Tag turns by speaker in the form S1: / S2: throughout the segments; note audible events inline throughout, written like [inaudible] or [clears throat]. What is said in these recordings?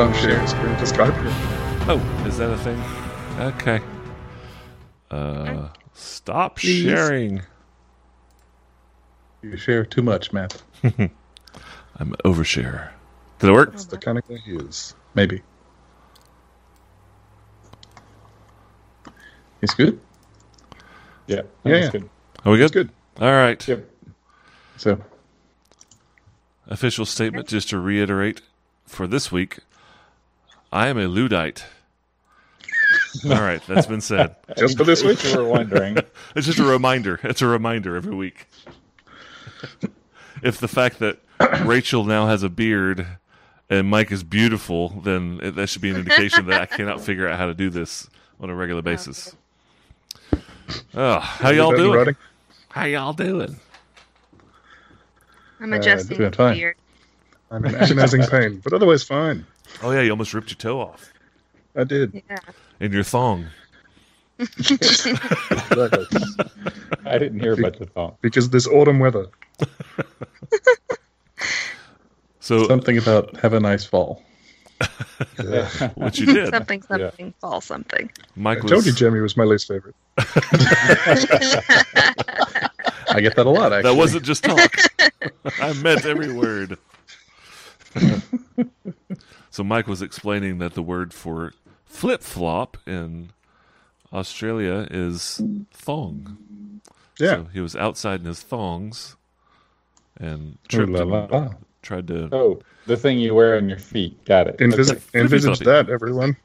S1: Oh, share screen to Skype.
S2: Oh, is that a thing? Okay. Uh, stop
S1: Please.
S2: sharing.
S1: You share too much, Matt.
S2: I'm an overshare. Did it work?
S1: It's the kind of guy he is. Maybe. He's good.
S3: Yeah.
S1: Yeah,
S3: that's
S1: yeah.
S3: Good.
S2: Are we good?
S1: good.
S2: All right.
S3: Yep.
S1: So,
S2: Official statement, just to reiterate for this week I am a Luddite. All right, that's been said.
S1: just for this week.
S3: If you were
S1: [laughs]
S3: wondering,
S2: It's just a reminder. It's a reminder every week. if the fact that Rachel now has a beard and Mike is beautiful, then it- that should be an indication that I cannot figure out how to do this on a regular basis. Oh, how y'all
S1: Is that
S2: doing?
S1: running?
S2: How y'all doing?
S4: I'm
S1: Uh,
S4: adjusting
S1: doing
S4: the
S1: fine.
S4: beard.
S1: I'm in agonizing pain, but otherwise fine.
S2: Oh yeah, you almost ripped your toe off
S4: [laughs]
S1: I did.
S4: Yeah.
S2: in your thong.
S1: Exactly.
S3: [laughs] I didn't hear about the thought.
S1: because this autumn weather,
S2: So
S1: something about have a
S3: [laughs]
S1: nice fall.
S2: what you
S4: [laughs]
S2: did,
S4: Something, something,
S2: [laughs]
S4: fall something. [laughs]
S2: Mike
S1: I told you
S2: was.
S1: Jeremy was my least favorite. I get that a lot, actually.
S2: That wasn't just talk. [laughs] I meant every word. [laughs] so Mike was explaining that the word for flip flop in Australia is thong.
S1: Yeah.
S2: So he was outside in his thongs and
S1: Ooh
S2: tripped
S1: la
S2: and
S1: la.
S2: tried to.
S3: Oh, the thing you wear on your feet. Got it.
S1: Envis-
S2: Flippy
S1: envisage
S2: floppy.
S1: that, everyone.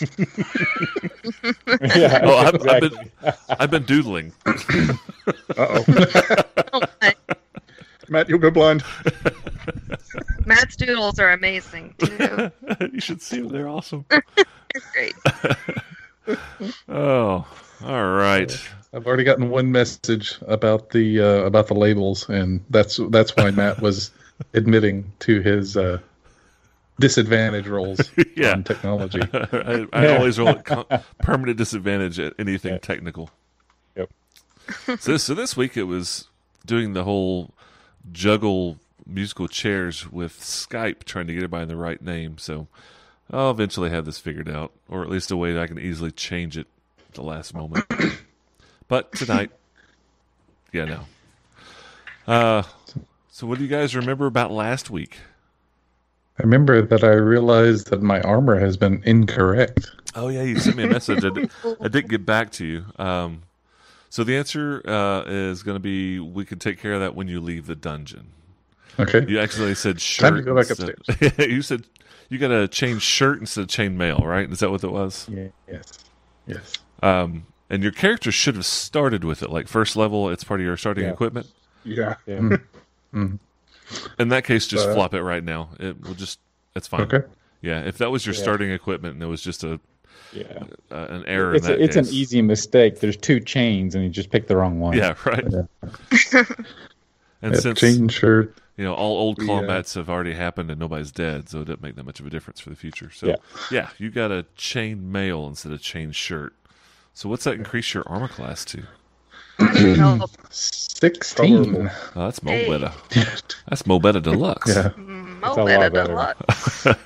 S3: [laughs] yeah,
S2: [laughs] [laughs] Oh, I've, I've
S3: exactly.
S2: been [laughs] I've been doodling.
S1: Uh [laughs] oh.
S4: Oh my.
S1: [laughs] Matt, you'll go blind.
S4: Matt's doodles are amazing
S2: [laughs]
S4: too.
S2: you should see them; they're awesome.
S4: Great.
S2: Oh, all right.
S1: I've already gotten one message about the uh, about the labels, and that's that's why Matt [laughs] was admitting to his uh, disadvantage [laughs] roles
S2: [laughs] Yeah.
S1: on technology.
S2: I, [laughs] I always roll at com- permanent disadvantage at anything technical.
S3: Yep.
S2: so, this, so this week it was doing the whole juggle musical chairs with Skype, trying to get everybody the right name. So I'll eventually have this figured out, or at least a way that I can easily change it at the last moment. [coughs] but tonight, yeah, no. Uh, so what do you guys remember about last week?
S1: I remember that I realized that my armor has been incorrect.
S2: Oh yeah, you sent me a message. I, did, I didn't get back to you. Um, so the answer uh, is going to be we can take care of that when you leave the dungeon.
S1: Okay,
S2: You accidentally
S3: [laughs]
S2: said shirt.
S1: Time to go back
S2: instead- [laughs] you said you got to change shirt instead of chain mail, right? Is that what it was?
S1: Yeah, yes, yes.
S2: Um, and your character should have started with it, like first level. It's part of your starting
S3: Yeah.
S2: equipment.
S1: Yeah.
S3: Yeah.
S2: In that case, just
S3: Uh-huh.
S1: Uh,
S2: flop it right now. It will just. It's fine.
S1: Okay.
S2: Yeah. If that was your
S3: Yeah.
S2: starting equipment and it was just a
S3: yeah.
S2: uh, an error,
S3: It's,
S2: in that
S3: a, it's an
S2: case-
S3: easy mistake. There's two chains, and you just picked the wrong one.
S2: Yeah. Right. and [laughs]
S1: Yeah,
S2: since
S1: Chain shirt.
S2: you know, all old
S1: The, uh,
S2: combats have already happened and nobody's dead, so it doesn't make that much of a difference for the future. So, yeah,
S3: Yeah.
S2: you got a chain mail instead of chain shirt. So, what's that increase your armor class to? [clears throat]
S4: Help.
S1: Sixteen.
S2: Oh, that's Mo
S4: Hey.
S2: Better.
S1: [laughs]
S2: That's Mo Better Deluxe.
S1: Yeah.
S4: Mo
S3: It's a lot
S4: better
S3: better.
S4: than
S2: [laughs]
S4: luck.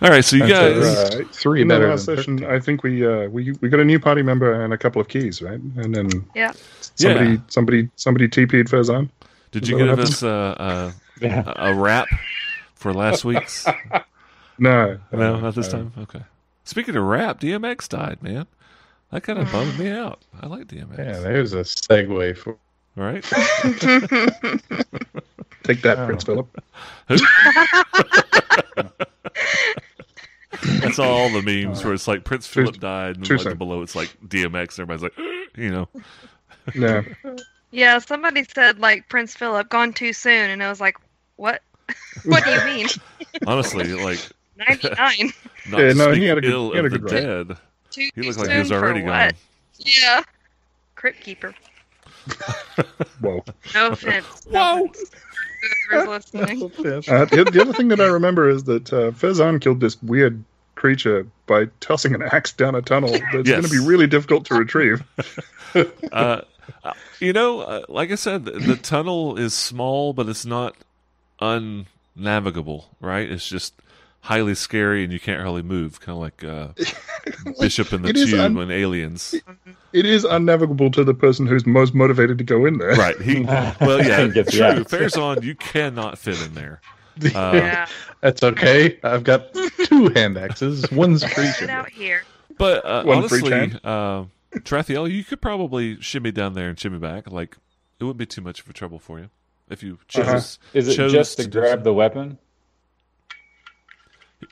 S2: All right, so you guys,
S1: After, uh, three
S5: In the
S1: better
S5: last
S1: than
S5: session,
S1: 13.
S5: I think we uh, we we got a new party member and a couple of keys, right? And then
S4: Yeah.
S5: somebody
S2: Yeah.
S5: somebody somebody TP'd Fezan.
S2: did you
S5: Is that
S2: give
S5: what
S2: us a,
S3: Yeah.
S2: a, a wrap for last week's?
S5: No,
S2: No, not
S5: Uh,
S2: this time. Okay. Speaking of rap, DMX died, man. That kind of bummed me out. I like DMX.
S1: Yeah, there's a segue for
S2: right?
S1: take that, Prince Philip.
S2: That's all
S5: [laughs]
S2: the memes where it's like Prince Philip died, and
S5: Uh, true
S2: then
S5: story.
S2: like below it's like DMX, and everybody's like, [gasps] you know,
S1: [laughs]
S5: No,
S4: [laughs] Yeah. Somebody said like Prince Philip gone too soon, and I was like, what?
S5: [laughs]
S4: what do
S2: [laughs]
S4: you mean?
S2: honestly, like
S4: Ninety nine.
S2: not
S5: Yeah,
S2: to
S5: no, he
S2: speak
S5: had a good-
S2: ill
S5: he had
S2: of
S5: a
S2: the
S5: good
S2: dead.
S4: Too
S2: [laughs] He looked
S4: soon
S2: like he was
S4: for
S2: already
S4: what?
S2: gone.
S4: Yeah. Crypt keeper. [laughs]
S5: whoa.
S2: [laughs]
S4: No offense. No
S2: Whoa.
S4: offense.
S2: [laughs]
S4: Whoever's listening.
S5: Uh, the, the other thing that I remember is that uh, Fezan killed this weird creature by tossing an axe down a
S4: [laughs]
S5: tunnel that's
S2: Yes.
S5: going to be really difficult to retrieve.
S2: Uh, uh, you know, uh, like I said, the, the tunnel is small, but it's not unnavigable, right? It's just highly scary and you can't hardly move, kind of like uh,
S5: Like,
S2: Bishop and the
S5: it is
S2: Tube
S5: un-
S2: and Aliens.
S5: it is unnavigable to the person who's most motivated to go in there.
S2: Right. He,
S3: [laughs]
S2: well, yeah,
S3: Can't get
S2: true.
S3: you out.
S5: [laughs]
S2: Farazan, you cannot fit in there. Uh,
S4: Yeah,
S1: That's okay. I've got two hand axes. One's
S4: get
S1: creature.
S4: out here.
S2: But uh,
S5: One for each
S2: honestly,
S5: hand.
S2: uh, Trathiel, you could probably shimmy down there and shimmy back. Like it wouldn't be too much of a trouble for you if you chose.
S5: Uh-huh.
S3: Is it
S2: chose
S3: just to
S2: do
S3: grab the weapon?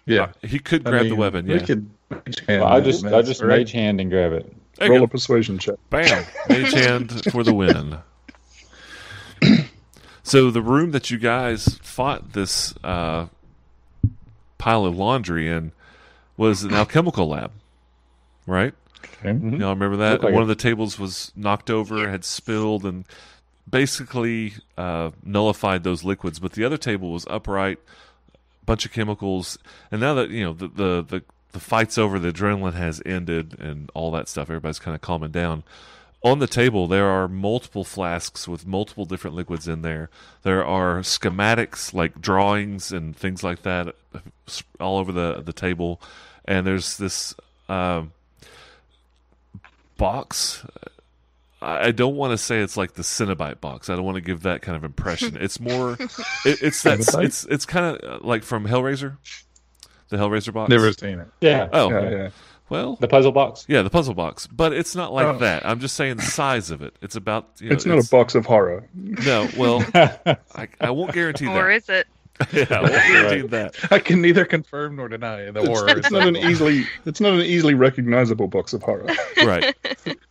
S1: Yeah.
S2: Uh, he could
S1: I
S2: grab the
S1: mean,
S2: weapon.
S1: We
S2: Yeah,
S1: could mage hand
S3: Well, I
S1: that
S3: just I
S1: mess,
S3: just
S1: right?
S3: mage hand and grab it.
S2: There you
S5: Roll
S2: go.
S5: a persuasion check.
S2: Bam! Mage hand for the win. [clears throat] So the room that you guys fought this uh, pile of laundry in was an alchemical lab, right?
S3: Mhm.
S2: Y'all remember that?
S3: Looked like
S2: One
S3: it.
S2: of the tables was knocked over, had spilled, and basically uh, nullified those liquids. But the other table was upright, bunch of chemicals. And now that you know the the the, the fight's over, the adrenaline has ended, and all that stuff. Everybody's kind of calming down. On the table, there are multiple flasks with multiple different liquids in there. There are schematics like drawings and things like that uh, s- all over the the table. And there's this. Um, box. I I don't want to say it's like the Cinnabite box. I don't want to give that kind of impression. It's more, it, it's that
S1: Cinnabite?
S2: it's it's kind of like from Hellraiser, the Hellraiser box.
S1: Never seen it.
S3: Yeah.
S2: Oh
S5: Yeah, yeah.
S2: well,
S3: The puzzle box.
S2: yeah, the puzzle box. But it's not like
S5: Oh.
S2: that. I'm just saying the size of it. It's about. You know,
S5: it's not a box of horror.
S2: No,
S5: [laughs]
S2: well, I, I won't guarantee
S4: Or
S2: that.
S4: is it?
S2: Yeah, I won't guarantee that.
S1: [laughs] I can neither confirm nor
S3: [laughs]
S1: deny the horror.
S5: It's not an easily it's not an easily recognizable box of horror.
S2: right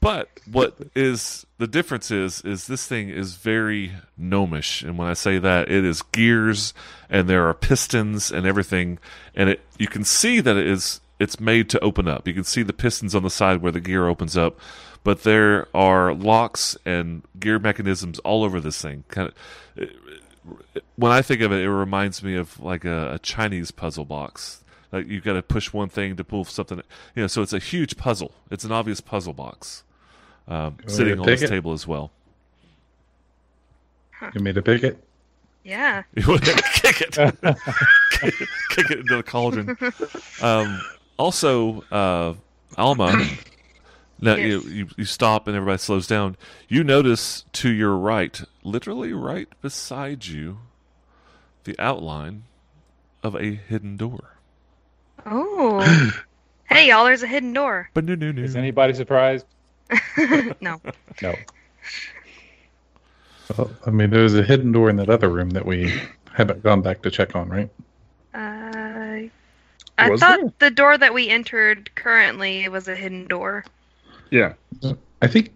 S2: but what is the difference is is this thing is very gnomish and when i say that it is gears and there are pistons and everything and it you can see that it is it's made to open up you can see the pistons on the side where the gear opens up but there are locks and gear mechanisms all over this thing kind of when i think of it it reminds me of like a, a chinese puzzle box like you've got to push one thing to pull something you know so it's a huge puzzle it's an obvious puzzle box um, sitting on
S1: take
S2: this
S1: it?
S2: table as well [laughs]
S1: You made a picket.
S4: Yeah.
S2: You want to kick it, [laughs] kick it into the cauldron. Um, also, uh, Alma. Now
S4: Yes.
S2: you, you you stop and everybody slows down. You notice to your right, literally right beside you, the outline of a hidden door.
S4: Oh. hey, y'all! There's a hidden door. [laughs]
S2: But no, no, no.
S3: Is anybody surprised?
S4: No.
S3: No.
S1: Well, Oh, I mean, there was a hidden door in that other room that we haven't gone back to check on, right?
S4: Uh, I
S5: Was
S4: thought the door that we entered currently was a hidden door.
S5: Yeah.
S1: I think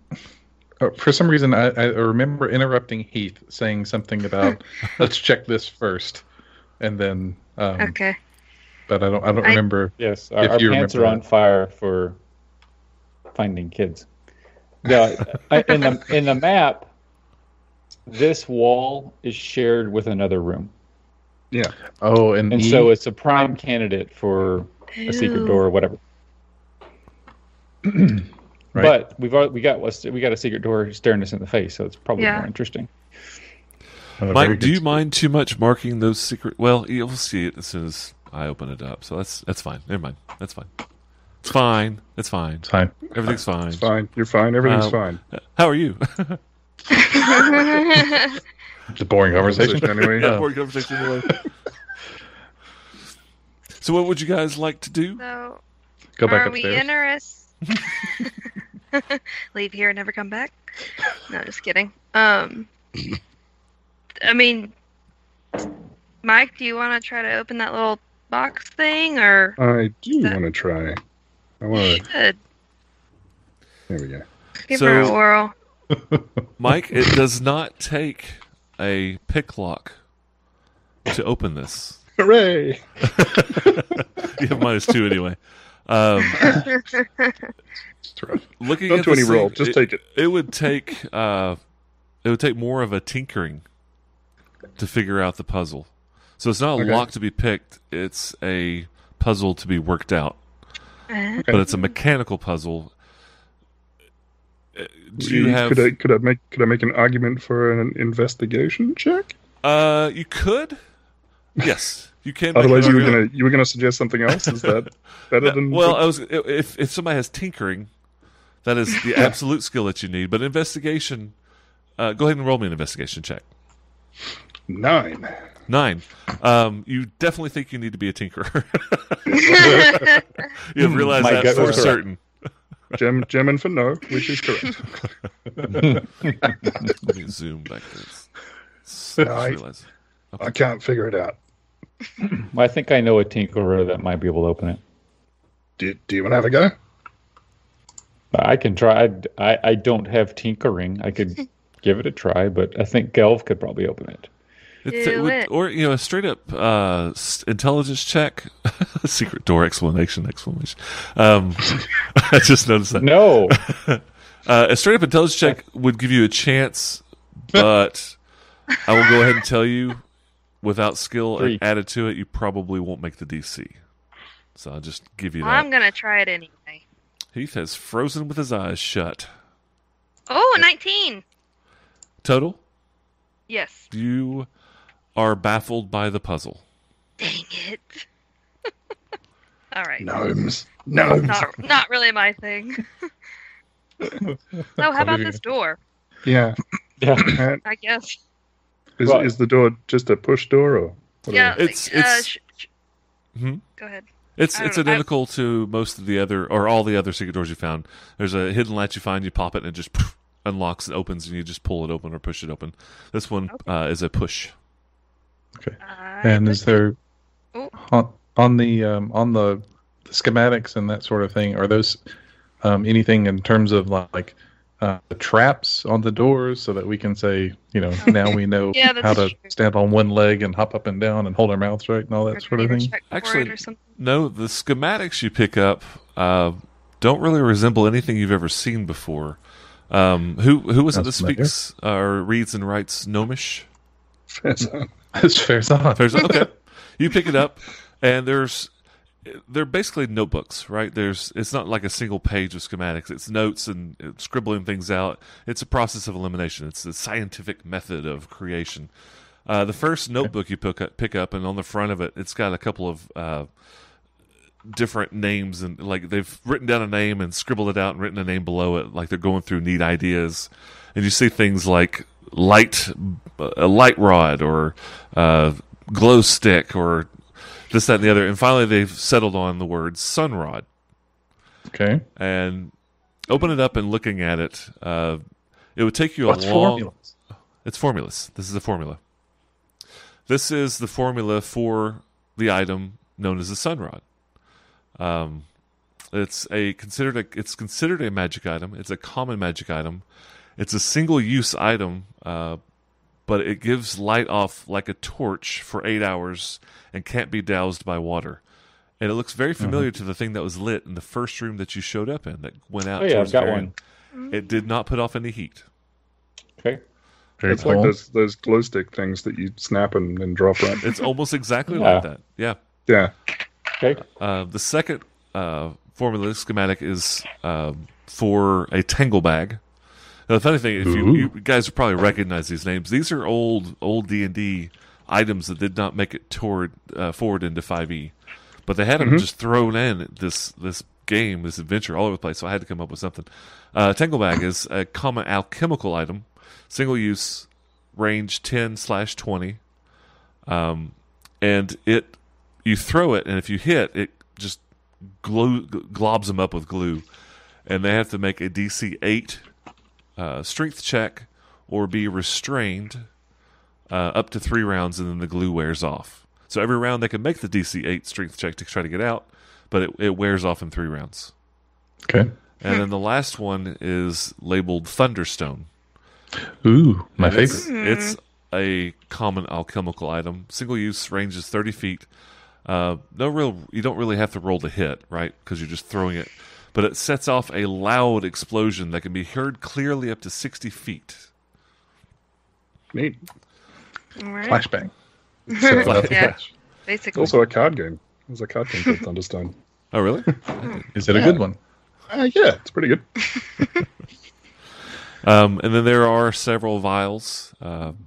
S1: uh, for some reason I, I remember interrupting Heath saying
S4: [laughs]
S1: something about let's check this first, and then. Um,
S4: Okay.
S1: But I don't. I don't
S4: I-
S1: remember.
S3: Yes. Our,
S1: If
S3: our
S1: you
S3: pants are
S1: remember
S3: on fire for finding kids. No, I- in the in the map, this wall is shared with another room,
S1: Oh, and,
S3: and
S1: E?
S3: so it's a prime candidate for a secret
S4: Ew.
S3: door or whatever.
S1: [clears throat] Right.
S3: But we've already, we got we got a secret door staring us in the face, so it's probably
S4: Yeah.
S3: more interesting.
S1: Oh, very
S2: Mike, do
S1: good.
S2: you mind too much marking those secret? Well, you'll see it as soon as I open it up. So that's that's fine. Never mind. That's fine. It's fine. It's fine.
S1: It's fine.
S2: Everything's fine.
S5: It's fine. You're fine. Everything's
S2: Um,
S5: fine.
S2: How
S5: [laughs]
S2: are you?
S1: It's a boring conversation.
S5: anyway.
S2: Yeah, boring conversation anyway. so, what would you guys like to do?
S4: [laughs] so,
S1: Go back
S4: are we
S1: upstairs.
S4: interested? Leave here and never come back. No, just kidding. Um, I mean, Mike, do you want to try to open that little box thing, or
S5: I do
S4: That-
S5: want to try. I want to.
S4: should
S5: There we go.
S4: give her a
S2: So-
S4: whirl?
S2: Mike, it does not take a pick lock to open this. [laughs]
S5: Hooray!
S2: You have minus two anyway.
S5: [laughs]
S2: Um,
S1: It's rough.
S2: looking
S5: Don't
S2: at
S5: do
S2: this
S5: any
S2: thing,
S5: roll. Just
S2: it,
S5: take it.
S2: it would take uh, it would take more of a tinkering to figure out the puzzle. So it's not a
S5: Okay.
S2: lock to be picked; it's a puzzle to be worked out.
S4: Uh,
S2: But it's a mechanical puzzle. Uh, Do you
S5: Gee,
S2: have?
S5: Could I, could I make could I make an argument for an investigation check?
S2: Uh, you could. Yes, You can. make
S5: Otherwise,
S2: an
S5: you were
S2: argument-
S5: gonna you were gonna suggest something else. Is
S2: [laughs]
S5: that better than
S2: well, uh, I was if if somebody has tinkering, that is the absolute skill that you need. But investigation, uh, go ahead and roll me an investigation check.
S5: nine?
S2: Nine. Um, you definitely think you need to be a tinkerer. [laughs]
S4: [laughs]
S2: you have realized
S3: Hmm, My
S2: that
S3: gut
S2: for
S3: was correct.
S2: certain.
S5: Gem gem and for no, which is
S2: [laughs]
S5: correct.
S2: Let me zoom back. to
S3: [laughs]
S2: this. S- I just
S5: Right.
S2: realized.
S5: I can't figure it out.
S3: I think I know a tinkerer that might be able to open it.
S5: Do, do you want to have a go?
S3: I can try. I, I, I don't have tinkering. I
S4: [laughs]
S3: could give it a try, but I think Gelf could probably open it.
S2: It's,
S4: Do
S2: it would-
S4: it.
S2: Or you know, a straight up uh, s- intelligence check, [laughs] secret door explanation exclamation. Um, [laughs] I just noticed that. [laughs]
S3: No, Oh,
S2: Uh, a straight up intelligence check would give you a
S3: [laughs]
S2: chance, but I will go ahead and tell you, without skill
S3: Three.
S2: and added to it, you probably won't make the DC. So I'll just give you that.
S4: I'm gonna try it anyway.
S2: Heath has frozen with his eyes shut.
S4: Oh, 19.
S2: Total,
S4: Yes.
S2: you are baffled by the puzzle.
S4: Dang it. [laughs] All right.
S5: Gnomes, gnomes.
S4: Not, not really my thing. [laughs] no, how about this door?
S5: Yeah.
S3: Yeah.
S4: I guess.
S5: Is,
S3: Right.
S5: is the door just a push door or? [laughs]
S4: Yeah. like,
S2: It's- it's-
S4: Uh, sh- sh-
S2: Hmm?
S4: Go ahead.
S2: It's
S4: I
S2: it's
S4: don't know. I-
S2: identical to most of the other or all the other secret doors you found. There's a hidden latch you find, you pop it, and it just unlocks and opens, and you just pull it open or push it open. This one uh, is a push.
S4: Uh, I
S1: And is there
S4: Oh.
S1: on, on the um, on the, the schematics and that sort of thing? Are those um, anything in terms of like uh, traps on the doors so that we can say, you know, now we know
S4: [laughs] Yeah, that's
S1: how to
S4: true.
S1: stand on one leg and hop up and down and hold our mouths right and all that sort of
S4: Or
S1: thing?
S4: check for it
S2: Actually-
S4: or something.
S2: No, the schematics you pick up uh, don't really resemble anything you've ever seen before. Um, who who was it that
S1: Sounds familiar.
S2: speaks uh, or reads and writes Gnomish?
S1: [laughs] That's fair enough.
S2: There's okay. You pick it up, and there's they're basically notebooks, right? There's it's not like a single page of schematics. It's notes and uh, scribbling things out. It's a process of elimination. It's the scientific method of creation. Uh, the first notebook you pick up, pick up, and on the front of it, it's got a couple of uh, different names, and like they've written down a name and scribbled it out, and written a name below it, like they're going through neat ideas. And you see things like light, uh, a light rod, or uh, glow stick, or this, that, and the other. And finally, they've settled on the word sunrod
S1: Okay.
S2: and open it up and looking at it. Uh, it would take you
S1: What's
S2: a long.
S1: formulas?
S2: It's formulas. This is a formula. This is the formula for the item known as the sunrod. Um, it's a considered a, it's considered a magic item. It's a common magic item. It's a single use item, uh, but it gives light off like a torch for eight hours and can't be doused by water. And it looks very
S3: Mm-hmm.
S2: familiar to the thing that was lit in the first room that you showed up in that went out.
S3: oh yeah,
S2: towards
S3: I've
S2: the very
S3: got one.
S2: end. It did not put off any heat.
S3: Okay,
S1: Very
S5: It's like
S1: cool.
S5: those those glow stick things that you snap and, and drop right.
S3: [laughs]
S2: It's almost exactly
S3: Yeah.
S2: like that. Yeah.
S5: Yeah.
S3: okay.
S2: Uh, the second uh, formula schematic is um for a tangle bag. Now, the funny thing, if you,
S1: Ooh.
S2: you guys probably recognize these names, these are old old D and D items that did not make it toward uh, forward into five E, but they had them just thrown in this this game, this adventure all over the place. So I had to come up with something. Uh, tangle bag is a common alchemical item, single use, range ten slash twenty um, and it you throw it and if you hit it just glue globs them up with glue and they have to make a dc 8 uh, strength check or be restrained uh, up to three rounds and then the glue wears off so every round they can make the dc 8 strength check to try to get out but it, it wears off in three rounds
S1: Okay.
S2: and then the last one is labeled thunderstone
S1: Ooh, my
S2: and it's,
S1: favorite.
S2: It's a common alchemical item. Single use range is 30 feet. Uh, no real, you don't really have to roll to hit, right? Because you're just throwing it. But it sets off a loud explosion that can be heard clearly up to 60 feet.
S5: Neat.
S4: All right.
S1: Flashbang. Set off the
S4: Yeah.
S1: [laughs] flash.
S5: It's
S4: Basically.
S5: also a card game. There's a card game called Thunderstone.
S2: Oh, [laughs] really?
S1: Is it a good one?
S5: Uh, yeah, it's pretty good.
S2: um, and then there are several vials. Um,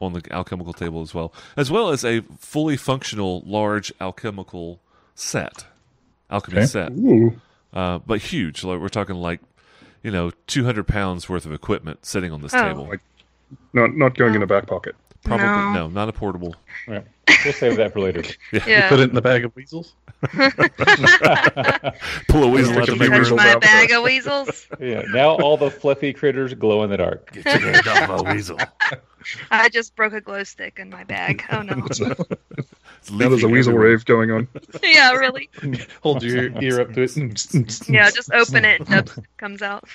S2: on the alchemical table as well, as well as a fully functional large alchemical set, alchemy
S1: Okay.
S2: set,
S5: Ooh.
S2: uh, but huge. Like we're talking like you know two hundred pounds worth of equipment sitting on this
S4: Oh.
S2: table.
S5: Like- Not not going in a back pocket.
S2: Probably
S4: No.
S2: no, not a portable.
S3: Right. We'll save that
S2: [laughs]
S3: for later.
S1: You put
S4: Yeah.
S1: it in the bag of weasels.
S4: [laughs]
S2: Pull a
S1: [laughs]
S2: weasel
S5: Stick
S2: out
S5: a few
S2: to make
S4: Touch
S5: weasels
S4: my
S5: out
S4: bag
S5: first.
S4: of weasels.
S3: yeah. Now all the fluffy critters glow in the dark.
S2: Get your hand off my [laughs] weasel.
S4: I just broke a glow stick in my bag. Oh
S1: [laughs]
S4: no. [laughs]
S2: It's
S5: Now there's a
S2: leaking
S5: weasel
S2: everywhere.
S5: rave going on.
S4: yeah, really.
S1: Hold your ear up to it.
S4: Yeah, just open it and dubstep [laughs] comes out.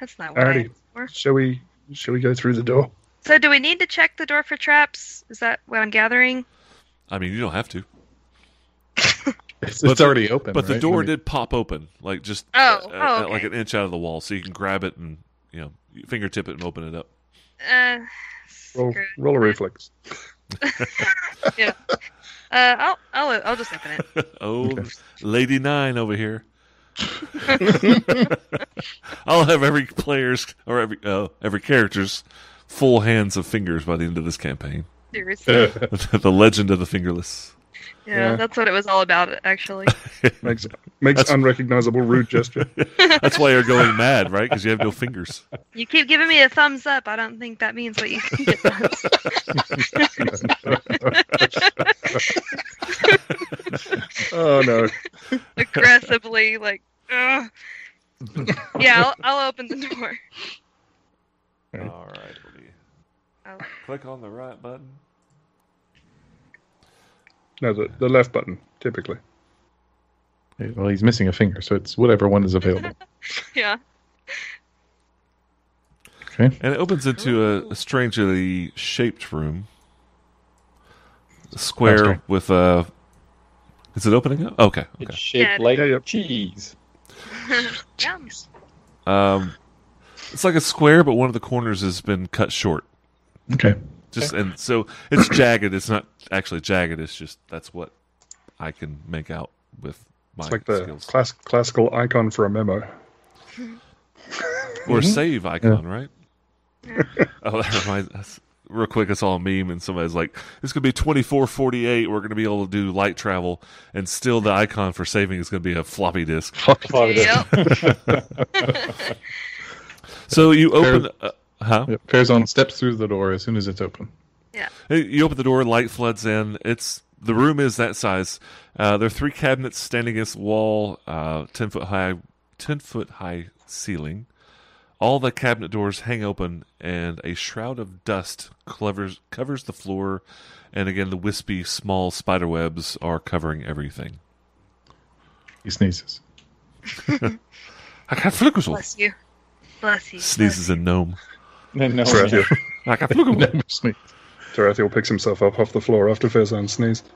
S4: That's not what I
S5: Alrighty.
S4: asked for.
S5: Shall we? Shall we go through the door?
S4: So do we need to check the door for traps? Is that what I'm gathering?
S2: I mean, you don't have to,
S1: It's,
S2: But
S1: it's
S2: the-
S1: already open.
S2: but the
S1: right?
S2: door
S1: I mean,
S2: did pop open, like just
S4: Oh,
S2: uh,
S4: oh,
S2: uh, like
S4: okay.
S2: an inch out of the wall, so you can grab it and you know fingertip it and open it up.
S4: Uh,
S5: Roll,
S4: screw it.
S5: roll a reflex.
S4: uh I'll, I'll I'll just open
S5: [laughs]
S4: it.
S2: oh,
S5: Okay.
S2: Lady Nine over
S4: [laughs]
S2: here. [laughs] I'll have every player's or every uh, every character's full hands of fingers by the end of this campaign. [laughs]
S4: Seriously.
S2: the legend of the fingerless.
S4: Yeah,
S5: Yeah.
S4: that's what it was all about, actually.
S5: Makes makes
S2: That's-
S5: unrecognizable rude gesture.
S2: [laughs] That's why you're going mad, right? Because you have no [laughs] fingers.
S4: You keep giving me a thumbs up. I don't think that means what you think
S5: [laughs]
S4: it [laughs] does.
S5: Oh no!
S4: Aggressively, like, ugh. yeah, I'll, I'll open the door. [laughs]
S5: Right.
S2: All right, let me
S4: Oh.
S2: click on the right button.
S5: No, the, the left button typically.
S1: well, he's missing a finger, so it's whatever one is available.
S4: Yeah.
S2: And it opens into a, a strangely shaped room. A
S1: Oh,
S2: square
S1: sorry.
S2: with a. Is it opening up? Okay.
S3: It's
S2: okay.
S3: shaped
S4: Yeah.
S3: like
S5: Yeah, yeah.
S3: cheese. [laughs]
S4: yeah.
S2: Um, it's like a square, but one of the corners has been cut short.
S1: Okay.
S2: Just and so it's [coughs] jagged. It's not actually jagged. It's just that's what I can make out with my
S5: It's like the
S2: skills
S5: class, classical icon for a memo.
S2: or
S1: Mhm.
S2: save icon, right? oh, that reminds us. Real quick, I saw a meme and somebody's like, "It's gonna be twenty four forty eight. We're gonna be able to do light travel, and still the icon for saving is gonna be a floppy disk."
S4: Yep.
S2: So you open, uh, huh?
S1: Yep. Farazan steps through the door as soon as it's open.
S2: Hey, You open the door, light floods in. It's the room is that size. Uh, there are three cabinets standing against the wall, uh, ten foot high, ten foot high ceiling. All the cabinet doors hang open, and a shroud of dust covers covers the floor. And again, the wispy, small spider webs are covering everything.
S1: He sneezes.
S2: I got flickers.
S4: Bless you. Bless you. [laughs]
S2: Sneezes a gnome.
S3: No, no,
S5: Tarathiel,
S2: I got
S1: [laughs]
S2: flickers.
S1: Never sneeze.
S5: Tarathiel picks himself up off the floor after Fezan sneezed.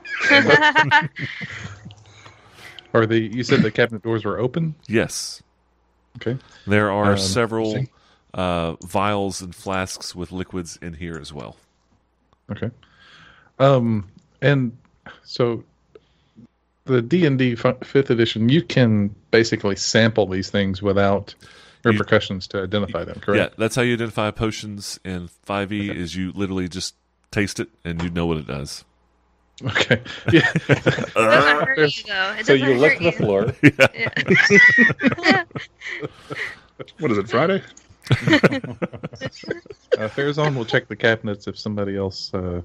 S1: Are the you
S2: [laughs]
S1: said the cabinet doors were open?
S2: Yes,
S1: Okay.
S2: there are
S1: Um,
S2: several
S1: interesting.
S2: uh, vials and flasks with liquids in here as well.
S1: Okay. Um, and so the D and D fifth edition, you can basically sample these things without repercussions to identify them. Correct.
S2: Yeah, that's how you identify potions in 5e is you literally just taste it and you know what it does.
S1: Okay. Yeah.
S4: It doesn't hurt you, though.
S3: Uh-huh.
S4: It
S3: So
S4: doesn't
S3: you lick
S4: hurt [laughs]
S3: the floor.
S4: Yeah.
S5: What is it?
S4: [laughs]
S5: Friday?
S1: Uh, Farazan will check the cabinets if somebody else uh,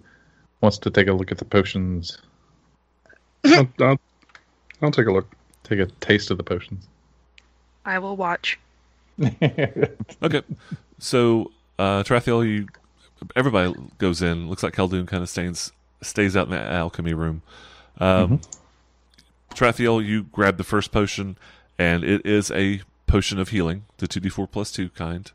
S1: wants to take a look at the potions,
S5: I'll, I'll, I'll take a look.
S1: take a taste of the potions.
S4: I will watch.
S2: Okay. So, uh Trathiel, you everybody goes in. Looks like Khaldun kind of stays stays out in the alchemy room. Um Trathiel, you grab the first potion and it is a potion of healing, the 2d4 plus 2 kind.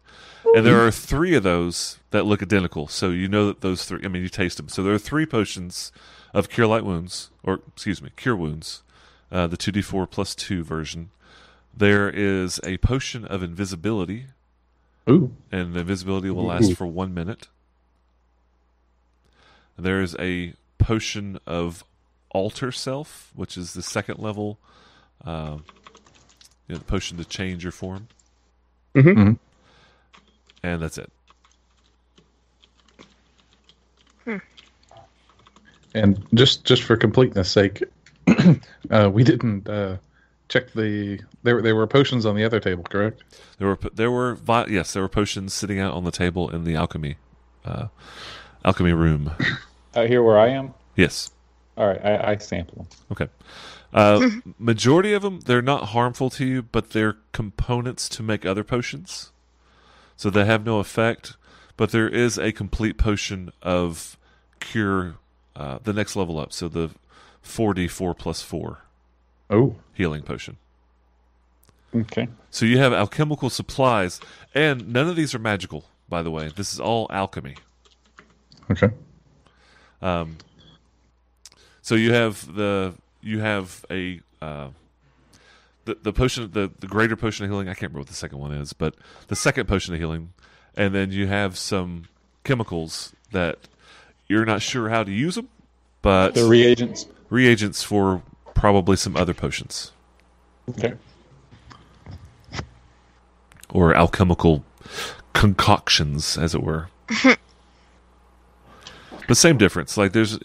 S2: And there are three of those that look identical. So you know that those three, I mean, you taste them. So there are three potions of Cure Light Wounds, or excuse me, Cure Wounds, uh, the 2d4 plus 2 version. There is a potion of invisibility,
S1: Ooh.
S2: and the invisibility will last
S5: Ooh.
S2: for one minute. There is a potion of alter self, which is the second level uh, you know, potion to change your form.
S5: Mhm.
S1: Mhm.
S2: And that's it.
S4: Hmm.
S1: And just just for completeness sake, [clears throat] uh, we didn't uh, check the there there were potions on the other table, correct?
S2: There were there were vi- yes there were potions sitting out on the table in the alchemy, uh, alchemy room.
S3: Out Uh, here where I am.
S2: Yes.
S3: All right, I, I sample them.
S2: Okay. Uh, majority of them, they're not harmful to you, but they're components to make other potions. So they have no effect, but there is a complete potion of cure, uh, the next level up. So the 4d4 plus 4
S1: Oh,
S2: healing potion.
S3: Okay.
S2: So you have alchemical supplies, and none of these are magical, by the way. This is all alchemy.
S1: okay.
S2: Um, so you have the you have a uh, the the potion the the greater potion of healing. I can't remember what the second one is, but the second potion of healing, and then you have some chemicals that you're not sure how to use them, but
S3: The reagents.
S2: reagents for probably some other potions
S3: Okay.
S2: or alchemical concoctions, as it were. but same difference. Like there's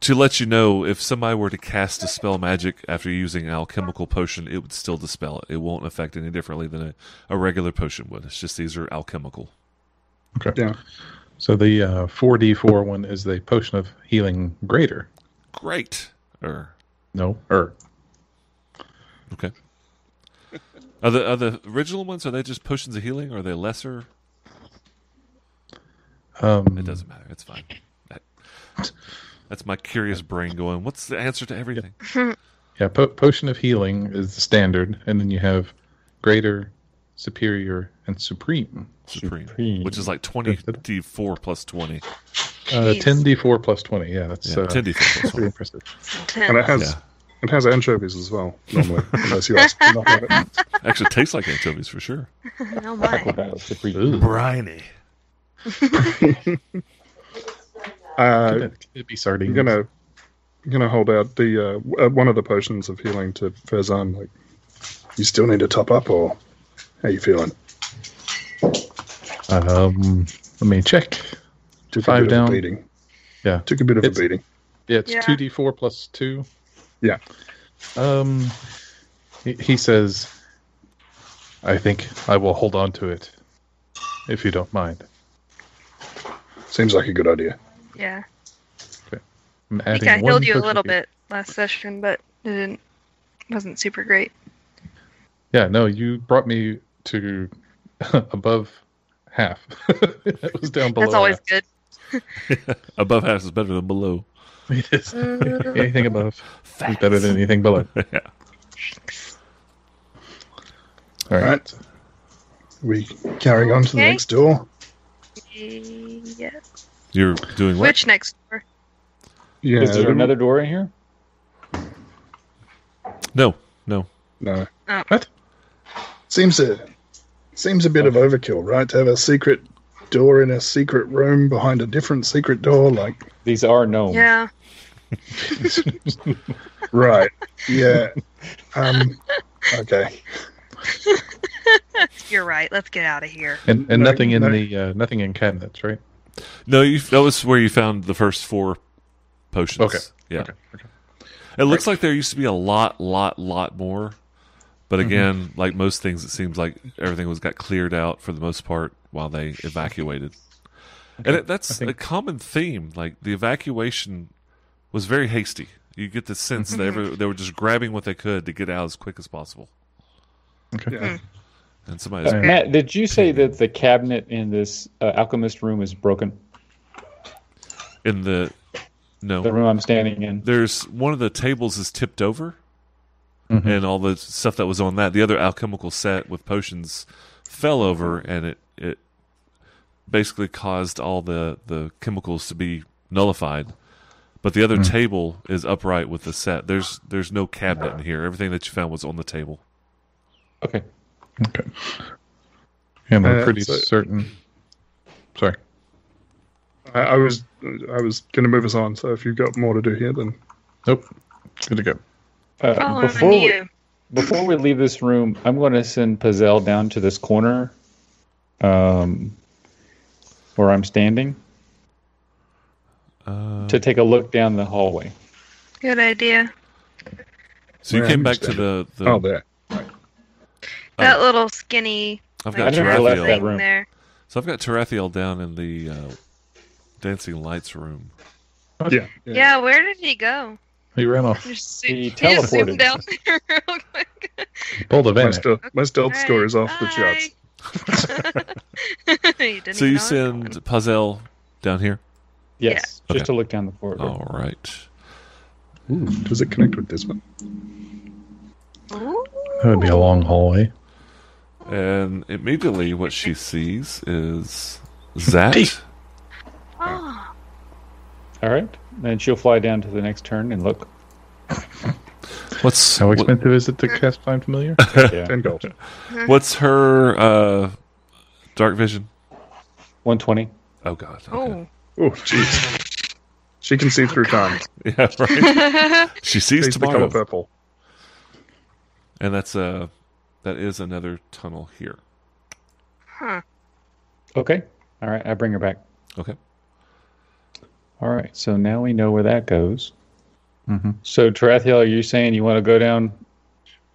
S2: to let you know if somebody were to cast dispel magic after using an alchemical potion, it would still dispel it. It won't affect any differently than a, a regular potion would. It's just these are alchemical.
S5: Yeah.
S1: So the uh, four D four one is the potion of healing greater.
S2: Great. Or
S1: No, or
S2: okay. [laughs] Are the are the original ones? Are they just potions of healing? Or are they lesser?
S1: um,
S2: It doesn't matter. It's fine. That- that's my curious brain going. What's the answer to everything?
S1: Yeah, po- potion of healing is the standard, and then you have greater, superior, and supreme.
S2: Supreme,
S3: Supreme.
S2: which is like 24 plus 20.
S1: Uh,
S4: Jeez.
S1: 10d4 plus 20. Yeah, that's
S2: Yeah,
S1: uh,
S2: 10
S1: [laughs]
S2: plus
S1: pretty
S2: 20.
S1: impressive.
S4: [laughs]
S5: And it
S4: Intense.
S5: has
S2: Yeah.
S5: it has anchovies as well, normally,
S1: [laughs]
S5: unless you ask for nothing of it.
S2: Actually, tastes like anchovies for sure.
S4: Oh my.
S3: Acrobatics to pre-
S1: Ooh,
S2: Briny.
S5: Uh,
S1: could it be sardines?
S5: I'm gonna I'm gonna hold out the uh, w- uh, one of the potions of healing to Fezan. Like, you still need to top up, or how you feeling?
S1: Um, let me check.
S5: Took
S1: Five
S5: a bit
S1: down.
S5: Of a beating.
S1: Yeah.
S5: Took a bit of
S1: It's-
S5: a beating.
S1: Yeah, it's
S4: Yeah.
S1: 2d4 plus 2.
S5: Yeah.
S1: Um, he, he says, I think I will hold on to it, if you don't mind.
S5: Seems like a good idea.
S4: Yeah.
S1: I'm
S4: I think
S1: adding
S4: I
S1: one
S4: healed you a
S1: potion
S4: little
S1: of healing.
S4: bit last session, but it didn't wasn't super great.
S1: Yeah, no, you brought me to [laughs] above half. [laughs] it was down below.
S4: That's always good.
S2: [laughs] Above half is better than below.
S1: half. [laughs] It
S4: [laughs]
S1: is. anything above is better than anything below.
S2: [laughs] yeah.
S1: All right.
S5: Right. We carrying on to the
S4: Okay.
S5: next door.
S4: Yeah.
S2: You're doing what?
S4: Which next door?
S5: Yeah.
S3: Is there
S5: the-
S3: another door in here?
S2: No, no.
S5: No.
S4: Oh.
S1: What?
S5: Seems a seems a bit of overkill, right? To have a secret door in a secret room behind a different secret door, like
S3: These are gnomes.
S4: Yeah.
S5: [laughs] right. Yeah. um. Okay.
S4: You're right. Let's get out of here.
S1: And and
S5: No,
S1: nothing in
S5: no.
S1: the uh, nothing in cabinets, right?
S2: No, you, that was where you found the first four potions.
S1: Okay.
S2: Yeah.
S1: Okay. okay.
S2: It looks like there used to be a lot, lot, lot more. But
S1: Mm-hmm.
S2: again, like most things, it seems like everything was got cleared out for the most part while they evacuated. And it, that's
S1: think-
S2: a common theme. Like the evacuation was very hasty. You get the sense
S1: Mm-hmm.
S2: that every, they were just grabbing what they could to get out as quick as possible.
S1: Okay.
S5: Yeah.
S2: And somebody's
S3: Uh, Matt, did you say that the cabinet in this uh, alchemist room is broken?
S2: in the no.
S3: The room I'm standing in.
S2: There's one of the tables is tipped over,
S5: Mm-hmm.
S1: Mhm.
S2: and all the stuff that was on that, the other alchemical set with potions, fell over, and it it basically caused all the the chemicals to be nullified. But the other table is upright with the set. There's there's no cabinet in here. Everything that you found was on the table.
S3: Okay.
S1: Okay. And we're
S5: Uh,
S1: pretty
S5: so-
S1: certain. Sorry.
S4: Hmm.
S5: I, I was I was going to move us on. So if you've got more to do here, then
S1: Nope. Good to go.
S3: Uh,
S4: Following
S3: before, we,
S4: you.
S3: before we leave this room, I'm going to send Pazel down to this corner um, where I'm standing.
S2: Uh,
S3: to take a look down the hallway.
S4: Good idea.
S2: so you
S5: Yeah,
S2: came
S5: I
S2: back to
S5: understand.
S2: the, the
S5: Oh, there.
S4: That little skinny.
S2: I've
S4: like,
S2: got
S3: I never left
S2: Tarathiel.
S3: that
S4: thing
S3: room.
S4: There.
S2: So I've got Tarathiel down in the uh, dancing lights room.
S5: Yeah.
S4: Yeah. where did he go?
S1: He ran [laughs] off,
S4: Just zo-
S3: He
S4: just
S3: teleported.
S4: zoomed down there [laughs] real quick.
S1: pulled a
S5: My,
S1: van.
S5: stealth, my stealth
S4: Alright,
S5: score is off the
S4: bye.
S5: charts.
S4: [laughs] you didn't
S2: So
S4: even
S2: you
S4: know I got one.
S2: send Puzzle down here.
S3: Yes,
S2: Yeah.
S3: just to look down the corridor.
S2: All right.
S5: Ooh, does it connect with this one?
S4: Ooh.
S1: That would be a long hallway.
S2: And immediately, what she sees is Zat.
S1: Hey.
S4: Oh,
S3: All right, then she'll fly down to the next turn and look.
S2: What's
S1: How
S2: what-
S1: expensive is it to cast Find Familiar?
S3: Yeah,
S5: Ten gold.
S2: what's her uh, dark vision?
S3: one twenty.
S2: Oh God. okay.
S4: oh.
S5: Oh, jeez. She can see through time.
S2: [laughs] Yeah. Right. She sees
S5: She's become
S2: tomorrow,
S5: purple.
S2: and that's uh, that is another tunnel here.
S4: [laughs] huh.
S3: Okay. All right, I bring her back.
S2: Okay.
S3: All right, so now we know where that goes.
S1: Mm-hmm.
S3: So Tarathiel, are you saying you want to go down?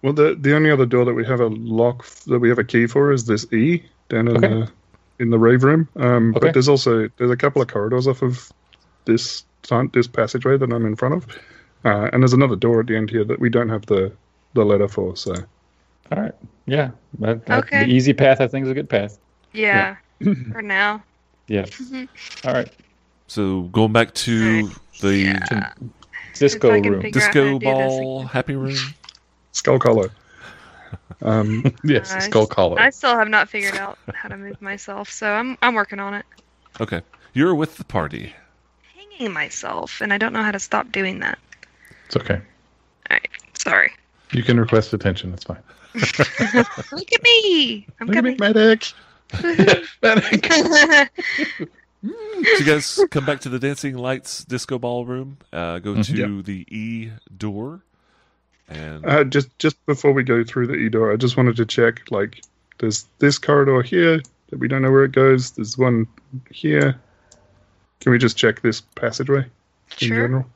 S5: Well, the the only other door that we have a lock f- that we have a key for is this E down in
S3: Okay.
S5: the in the rave room. Um,
S3: Okay.
S5: But there's also there's a couple of corridors off of this time, this passageway that I'm in front of, uh, and there's another door at the end here that we don't have the the letter for. So
S3: All right. Yeah. That, that-
S4: Okay.
S3: The easy path, I think, is a good path.
S4: Yeah. For now.
S3: Yeah. All right.
S2: So going back to the
S3: Disco
S4: I can
S3: room.
S4: figure-
S2: disco
S4: Grab it, do this
S2: ball
S4: again.
S2: happy room.
S5: skull collar. Um,
S1: [laughs] [laughs] Yes,
S4: Nice.
S1: Skull Collar.
S4: I still have not figured out how to move myself, so I'm I'm working on it.
S2: Okay. You're with the party.
S4: Hanging myself, and I don't know how to stop doing that.
S1: It's okay.
S4: Sorry.
S1: You can request attention. It's fine.
S4: Look at me. I'm
S1: Look at me,
S4: coming.
S1: medic. medic.
S4: [laughs]
S2: So you guys
S1: [laughs]
S2: come back to the dancing lights disco ball room. Uh, go
S1: Mhm.
S2: to the E door, and
S5: Uh, just just before we go through the E door, I just wanted to check. Like, there's this corridor here that we don't know where it goes. There's one here. Can we just check this passageway in
S4: sure.
S5: general?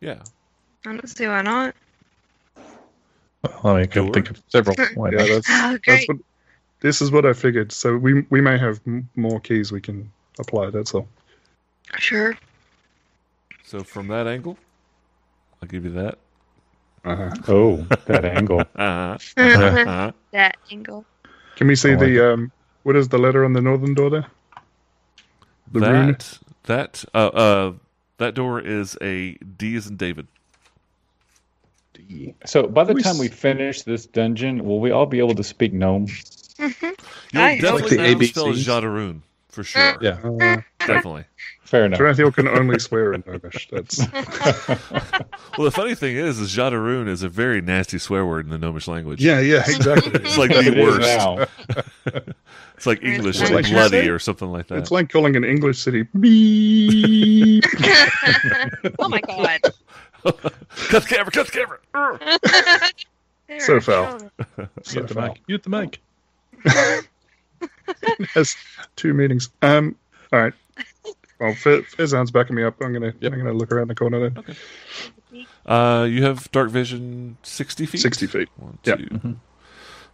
S2: yeah,
S4: I'm just doing why not.
S1: Well, I can
S2: Door.
S1: think of several. Why
S5: Yeah,
S1: not?
S5: that's,
S4: Oh,
S5: that's
S4: great.
S5: what. This is what I figured. So we we may have m- more keys we can apply. That's all.
S4: Sure.
S2: So from that angle, I'll give you that.
S5: Uh-huh.
S3: Oh, that angle.
S2: Uh-huh.
S4: that
S2: Uh-huh.
S4: angle.
S5: Can we see
S1: I like
S5: the um? What is the letter on the northern door there? The rune.
S2: that that uh, uh that door is a D is in David.
S3: [laughs] So by the
S1: We
S3: time
S1: s-
S3: we finish this dungeon, will we all be able to speak gnome?
S2: You'll
S4: I hope
S2: definitely
S1: so.
S2: know how to spell
S1: ABCs?
S2: Jadaroon for sure.
S1: Yeah.
S5: Uh,
S2: Definitely.
S3: Fair enough.
S5: Tarathiel can only swear in [laughs] Gnomish. That's
S2: Well, the funny thing is, is Jadaroon is a very nasty swear word in the Gnomish language.
S5: yeah, yeah, exactly.
S2: It's like
S3: It
S2: the
S3: is
S2: worst.
S3: now.
S2: It's like English,
S4: It's
S2: like
S5: like-
S2: bloody or something like that.
S5: It's like calling an English city beep.
S4: [laughs] oh my god.
S2: [laughs] cut the camera, cut the camera. Urgh.
S4: There,
S5: So
S4: I
S5: fell.
S4: showed him.
S5: So
S1: Mute the
S5: foul.
S1: mic. Mute the mic.
S5: Has two meetings. Um. All right. Well, Fa- Faison's backing me up. I'm gonna. I'm gonna look around the corner then.
S2: Uh, you have dark vision sixty feet.
S5: Sixty feet.
S2: One,
S5: Yep.
S2: two,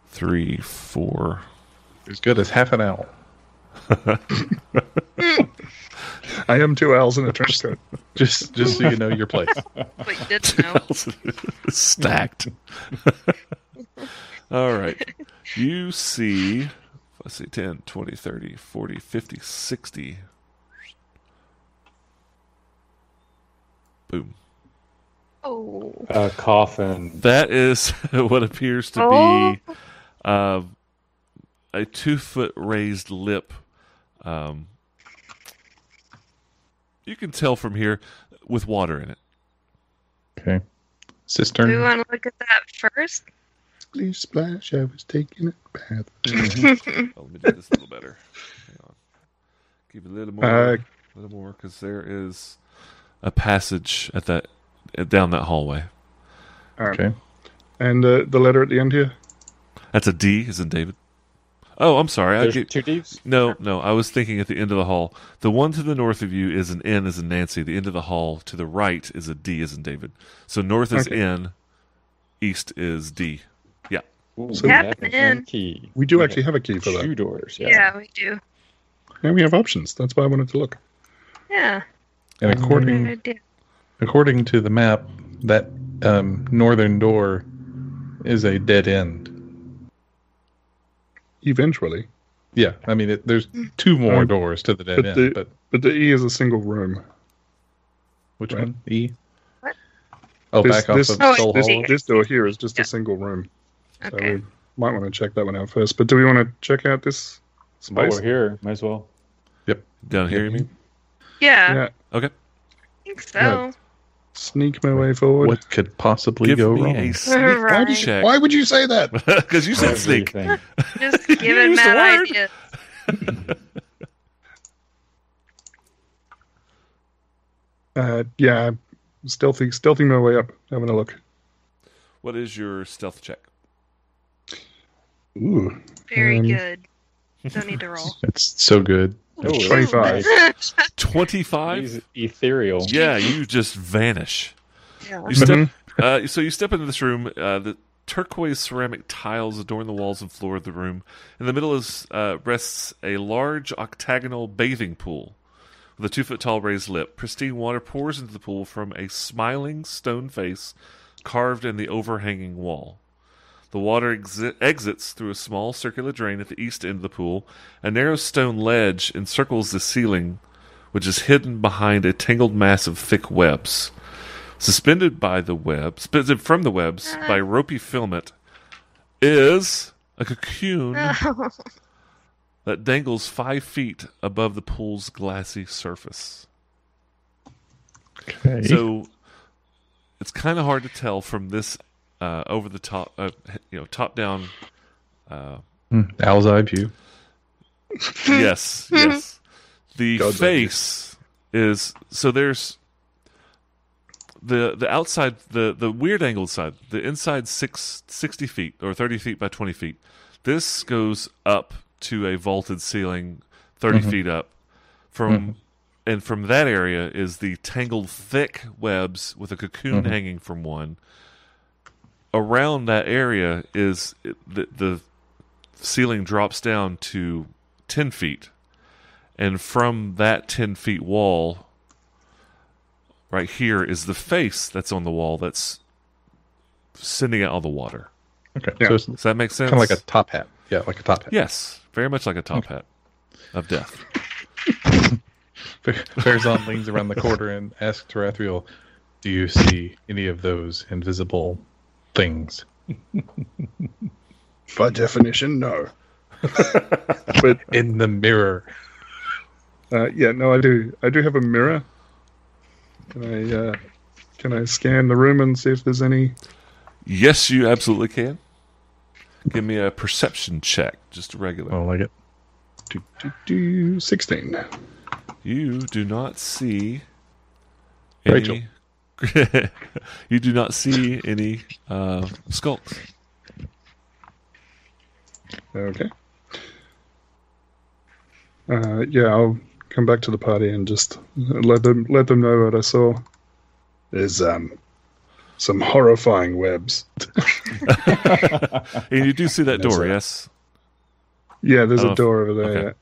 S2: three, four.
S1: As good as half an owl.
S5: I am two owls in a trench coat.
S1: Just, just so you know your place.
S4: [laughs] But you didn't know.
S2: [laughs] stacked. [laughs] All right. You see, let's see, 10, 20, 30, 40, 50, 60. Boom.
S4: Oh.
S3: A coffin.
S2: That is [laughs] what appears to
S4: Oh.
S2: be uh, a two foot raised lip. Um, you can tell from here with water in it.
S4: Do
S1: Okay.
S4: we
S1: [laughs] Cistern.
S4: want to look at that first?
S5: Splish [laughs] splash. I was taking a bath. [laughs]
S2: Oh, let me do this a little better. Hang on. Give it a little more,
S5: Uh,
S2: a little more, because there is a passage at that uh, down that hallway.
S5: All right.
S1: Okay.
S5: And uh, the letter at the end here.
S2: That's a D, is in David. Oh, I'm sorry. I
S3: There's
S2: get,
S3: two deeps.
S2: no, no. I was thinking at the end of the hall. The one to the north of you is an N as in Nancy. The end of the hall to the right is a D as in David. So north is
S5: Okay.
S2: N, east is D.
S3: Ooh,
S5: So-
S3: that
S4: Happening.
S3: one key.
S5: We do
S3: Okay.
S5: actually have a key for
S3: Two
S5: that.
S3: doors.
S4: Yeah.
S3: Yeah.
S4: we do.
S5: And we have options. That's why I wanted to look.
S4: Yeah.
S1: And according
S4: Good idea.
S1: according to the map, that um, northern door is a dead end.
S5: Eventually.
S1: Yeah, I mean, it, there's two more
S5: Um,
S1: doors to the dead
S5: but
S1: end,
S5: the-
S1: but
S5: But the E is a single room.
S1: which
S5: right.
S1: one? E.
S4: What?
S1: Oh,
S5: This-
S1: back off
S5: this-
S1: of
S4: Oh, I
S1: Soul
S5: This,
S1: Hall.
S5: this door here is just
S4: Yeah.
S5: a single room. So
S4: Okay.
S5: we might want to check that one out first. But do we want to check out this
S3: While
S5: space?
S3: we're here, might as well.
S2: Down here, you mean?
S4: yeah,
S5: yeah.
S4: I think so.
S5: Sneak my way forward.
S1: What could possibly
S2: Give
S1: go
S2: me
S1: wrong?
S2: a sneak
S4: Right.
S2: check. [laughs]
S5: Why would you say that?
S2: Because you said sneak.
S3: Everything.
S5: [laughs]
S2: [laughs]
S4: Just
S2: You
S4: giving
S2: used the
S4: Matt
S2: word.
S4: ideas.
S5: Uh, yeah, stealthy, stealthy my way up, having a look.
S2: What is your stealth check?
S5: Ooh,
S4: Very
S5: Um,
S4: good. Don't need
S5: [laughs]
S4: to roll.
S1: It's so good.
S3: Oh,
S5: Ooh.
S4: [laughs]
S5: 25.
S3: He's
S2: 25?
S3: ethereal.
S2: Yeah, you just vanish.
S4: yeah. [laughs]
S2: You step,
S5: Mhm.
S2: uh, so you step into this room. Uh, the turquoise ceramic tiles adorn the walls and floor of the room. In the middle is uh, rests a large octagonal bathing pool with a two foot tall raised lip. Pristine water pours into the pool from a smiling stone face carved in the overhanging wall. The water exi- exits through a small circular drain at the east end of the pool. A narrow stone ledge encircles the ceiling, which is hidden behind a tangled mass of thick webs. Suspended by the web, suspended from the webs by ropey filament, is a cocoon
S4: Uh-huh.
S2: that dangles five feet above the pool's glassy surface.
S1: Okay.
S2: So it's kind of hard to tell from this uh, over the top, uh, you know, top down. Uh,
S1: Mm, Owl's eye view.
S2: yes, yes. The
S5: God's
S2: face is so there's the the outside the the weird angled side the inside six, 60 feet or 30 feet by 20 feet this goes up to a vaulted ceiling 30
S1: Mhm.
S2: feet up from and from that area is the tangled thick webs with a cocoon
S1: Mhm.
S2: hanging from one around that area is the, the ceiling drops down to 10 feet and from that 10 feet wall right here is the face that's on the wall that's sending out all the water
S1: Okay,
S5: Yeah.
S1: so it's
S2: does that make sense
S1: kind of like a top hat. Yeah, like a top [laughs] hat.
S2: yes very much like a top hat of death
S1: Farazan leans around the corner and asks Tarathiel, "Do you see any of those invisible things?"
S5: by definition, no. but
S1: in the mirror.
S5: uh, yeah, no, I do. I do have a mirror. Can I? Uh, can I scan the room and see if there's any?
S2: yes you absolutely can give me a perception check just a regular
S1: I don't like it.
S5: Do, do, do, Sixteen.
S2: You do not see
S1: Rachel.
S2: any- [laughs] you do not see any uh, skulks.
S5: Okay. Uh, yeah, I'll come back to the party and just let them let them know what I saw. There's um some horrifying webs.
S2: And you do see that
S5: That's
S2: door,
S5: right.
S2: yes?
S5: Yeah, there's
S2: Oh,
S5: a door over there.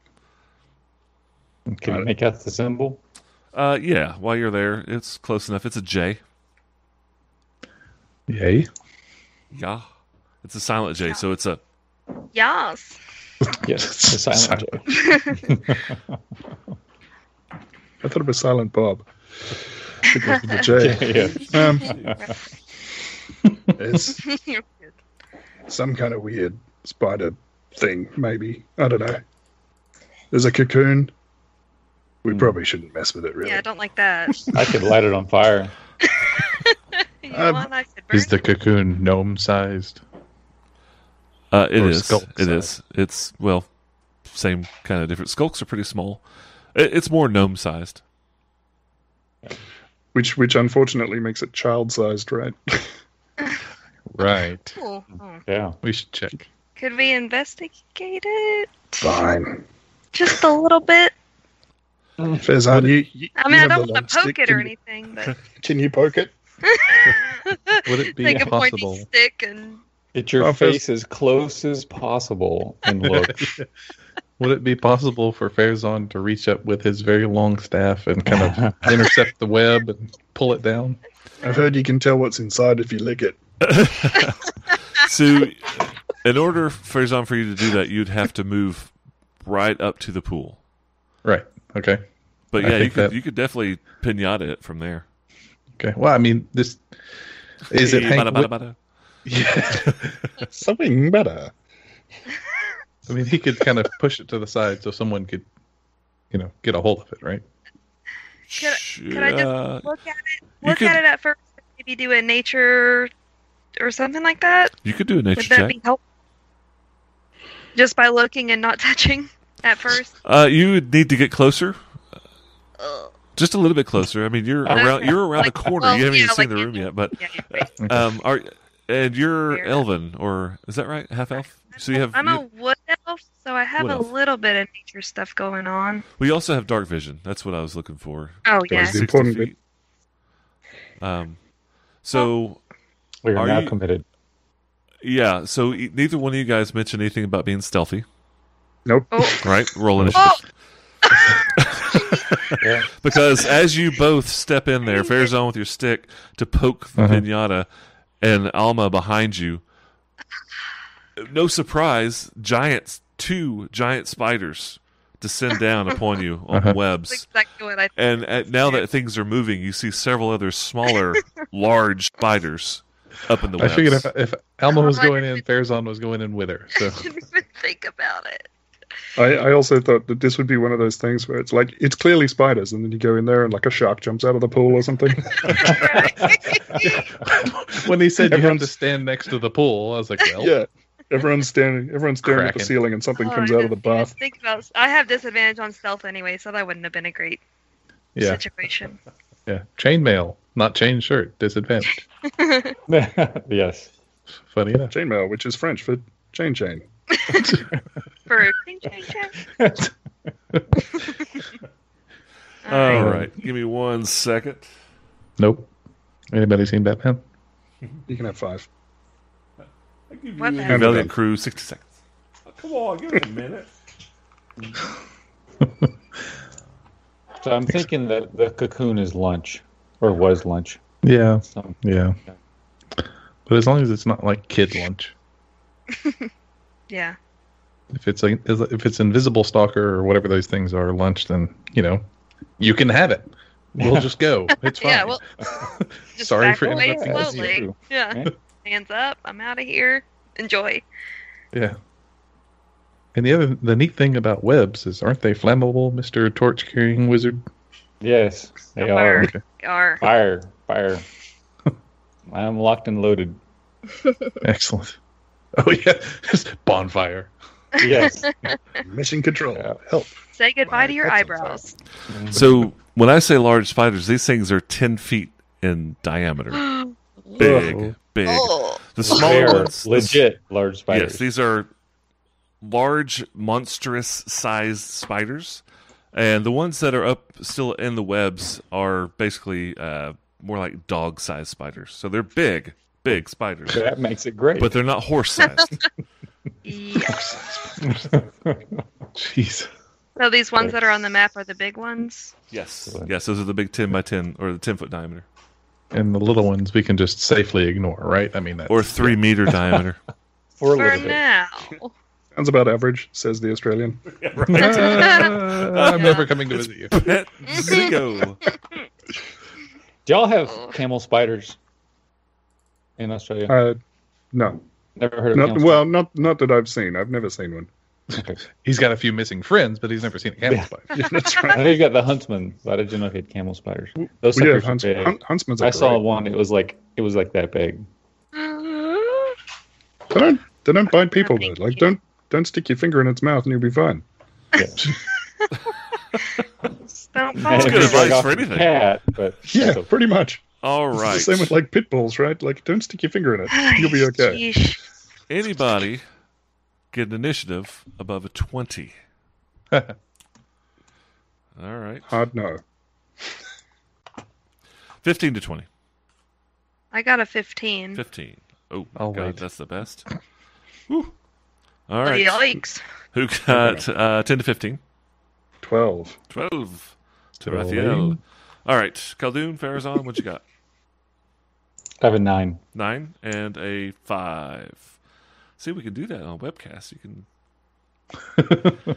S2: okay.
S3: Can you make out the symbol?
S2: Uh, yeah, while you're there, it's close enough. It's a J.
S1: Yay!
S2: Yeah. It's a silent J, so it's a.
S4: Yas.
S3: Yes.
S2: [laughs]
S3: The silent J.
S5: I thought it was Silent Bob. It goes with the
S3: [laughs] Yes.
S5: J. Um, it's some kind of weird spider thing, maybe. I don't know. There's a cocoon. We probably shouldn't mess with it, really.
S4: [laughs] Yeah, I don't like that.
S3: I could light it on fire.
S4: You
S5: Um,
S4: want, I could burn
S1: Is the cocoon gnome sized?
S2: Uh, it
S1: Or
S2: is.
S1: skulk
S2: it
S1: size.
S2: is. It's, well, same kind of different. Skulks are pretty small. It, it's more gnome sized.
S5: Which, which unfortunately makes it child-sized, right?
S1: Right.
S4: Cool. Oh,
S3: Yeah.
S1: We should check.
S4: Could we investigate it?
S5: [laughs] Fine.
S4: Just a little bit.
S5: Fezan, you, you-
S4: I
S5: you
S4: mean, I
S5: have the
S4: don't
S5: long
S4: want to poke
S5: stick.
S4: it or
S5: Can you-
S4: anything, but
S5: Can you poke it?
S1: Would it be
S4: take a
S1: possible?
S4: pointy stick and
S3: Get your
S5: Well, if it's-
S3: face as close as possible
S2: [laughs]
S3: and look.
S1: Would it be possible for Farazan to reach up with his very long staff and kind of intercept the web and pull it down?
S5: I've heard you can tell what's inside if you lick it.
S1: [laughs]
S2: so, in order, Farazan, for you to do that, you'd have to move right up to the pool.
S1: Right. Okay.
S2: But
S1: I
S2: yeah, you
S1: think
S2: could
S1: that-
S2: you could definitely pinata it from there.
S1: Okay. Well, I mean, this is it.
S2: Hey,
S1: Hank
S2: [laughs] bada,
S1: Wi- [laughs]
S2: bada, bada.
S1: Yeah.
S5: Something better.
S1: I mean, he could kind of push it to the side so someone could, you know, get a hold of it, right?
S4: Could I- could I just
S2: Yeah.
S4: look at it.
S2: You
S4: Look
S2: could-
S4: at it at first. and Maybe do a nature or something like that.
S2: You could do a nature
S4: Would that
S2: check.
S4: be helpful? Just by looking and not [laughs] touching at first.
S2: Uh, you would need to get closer, just a little bit closer. I mean, you're around you're around
S4: Like,
S2: the corner.
S4: well,
S2: you haven't even
S4: yeah,
S2: seen
S4: like
S2: the
S4: you-
S2: room yet, but
S4: Yeah, yeah, right.
S1: Okay.
S2: um, are and you're
S4: Fair enough.
S2: elven or is that right? Half elf. So you have
S4: I'm
S2: you,
S4: a wood elf, so I have
S2: Wood
S4: a
S2: elf.
S4: little bit of nature stuff going on.
S2: we also have dark vision. That's what I was looking for.
S4: Oh
S5: Yeah.
S4: yeah.
S5: Is it-
S2: 60
S5: important bit.
S2: feet. Um, so
S3: [laughs] We are,
S2: Are
S3: now
S2: you-
S3: committed.
S2: yeah, so e- neither one of you guys mentioned anything about being stealthy,
S5: Nope.
S4: Oh,
S2: right? Roll initiative.
S4: oh,
S1: [laughs]
S3: Yeah.
S2: Because as you both step in there, Fair's on with your stick to poke the
S1: Uh-huh.
S2: pinata and Alma behind you. No surprise, giants, two giant spiders descend down upon you on
S4: [laughs]
S1: Uh-huh.
S4: that's
S2: webs.
S4: exactly what I.
S2: And at, now that things are moving, you see several other smaller, large spiders up in the
S1: I
S2: webs.
S1: figured if, if Alma was
S4: Oh, I
S1: going in,
S4: didn't-
S1: Farazan was going in with her.
S4: [laughs]
S1: So [laughs]
S4: didn't even think about it. [laughs]
S5: I, I also thought that this would be one of those things where it's like it's clearly spiders, and then you go in there and like a shark jumps out of the pool or something.
S1: when he said you have to
S5: Everyone's-
S1: stand next to the pool, I was like, well,
S5: yeah, everyone's standing, everyone's staring at the
S1: Kraken.
S5: ceiling, and something
S4: Oh,
S5: comes
S4: I
S5: out of the
S4: didn't even
S5: bath.
S4: Think about. I have disadvantage on stealth anyway, so that wouldn't have been a great
S1: yeah,
S4: situation.
S1: yeah. Chainmail, not chain shirt, disadvantage.
S4: [laughs]
S3: [laughs] yes.
S1: Funny enough.
S5: Chainmail, which is French for chain chain.
S4: For ching, ching, ching.
S2: [laughs]
S1: oh.
S2: All right, give me one second.
S1: Nope. Anybody seen Batman?
S5: You can have [laughs] five.
S2: I give
S4: What the
S2: you
S4: hell?
S2: Valiant Crew 60 seconds. Oh, come on, give it a minute.
S3: So I'm thinking that the cocoon is lunch, or was lunch.
S1: Yeah,
S3: So,
S1: yeah. But as long as it's not like kid lunch.
S4: [laughs] Yeah.
S1: If it's a, if it's invisible stalker or whatever those things are, lunch, then you know, you can have it. We'll just go. It's fine.
S4: [laughs] Yeah. Well. Just
S1: [laughs] Sorry
S4: back
S1: for
S4: away
S1: interrupting.
S3: That's
S4: slowly.
S3: true.
S4: Yeah.
S3: Right?
S4: Hands up. I'm out of here. Enjoy.
S1: Yeah. And the other the neat thing about webs is aren't they flammable, Mister Torch Carrying Wizard?
S3: Yes, they
S4: Don't
S3: are.
S4: worry. Are.
S3: Fire, fire. I'm locked and loaded.
S1: Excellent. [laughs] Oh yeah, bonfire. [laughs]
S3: Yes.
S5: Mission control.
S3: Yeah.
S5: Help.
S4: Say goodbye to your
S5: That's
S2: [gasps]
S4: eyebrows.
S2: So when I say large spiders, these things are ten feet in
S4: [gasps]
S2: diameter. Big, big.
S4: oh.
S2: The
S3: They
S2: smaller
S3: are
S2: ones, the s-
S3: legit large spiders.
S2: Yes, these are large, monstrous-sized spiders, and the ones that are up still in the webs are basically uh, more like dog-sized spiders. So they're big, big spiders,
S3: that makes it great.
S2: but they're not
S4: [laughs]
S2: horse-sized.
S4: Yeah.
S1: Jeez.
S4: So these ones that are on the map are the big ones.
S2: yes, yes, those are the big ten by ten or the ten foot diameter
S1: And the little ones we can just safely ignore, right? I mean, that's,
S2: or
S1: [laughs]
S2: three meter [laughs] diameter.
S3: For a
S4: For
S3: little bit.
S4: now.
S5: Sounds about average, says the Australian.
S4: [laughs]
S1: Ah, I'm
S4: Yeah.
S1: never coming to visit you.
S2: Pet Zigo.
S3: Do y'all have camel spiders in Australia?
S5: Uh, no,
S3: Never heard of
S5: not,
S3: camel
S5: well, not not that I've seen. I've never seen [laughs] one.
S1: He's got a few missing friends, but he's never seen a camel
S3: Yeah.
S1: spider.
S5: Yeah, that's
S3: I
S5: right.
S3: know you've got the huntsman, but I didn't know if you had camel spiders. Those
S5: We have
S3: suckers are
S5: hunts,
S3: big.
S5: hun- huntsman's.
S3: I
S5: are
S3: saw
S5: great.
S3: one. It was like it was like that big.
S5: They don't they don't bite people though. Like don't don't stick your finger in its mouth and you'll be fine.
S3: Yeah.
S4: Don't
S3: And
S4: fall
S2: That's
S3: it
S2: good
S3: was
S4: for it.
S2: advice
S3: off
S2: for
S3: the
S2: anything.
S3: Cat, but
S5: Yeah,
S3: so-
S5: pretty much.
S2: [laughs] All
S5: It's
S2: right.
S5: the same with [laughs] like pit bulls, right? Like don't stick your finger in it. You'll be okay.
S4: Sheesh.
S2: Anybody get an initiative above
S5: [laughs]
S2: a 20. All right.
S5: Hard no.
S2: 15 to 20.
S4: I got a 15.
S2: 15. Oh,
S1: I'll
S2: God,
S1: wait.
S2: that's the best. Woo. All right.
S4: Yikes. [gasps]
S2: Who got uh, 10 to 15?
S5: 12.
S2: 12 to
S1: Twelve.
S2: Raphael. All right. Khaldun, Farazan, what you got?
S3: I have a nine.
S2: Nine and a five. See, we can do that on webcast. You can.
S1: [laughs]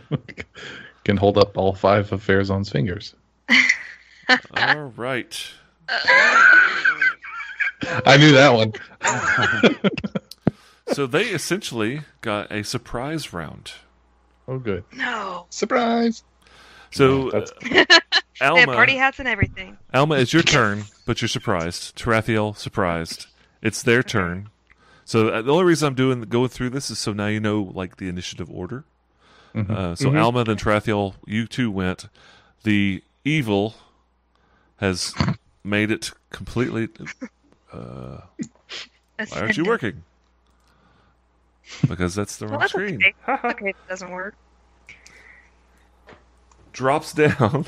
S1: Can hold up all five of Farazan's fingers.
S4: Uh-huh.
S2: All right.
S1: I knew that one.
S2: So they essentially got a surprise round.
S1: Oh, good.
S4: No.
S5: Surprise!
S2: So uh,
S3: That's-
S4: [laughs] They had
S2: Alma,
S4: party hats and everything.
S2: Alma, it's
S4: [laughs]
S2: your turn, but you're surprised. Tarathiel, surprised. It's their turn. So uh, the only reason I'm doing going through this is so now you know like the initiative order.
S1: Mhm.
S2: Uh, so
S4: Mm-hmm.
S5: Mhm.
S2: Alma then Tarathiel, you two went. The evil has made it completely. Uh, why aren't
S4: [laughs]
S2: you
S4: Ascendant.
S2: working? Because that's the
S4: Well,
S2: wrong
S4: that's
S2: screen. [laughs]
S4: okay. okay, it doesn't work.
S2: Drops down.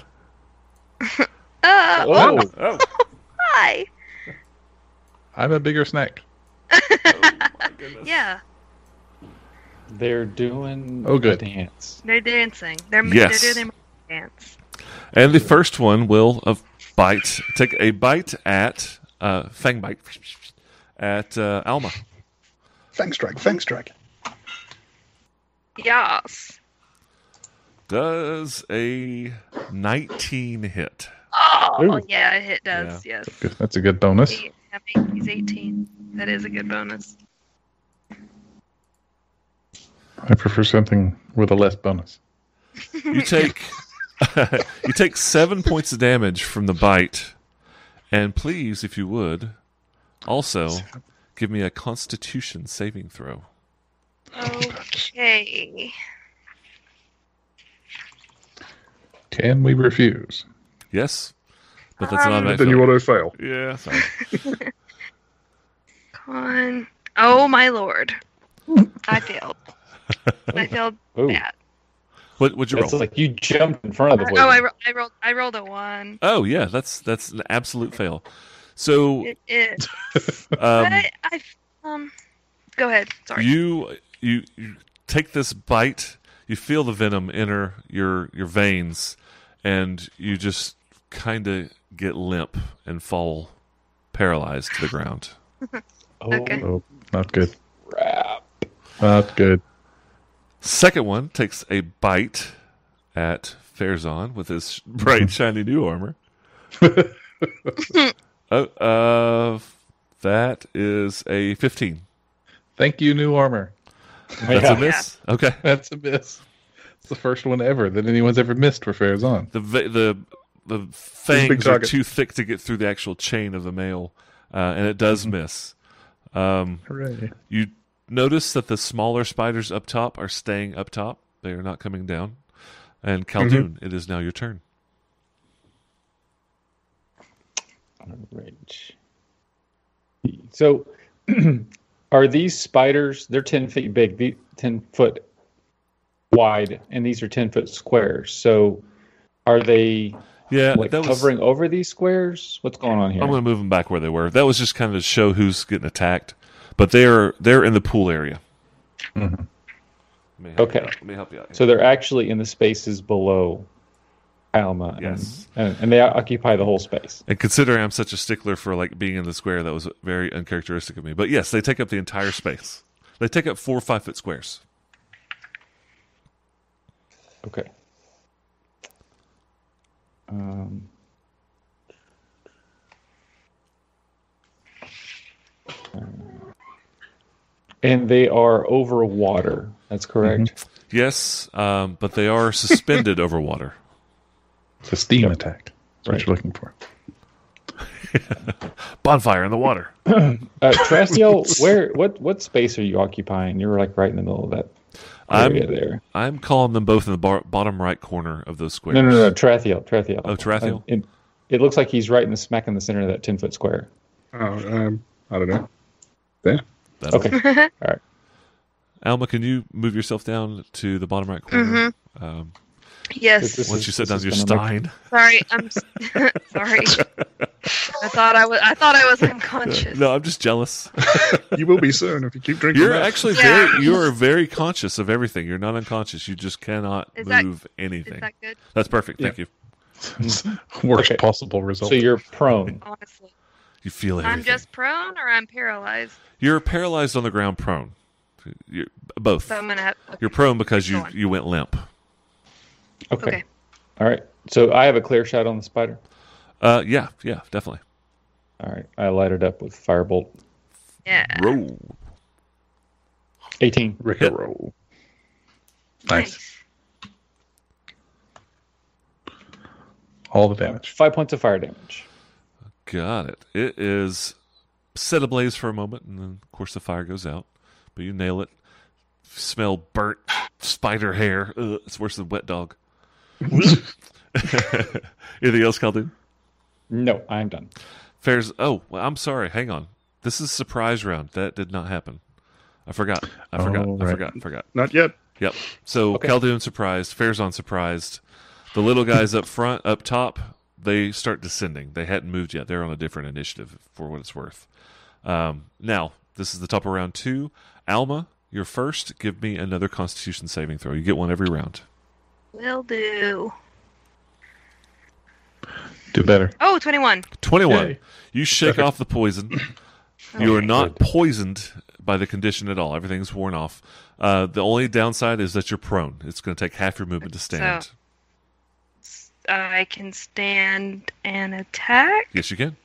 S4: Uh,
S3: Whoa.
S2: Oh,
S4: why?
S1: I'm a bigger snack.
S2: oh my goodness.
S4: Yeah,
S3: They're doing
S1: Oh, good.
S3: a dance.
S4: they're dancing. They're,
S2: Yes.
S4: they're doing their dance.
S2: And the first one will of bite take a bite at uh, fang bite at uh, Alma.
S5: Fang strike, fang strike.
S4: Yes.
S2: Does a nineteen hit?
S4: Oh,
S3: Ooh.
S4: yeah, it does. Yes.
S1: Good. That's a good bonus.
S4: He- I mean, He's 18. That is a good bonus.
S1: I prefer something with a less bonus.
S2: You take [laughs] you take seven points of damage from the bite, and please, if you would, also give me a Constitution saving throw.
S4: Okay.
S1: Can we refuse?
S2: Yes, but that's
S4: Um,
S2: not
S5: Then you
S2: automatic.
S5: auto fail.
S2: Yeah, sorry.
S4: Con. Oh, my lord. I failed. I failed
S3: Ooh,
S4: bad.
S2: What would you roll?
S3: it's like you jumped in front of the.
S4: Oh, I,
S3: lady.
S4: ro- I rolled. I rolled a one.
S2: oh yeah, that's that's an absolute fail. So
S4: It, it,
S2: Oh. um,
S4: I, I, um, go ahead. Sorry.
S2: You, you you take this bite. You feel the venom enter your your veins, and you just kind of get limp and fall paralyzed to the ground.
S3: Oh,
S4: Okay.
S1: Oh, not good.
S3: crap.
S1: Not good.
S2: Second one takes a bite at Farazan with his [laughs] bright shiny new
S4: [laughs]
S2: armor. oh, uh, that is a fifteen.
S1: Thank you, new armor.
S2: That's
S3: Yeah.
S2: a miss. Okay.
S1: That's a miss. It's the first one ever that anyone's ever missed for Farazan.
S2: the va- the the fangs are
S5: target.
S2: too thick to get through the actual chain of the mail, uh, and it does miss. Um,
S1: Hooray.
S2: you notice that the smaller spiders up top are staying up top; they are not coming down. And Caldoun, it is now your turn.
S3: Rage. So, [clears throat] are these spiders? They're ten feet big, the, ten foot wide, and these are ten foot squares. So, are they
S2: Yeah,
S3: like
S2: that was.
S3: covering over these squares? What's going on here?
S2: Uh, I'm going to move them back where they were. That was just kind of to show who's getting attacked, but they're they're in the pool area. Let me
S1: Mhm.
S2: help you
S3: Mm-hmm. Okay.
S2: out. Let me help you out. here.
S3: so they're actually in the spaces below Alma. and-
S2: Yes.
S3: and, and they occupy the whole space.
S2: And considering I'm such a stickler for like being in the square, that was very uncharacteristic of me. But yes, they take up the entire space. They take up four five foot squares.
S3: Okay. Um, and they are over water. That's correct.
S2: Yes, um, but they are [laughs] suspended over water.
S1: It's a steam attack. That's what you're looking for.
S2: Bonfire in the water.
S3: Uh, Trastiel, where what what space are you occupying? You're like right in the middle of that area
S2: I'm
S3: there.
S2: I'm calling them both in the bar- bottom right corner of those squares.
S3: No, no, no, Trathiel, Trathiel.
S2: Oh, Tarathiel?
S3: it, it looks like he's right in the smack in the center of that ten foot square.
S5: Oh, um, I don't know.
S2: That'll-
S3: Okay. All right.
S2: Alma, can you move yourself down to the bottom right corner? Um,
S4: Yes.
S3: This
S2: once
S3: is-
S2: you set down
S3: this
S2: your
S3: is gonna
S2: stein,
S4: Sorry, I'm s- [laughs] sorry. I thought I was. I thought I was unconscious.
S2: no, I'm just
S3: [laughs]
S2: jealous.
S5: You will be soon if you keep drinking.
S2: You're
S5: that.
S2: actually
S4: Yeah.
S2: very, you are very conscious of everything. You're not unconscious. You just cannot
S4: Is that-
S2: move anything.
S4: Is that good?
S2: That's perfect. Thank you.
S1: [laughs] Worst
S3: Okay.
S1: possible result.
S3: So you're prone.
S4: Honestly,
S2: You feel everything.
S4: I'm just prone, or I'm paralyzed.
S2: You're paralyzed on the ground, prone. You're, both.
S4: So I'm gonna have.
S2: You're prone because you
S4: Go on.
S2: you went limp.
S3: Okay.
S4: Okay.
S3: All right. So I have a clear shot on the spider.
S2: Uh, yeah, yeah, definitely.
S3: All right. I light it up with firebolt.
S4: Yeah.
S2: Roll.
S3: 18.
S5: Rick a roll.
S1: nice. All the damage.
S3: Five points of fire damage.
S2: Got it. It is set ablaze for a moment, and then of course the fire goes out. But you nail it. Smell burnt spider hair. Ugh, it's worse than wet dog. [laughs] Anything else, Caldoon?
S3: No, I'm done.
S2: Fares. Oh, well, I'm sorry. Hang on. This is surprise round. That did not happen. I forgot. I forgot.
S1: Oh,
S2: I
S1: right.
S2: forgot. Forgot.
S5: Not yet.
S2: Yep. So
S3: Okay.
S2: Caldoon surprised, Farazan surprised. The little guys up front, up top, they start descending. They hadn't moved yet. They're on a different initiative, for what it's worth. Um, now, this is the top of round two. Alma, you're first. Give me another Constitution saving throw. You get one every round.
S4: Will do.
S1: Do better.
S4: Oh, 21.
S2: 21.
S5: Yay.
S2: You shake off the poison. You are not poisoned by the condition at all. Everything's worn off. Uh, the only downside is that you're prone. It's going to take half your movement to stand.
S4: So- I can stand and attack.
S2: Yes, you can.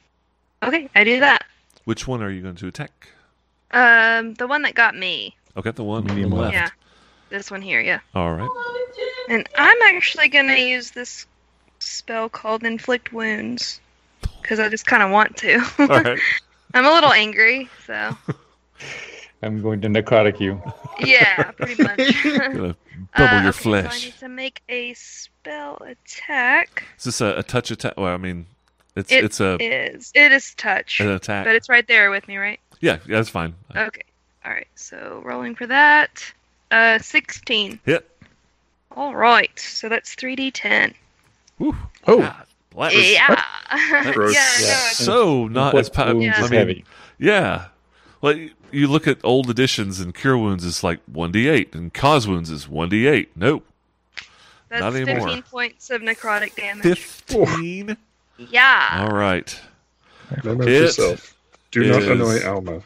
S4: Okay, I do that.
S2: Which one are you going to attack?
S4: Um, the one that got me.
S2: Okay, the one on
S1: Medium
S2: the
S1: left.
S2: left.
S4: Yeah, this one here. Yeah, Oh,
S2: All right.
S4: and I'm actually gonna use this spell called Inflict Wounds because I just kind of want to.
S2: All
S4: [laughs]
S2: right.
S4: I'm a little angry, so
S3: I'm going to necrotic you.
S4: yeah, pretty much. [laughs]
S2: Gonna bubble
S4: Uh,
S2: your
S4: okay, So I
S2: flesh.
S4: need to make a spell attack.
S2: Is this a, a touch attack? Well, I mean, it's
S4: It
S2: it's a
S4: Is it is touch,
S2: an attack.
S4: but it's Uh, right there with me, right?
S2: yeah, yeah, that's fine. Uh,
S4: Okay. All right. So rolling for that. Uh, 16.
S2: Hit.
S4: All right. So that's 3d10.
S2: Woo.
S1: Oh,
S2: God, Ah, that was
S4: Yeah. [laughs] yeah.
S2: Gross.
S4: No, it's,
S2: so [laughs] not as
S3: Inflict
S2: powerful.
S3: wounds
S4: Yeah.
S2: I
S3: is
S2: mean, [laughs]
S3: heavy.
S2: Yeah. Well, you- you look at old editions and cure wounds is like 1d8 and cause wounds is 1d8. Nope.
S4: that's
S2: not
S4: 15
S2: anymore.
S4: points of necrotic damage.
S2: 15.
S4: Yeah.
S2: All right. [laughs]
S5: Remember
S2: It
S5: yourself. Do not
S2: is-
S5: annoy Alma.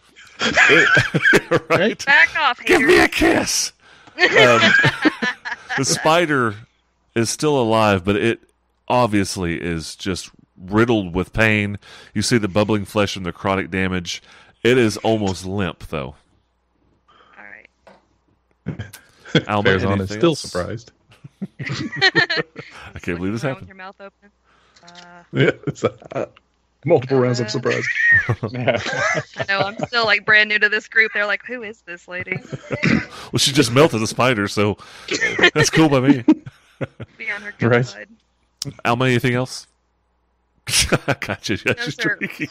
S2: right.
S4: Back off,
S2: Give
S4: hater.
S2: me a kiss. Um, the spider is still alive, but it obviously is just riddled with pain. You see the bubbling flesh and necrotic damage. It is almost limp,
S1: [laughs]
S2: though.
S4: All [laughs] right.
S2: Alma,
S1: Farazan is
S2: anything
S1: still
S2: else?
S1: surprised.
S2: [laughs] I can't believe this happened.
S4: Around with your mouth open. Uh,
S1: Yeah, it's a,
S5: Multiple rounds
S4: Uh,
S5: of surprise.
S4: I know I'm still like brand new to this group. They're like, "Who is this lady?"
S2: Well, she just melted a spider, so that's cool by
S1: [laughs]
S2: me.
S4: Beyond her good
S1: Right.
S4: side.
S2: Alma, anything else? [laughs] gotcha. Yeah,
S4: No,
S2: she's
S4: sir.
S2: drinking.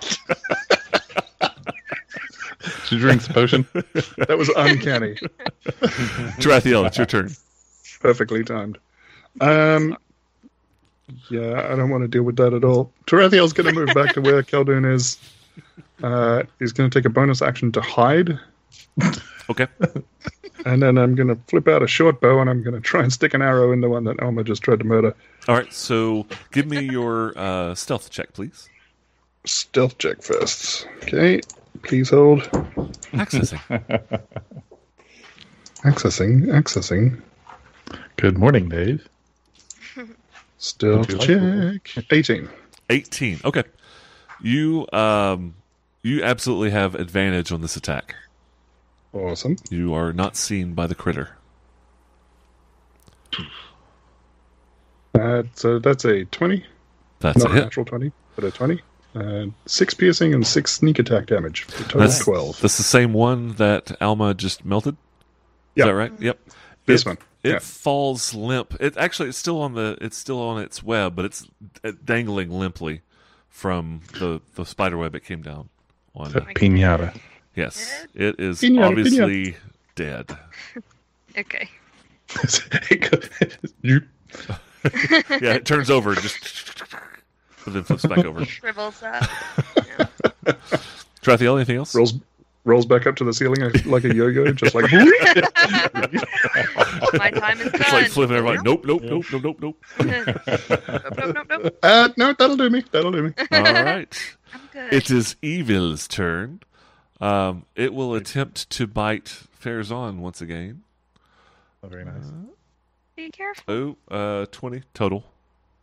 S1: she drinks a potion.
S5: That was uncanny.
S2: Tarathiel, it's your turn.
S5: Perfectly timed. Um, yeah, I don't want to deal with that at all. Tarathiel's going to move back to where Keldun is. Uh, he's going to take a bonus action to hide,
S2: Okay.
S5: and then I'm going to flip out a short bow and I'm going to try and stick an arrow in the one that Alma just tried to murder.
S2: All right. So give me your uh, stealth check, please.
S5: Stealth check first. Okay, please hold.
S2: Accessing.
S5: Accessing, accessing.
S1: Good morning, Dave.
S5: Stealth
S1: Would you like-
S5: check. 18.
S2: 18. Okay. You um you absolutely have advantage on this attack.
S5: Awesome.
S2: You are not seen by the critter.
S5: Uh, so that's a 20.
S2: That's
S5: Not
S2: a
S5: a
S2: hit.
S5: natural 20, but a 20. Uh, six piercing and six sneak attack damage. for a total
S2: That's
S5: of 12.
S2: That's the same one that Alma just melted.
S5: Yeah.
S2: Is that right? Yep.
S5: This
S2: it,
S5: one.
S2: It
S5: Yeah.
S2: falls limp. It actually it's still on the it's still on its web, but it's uh, dangling limply from the the spider web it came down on.
S1: That pinata. [laughs]
S2: Yes, it is
S5: Piñata,
S2: obviously dead.
S4: Okay.
S1: you
S2: Yeah, it turns over, just [laughs] but then flips
S5: [laughs]
S2: back over.
S4: Shrivels
S2: [laughs]
S4: up.
S2: Trathiel, anything else?
S5: rolls rolls back up to the ceiling like a yo-yo, just
S2: [laughs]
S5: like
S1: Oh,
S4: My time is done.
S2: It's like flipping everybody. Nope, nope, nope, nope, nope,
S4: [laughs]
S2: nope. [laughs]
S4: nope, nope, nope, nope.
S5: uh, no, that'll do me. That'll do me.
S2: All right.
S4: I'm good.
S2: It is evil's turn. Um, it will attempt to bite Farazan once again. Uh,
S1: oh, very nice.
S4: Be
S2: Oh,
S4: careful.
S2: uh, 20 total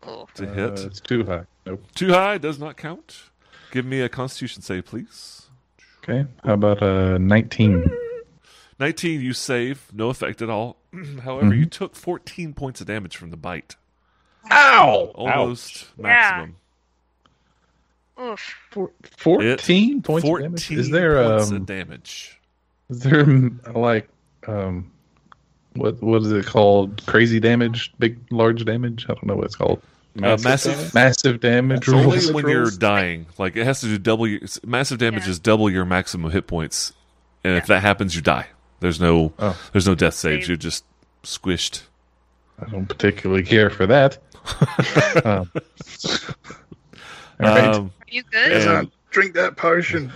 S2: to
S1: Uh,
S2: hit.
S1: it's too high. Nope.
S2: Too high does not count. Give me a constitution save, please.
S1: Okay. How about uh, 19?
S2: 19, you save, no effect at all. [clears throat] However,
S1: Mhm.
S2: you took 14 points of damage from the bite.
S1: Ow!
S2: Almost
S4: Yeah.
S2: maximum.
S4: Oof.
S1: 14 points of
S2: 14
S1: damage? Is there
S2: points of
S1: um,
S2: damage.
S1: is there mm, like um what what is it called? Crazy damage, big large damage? I don't know what it's called.
S2: Massive Uh, massive- damage?
S1: massive damage
S2: It's only
S1: rules.
S2: when you're dying. Like, it has to do double your. it's- Massive damage
S4: Yeah.
S2: is double your maximum hit points. And if that happens, you die. There's no
S1: Oh.
S2: there's no death saves.
S4: Save.
S2: You're just squished.
S1: I don't particularly care for
S2: [laughs]
S1: that. um, all right.
S2: Um,
S4: Are you good?
S2: Yeah.
S5: Farazan, drink that potion.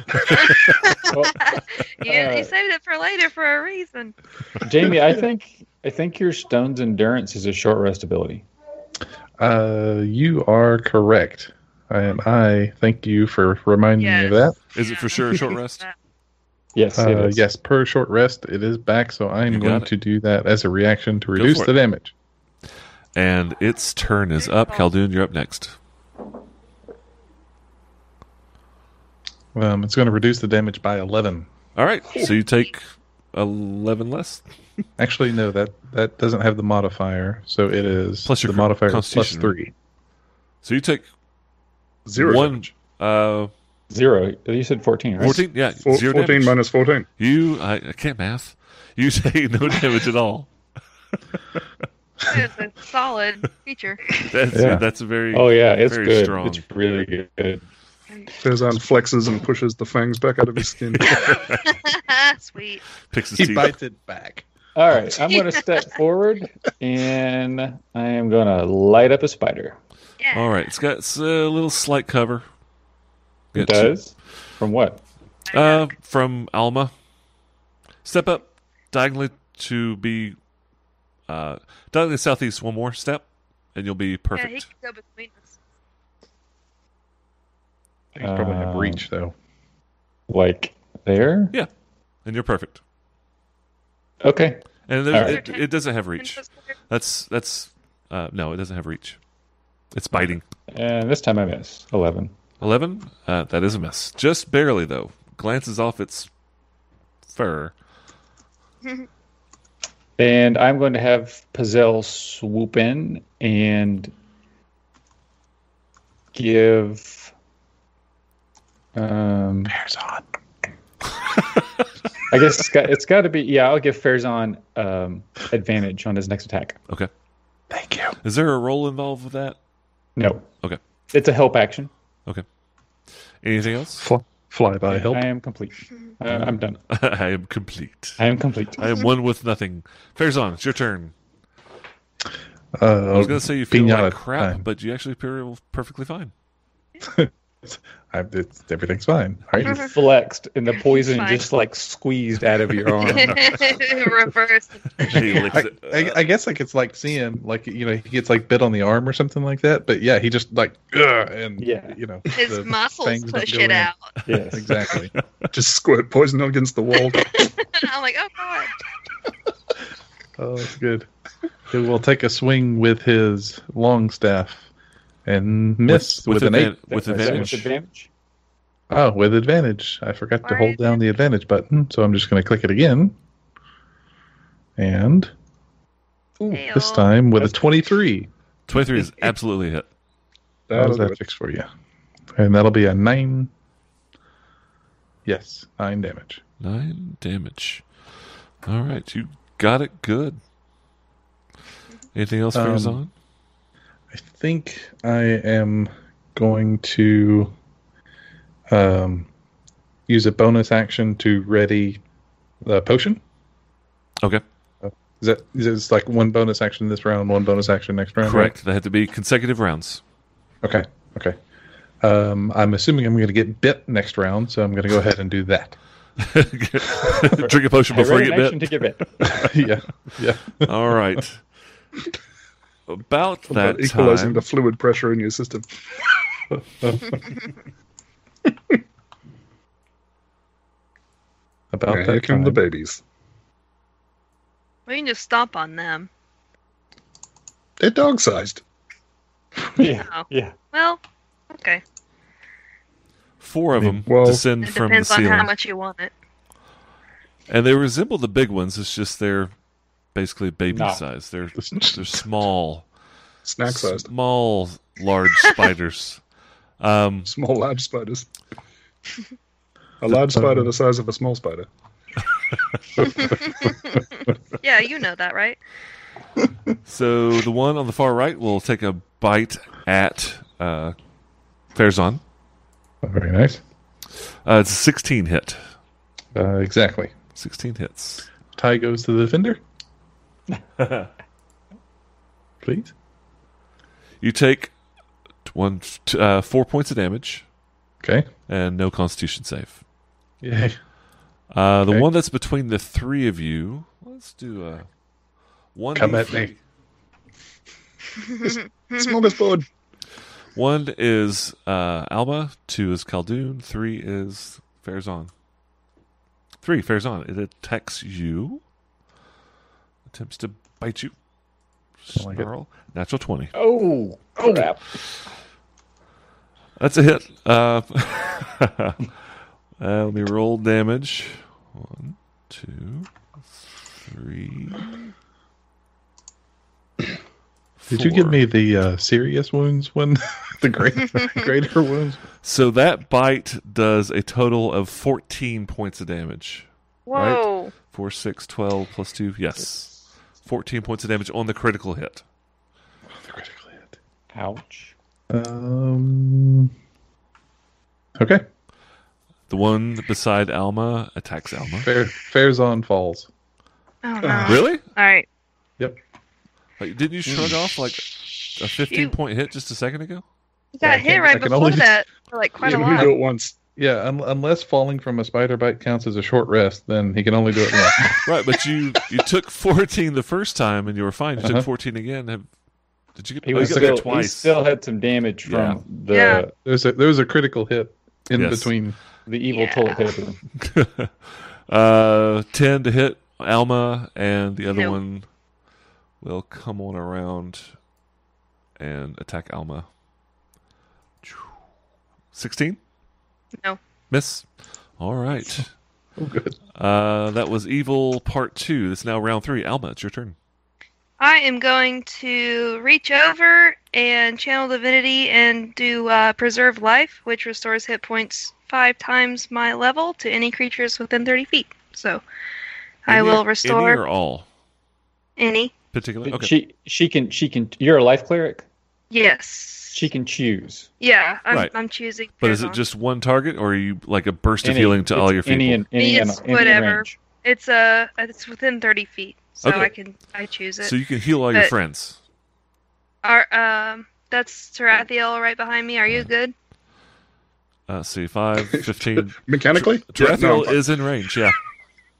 S4: you, you saved it for later for a reason.
S3: Jamie,
S2: [laughs]
S3: I think I think your stone's endurance is a short rest ability.
S1: uh, you are correct. And I thank you for reminding me of that.
S4: Yes.
S2: is it for sure a short rest?
S3: Yes, it
S1: Uh,
S3: is.
S1: yes, per short rest, it is back, so I'm
S2: You got
S1: going
S2: it.
S1: to do that as a reaction to reduce
S2: for it.
S1: the damage.
S2: And its turn is up. Khaldun, you're up next.
S1: Um, it's going to reduce the damage by 11.
S2: All right. So you take 11 less.
S1: Actually, no, that, that doesn't have the modifier, so it is
S2: Plus your
S1: the
S2: cur-
S1: modifier is plus
S2: constitution, right?
S1: 3.
S2: So you take
S5: Zero.
S2: one.
S5: damage.
S2: Uh,
S3: Zero. You said fourteen, right?
S2: 14? Yeah,
S5: Four,
S2: zero
S5: 14
S2: damage.
S5: minus 14.
S2: You, I, I can't math. You [laughs] take no damage at all.
S4: It's a solid feature.
S2: That's,
S1: Yeah.
S2: that's a very.
S3: Oh yeah, it's
S2: Very
S3: good.
S2: strong.
S3: It's really good.
S5: Farazan flexes and pushes the fangs back out of his
S2: [laughs]
S5: skin.
S4: [laughs] Sweet.
S2: Picks his teeth.
S1: it back.
S3: All right, I'm going to step forward and I am going to light up a spider.
S4: Yeah.
S2: All right. It's got s- a little slight cover.
S3: It
S2: Got two-
S3: does. From what?
S2: Uh, from Alma. Step up diagonally to be. Uh, diagonally southeast one more step, and you'll be
S4: Yeah, he
S2: perfect.
S4: can go between us.
S1: You probably have
S3: Uh,
S1: reach, though.
S3: Like there?
S2: and you're perfect.
S3: Okay.
S2: And there,
S3: All right.
S2: it, it doesn't have
S4: Ten
S2: reach.
S4: foot square.
S2: That's that's uh, no, it doesn't have reach. It's biting.
S3: And Uh, this time I miss. 11.
S2: Eleven. Uh, that is a miss. Just barely though. Glances off its fur.
S3: And I'm going to have Pazel swoop in and give. Um,
S1: Farazan.
S3: I guess it's got, it's got to be. Yeah, I'll give Farazan um, advantage on his next attack.
S2: Okay.
S1: Thank you.
S2: Is there a roll involved with that?
S3: No.
S2: Okay.
S3: It's a help action.
S2: Anything else? [laughs]
S1: Fly, fly by help.
S3: I am complete. I,
S2: Mm-hmm.
S3: I'm done.
S2: I am complete.
S3: I
S2: [laughs]
S3: am complete.
S2: I am one with nothing. Fairzon, it's your turn.
S1: Uh,
S2: I was going to say you feel
S1: pinata
S2: like crap,
S1: time.
S2: but you actually appear perfectly fine.
S1: I, it's, everything's fine. All right.
S3: Flexed, and the poison
S4: Fine.
S3: just like squeezed out
S2: [laughs]
S3: of your arm.
S4: [laughs] Reverse.
S2: He licks
S1: I,
S2: it.
S1: I, I guess like it's like seeing like you know he gets like bit on the arm or something like that. But yeah, he just like "Ugh," and
S3: Yeah.
S1: you know
S4: His
S1: [laughs] the fangs
S4: muscles
S1: don't
S4: push
S1: go
S4: it
S1: in.
S4: out.
S3: yes. [laughs]
S1: Exactly.
S5: Just squirt poison against the
S2: [laughs]
S5: wall.
S4: [laughs] I'm like, oh god.
S1: oh, that's good. He will take a swing with his long staff and miss with, an
S2: advan-
S1: eight.
S2: With
S3: Is that with
S2: advantage.
S3: advantage?
S1: Oh, with advantage. I forgot to hold down the advantage button, so I'm just going to click it again. And this
S4: Ew.
S1: time with a 23.
S2: 23 is absolutely a hit.
S1: How's
S5: That'll do
S1: that
S5: it.
S1: fix for you? And that'll be a nine. Yes, nine damage.
S2: Nine damage. All right, you got it good. Anything else,
S1: Um,
S2: Fairzon?
S1: I think I am going to um, use a bonus action to ready the potion.
S2: Okay.
S1: Is that is it just like one bonus action this round, one bonus action next round? right?
S2: Correct. They had to be consecutive rounds. [laughs]
S1: Okay. Okay. Um, I'm assuming I'm going to get bit next round, so I'm going to go ahead and do that. [laughs]
S2: Drink a potion
S3: I
S2: before
S3: read
S2: you
S3: an
S2: get bit.
S3: action
S2: [laughs]
S3: to give it.
S1: yeah. Yeah.
S2: All right. About that
S5: About equalizing
S2: time,
S5: the fluid pressure in your system.
S1: About
S5: Yeah,
S1: that
S5: here come the
S1: time.
S5: babies.
S4: We can just stomp on them.
S5: They're dog sized.
S3: Yeah,
S4: Oh.
S3: yeah.
S4: Well, okay.
S2: four of them
S5: Well-
S2: descend
S4: It
S2: from the
S4: depends on
S2: ceiling,
S4: how much you want it. [laughs]
S2: and they resemble the big ones. It's just they're basically baby
S3: Nah.
S2: size. They're
S1: [laughs]
S2: they're small,
S5: Snack sized.
S2: small, large [laughs] spiders. Um,
S5: Small, large spiders. A large spider the size of a small spider.
S4: Yeah, you know
S2: [laughs]
S4: that, right?
S2: so the one on the far right will take a bite at uh, Farazan.
S1: Very nice.
S2: Uh, it's a sixteen hit.
S1: Uh, exactly.
S2: Sixteen hits.
S1: Tie goes to the defender. Please.
S2: You take one, t- uh, four points of damage
S1: Okay.
S2: and no Constitution save.
S1: Yeah.
S2: Uh, the
S1: Okay.
S2: one that's between the three of you. Let's do a one.
S1: Come at me.
S5: Smallest board.
S2: One is uh, Alma. Two is Khaldun. Three is Farazan. Three Farazan. It attacks you. Attempts to bite you.
S1: I like it.
S2: Snarl. Natural twenty.
S3: Oh, crap.
S2: That's a hit. Uh, [laughs] uh, let me roll damage. One, two, three.
S1: Did you give
S2: four.
S1: me the uh, serious wounds one? [laughs] the great, greater wounds?
S2: So that bite does a total of 14 points of damage.
S4: Whoa.
S2: 4, 6, 12, plus 2. Yes. 14 points of damage on the critical hit.
S1: The critical hit.
S3: Ouch.
S1: Um. Okay.
S2: The one beside Alma attacks Alma.
S1: Fair. Fair's on falls.
S4: Oh no.
S2: Really?
S4: All right.
S1: Yep.
S2: Like, didn't you shrug off like a 15 point hit just a second ago?
S4: You
S1: Yeah, I
S4: got hit
S1: can- I
S4: right
S1: can
S4: before
S1: only-
S4: that for like [laughs] quite
S5: You
S4: a
S5: can do
S4: lot.
S5: it once.
S1: Yeah. Un- unless falling from a spider bite counts as a short rest, then he can only do it once.
S2: Right, but you you took 14 the first time and you were fine. You
S1: Uh-huh.
S2: took 14 again. Have, did you get,
S3: He
S2: oh, you
S3: was
S2: got there
S3: still, he
S2: twice?
S3: still had some damage from
S2: Yeah.
S3: the
S4: Yeah.
S1: There's a there's a critical hit in
S2: Yes.
S1: between.
S3: the evil
S4: Yeah.
S3: toilet paper.
S2: [laughs] uh, 10 to hit Alma, and the other
S4: Nope.
S2: one will come on around and attack Alma. 16?
S4: No.
S2: Miss? All right.
S1: Oh, good. [laughs]
S2: Uh, that was Evil Part 2. That's now round 3. Alma, it's your turn.
S4: I am going to reach over and channel divinity and do uh, preserve life, which restores hit points five times my level to any creatures within 30 feet. So I
S2: Any-
S4: will
S2: Any
S4: restore
S2: or all?
S4: any.
S2: Particular? [laughs] Okay.
S3: She she can she can. You're a life cleric.
S4: Yes.
S3: She can choose.
S4: yeah, I'm,
S2: Right.
S4: I'm choosing.
S2: but is it
S4: Farazan.
S2: just one target, or are you like a burst of healing to
S3: it's
S2: all your people?
S3: any and any, and
S4: Yes,
S3: any
S4: whatever.
S3: range.
S4: It's uh, it's within 30 feet, so
S2: Okay.
S4: I can I choose it.
S2: so you can heal all your
S4: but-
S2: friends.
S4: Are um, that's Tarathiel right behind me. Are
S5: [laughs]
S4: you good?
S2: Uh, let's see, [laughs] 5, 15,
S5: Mechanically?
S2: Tarathiel
S5: yeah, no, I'm fine.
S2: is in range, yeah.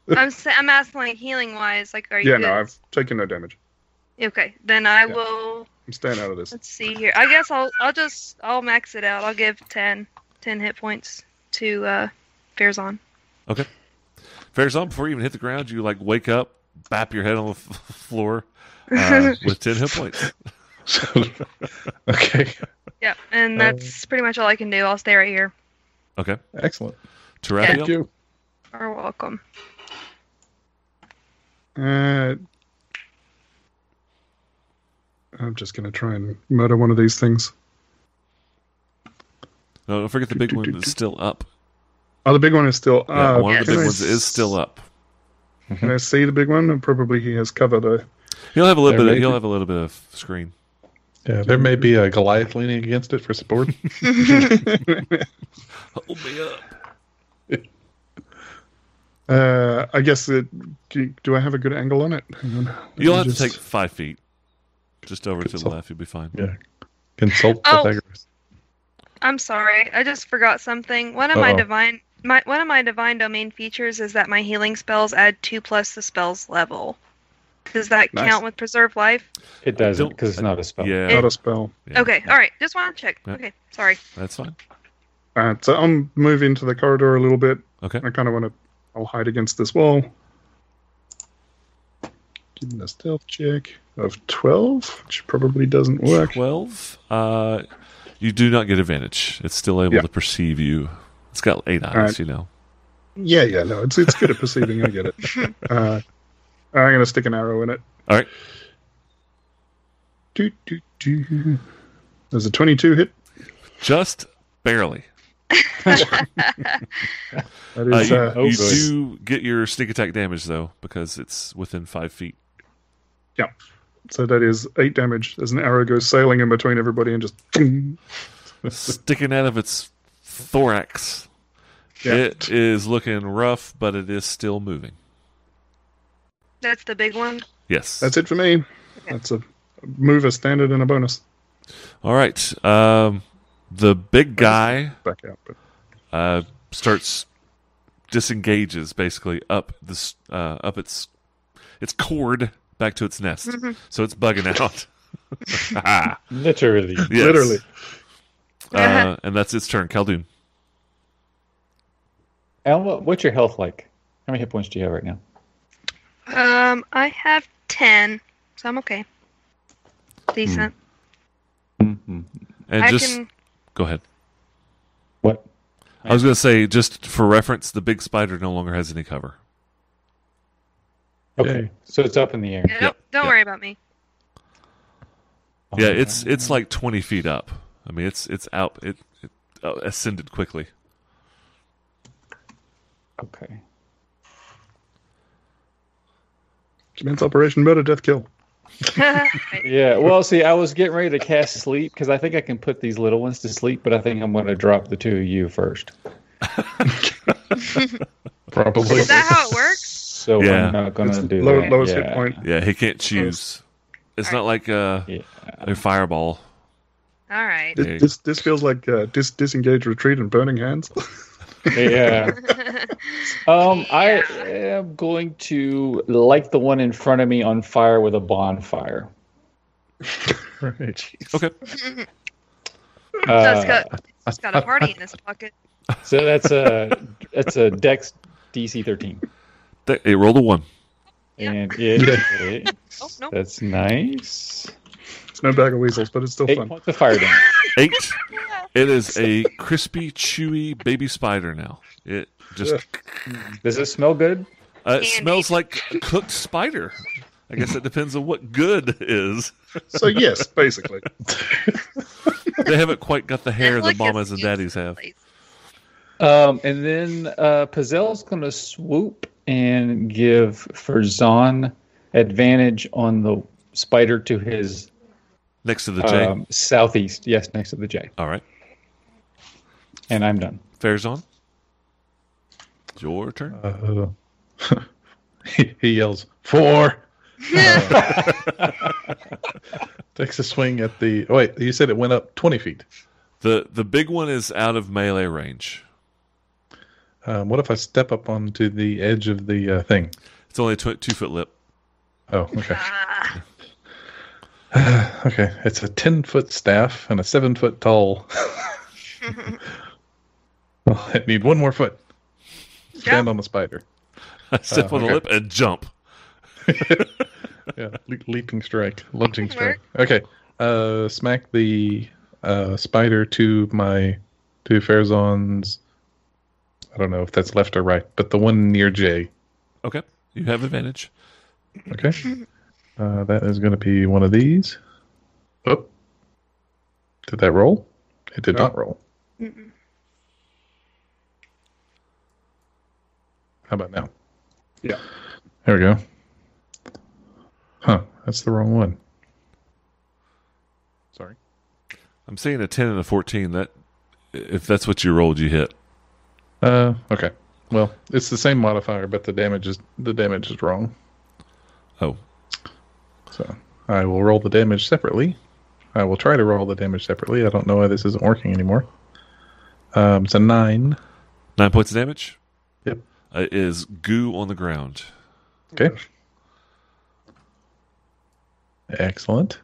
S4: I'm s- I'm asking like healing wise. Like, are you?
S5: yeah,
S4: good?
S5: no, I've taken no damage.
S4: Okay, then I
S5: Yeah.
S4: will.
S5: I'm staying out of
S4: [laughs]
S5: this.
S4: Let's see here. I guess I'll I'll just I'll max it out. I'll give 10, 10 hit points to uh, Fairzon. [laughs]
S2: Farazan, before you even hit the ground, you like wake up, bap your head on the f- [laughs] floor
S5: [laughs]
S2: uh, with 10 hit points.
S1: So- okay.
S4: Yeah, and
S5: uh,
S4: that's pretty much all I can do. I'll stay right here.
S2: Okay.
S1: Excellent.
S2: Terraphiel,
S1: Thank you.
S5: [laughs]
S4: You're welcome.
S5: Uh, I'm just going to try and murder one of these things.
S2: no, don't forget the big one that's still up.
S5: Oh, the big one is still
S2: Yeah,
S5: up.
S2: one of the
S5: Can
S2: big
S5: I
S2: ones is still uh, up.
S5: Can I see the big one? And Probably he has cover though.
S2: He'll have a little
S1: They're
S2: bit. Of,
S1: major.
S2: he'll have a little bit of screen.
S1: Yeah, there may be a Goliath leaning against it for support.
S4: [laughs]
S2: Hold me up.
S5: Uh, I guess it. Do, do I have a good angle on it? Hang on. Let
S2: You'll
S5: me
S2: have
S5: just-
S2: to take five feet, just over to the
S1: Consult.
S2: left. You'll be fine.
S1: Yeah. Consult
S4: Oh.
S1: Pythagoras.
S4: I'm sorry, I just forgot something. One of my
S1: Uh-oh.
S4: divine my one of my divine domain features is that my healing spells add two plus the spell's level. Does that
S5: Nice.
S4: count with preserve life?
S3: It
S2: I
S3: doesn't
S2: don't-
S3: because it's not a spell.
S2: Yeah,
S5: Not a spell.
S2: Yeah.
S4: Okay, all right. Just want to check.
S2: Yeah.
S4: Okay, sorry.
S2: that's fine.
S5: All right, so I'm move into the corridor a little bit.
S2: Okay.
S5: I kind of want to. I'll hide against this wall. Giving a stealth check of twelve, which probably doesn't work.
S2: Twelve. Uh, you do not get advantage. It's still able
S5: Yeah.
S2: to perceive you. It's got eight eyes.
S5: right.
S2: You know.
S5: Yeah, yeah, no, it's it's good at perceiving. I get
S2: [laughs]
S5: it. Uh, I'm gonna stick an arrow in it.
S2: All right.
S5: Doo, doo, doo. There's a 22 hit.
S2: Just barely.
S5: That
S2: Uh,
S5: is
S2: you
S5: uh,
S3: oh,
S2: you
S3: good.
S2: do get your sneak attack damage though, because it's within five
S5: [laughs]
S2: feet.
S5: so that is eight damage as an arrow goes sailing in between everybody and just.
S2: sticking out of its thorax.
S5: Yeah.
S2: It is looking rough, but it is still moving.
S4: That's the big one.
S2: Yes.
S5: That's it for me. That's a move, a standard, and a bonus.
S2: All right. Um, the big guy
S5: Back out, but
S2: uh, starts disengages basically up this uh, up its its cord back to its nest. So it's bugging out. [laughs] yes. [laughs]
S3: Literally.
S5: literally.
S4: Uh-huh.
S2: Uh, and that's its turn. Khaldun.
S3: Al, what- what's your health like? How many hit points do you have right now?
S4: Um, I have ten, so I'm okay. Decent.
S3: Mm-hmm.
S2: And
S4: I
S2: Hmm, just
S4: can.
S2: go ahead.
S3: What?
S2: I was going to say, just for reference, the big spider no longer has any cover.
S3: Okay. So it's up in the air.
S4: Yeah,
S2: yeah,
S4: don't don't
S2: yeah.
S4: worry about me. [laughs]
S2: Yeah, it's it's like twenty feet up. I mean, it's it's out. It, it uh, ascended quickly.
S3: okay.
S5: Commence operation murder, death, kill.
S4: Right.
S3: Yeah. Well, see, I was getting ready to cast sleep because I think I can put these little ones to sleep, but I think I'm going to drop the two of you first.
S1: Probably.
S4: Is that how it works?
S3: So
S2: Yeah.
S3: I'm not going
S5: It's
S3: to do
S5: low,
S3: that.
S5: lowest
S3: Yeah.
S5: hit point.
S2: Yeah, he can't choose. It's not like a,
S3: Yeah.
S2: a fireball.
S4: All
S2: [laughs]
S4: right.
S2: Yeah.
S5: This, this this feels like uh, dis, disengage, retreat, and burning hands. [laughs]
S2: Uh,
S3: Yeah. Um, I am going to light the one in front of me on fire with a
S4: [laughs]
S3: bonfire.
S1: [laughs] right.
S2: Okay,
S4: so it's
S3: Uh,
S4: got,
S2: [laughs]
S4: it's got a party in his pocket.
S3: so that's a that's a Dex DC 13,
S2: Th- it rolled a one. [laughs]
S3: and it, it-
S4: Oh no.
S3: that's nice.
S5: It's no bag of weasels, but it's still
S3: Eight
S5: fun.
S3: points of fire damage.
S2: Eight. It is a crispy, chewy baby spider now. It just
S3: Does it smell good?
S2: uh, it
S4: Candy.
S2: smells like a cooked spider. I guess it depends on what good is.
S5: So yes,
S2: [laughs]
S5: basically.
S2: They haven't quite
S4: [laughs]
S2: got the hair
S4: It's
S2: the
S4: like a
S2: mamas and
S4: soup
S2: daddies have.
S4: place.
S3: Um, and then uh, Pazel's going to swoop and give Ferzan advantage on the spider to his
S2: Next to the J.
S3: um, southeast. Yes, next to the J.
S2: All right,
S3: And I'm done.
S2: fair's on. It's Your turn.
S1: Uh, [laughs] he, he yells
S4: [laughs]
S1: four. Uh, takes a swing at the. Oh, wait, you said it went up twenty feet.
S2: The the big one is out of melee range.
S1: Um, what if I step up onto the edge of the uh, thing?
S2: It's only a tw- two foot lip. [laughs]
S1: Oh, okay. [sighs]
S4: Ah,
S1: Okay, it's a ten foot staff and a seven foot
S4: [laughs]
S1: tall. [laughs] well, I need one more foot. Stand
S4: Jump.
S1: on the spider.
S2: I step
S1: Oh,
S2: on the
S1: okay.
S2: lip and jump.
S1: Yeah, le- leaping strike, lunging
S4: That'll work.
S1: strike. Okay, uh, smack the uh, spider to my to Farazan's. I don't know if that's left or right, but the one near J.
S2: Okay, you have advantage.
S1: Okay, uh, that is going to be one of these. Oh, did that roll? It did
S5: No.
S1: not roll.
S4: Mm-mm.
S1: How about now?
S5: Yeah.
S1: There we go. Huh, that's the wrong one. Sorry.
S2: I'm seeing a ten and a fourteen. That if that's what you rolled, you hit.
S1: Uh, okay. Well, it's the same modifier, but the damage is the damage is wrong.
S2: Oh.
S1: So I will roll the damage separately. I will try to roll the damage separately. I don't know why this isn't working anymore. Um, it's a nine.
S2: Nine points of damage.
S1: Yep.
S2: Uh, is goo on the ground.
S1: Okay. Excellent.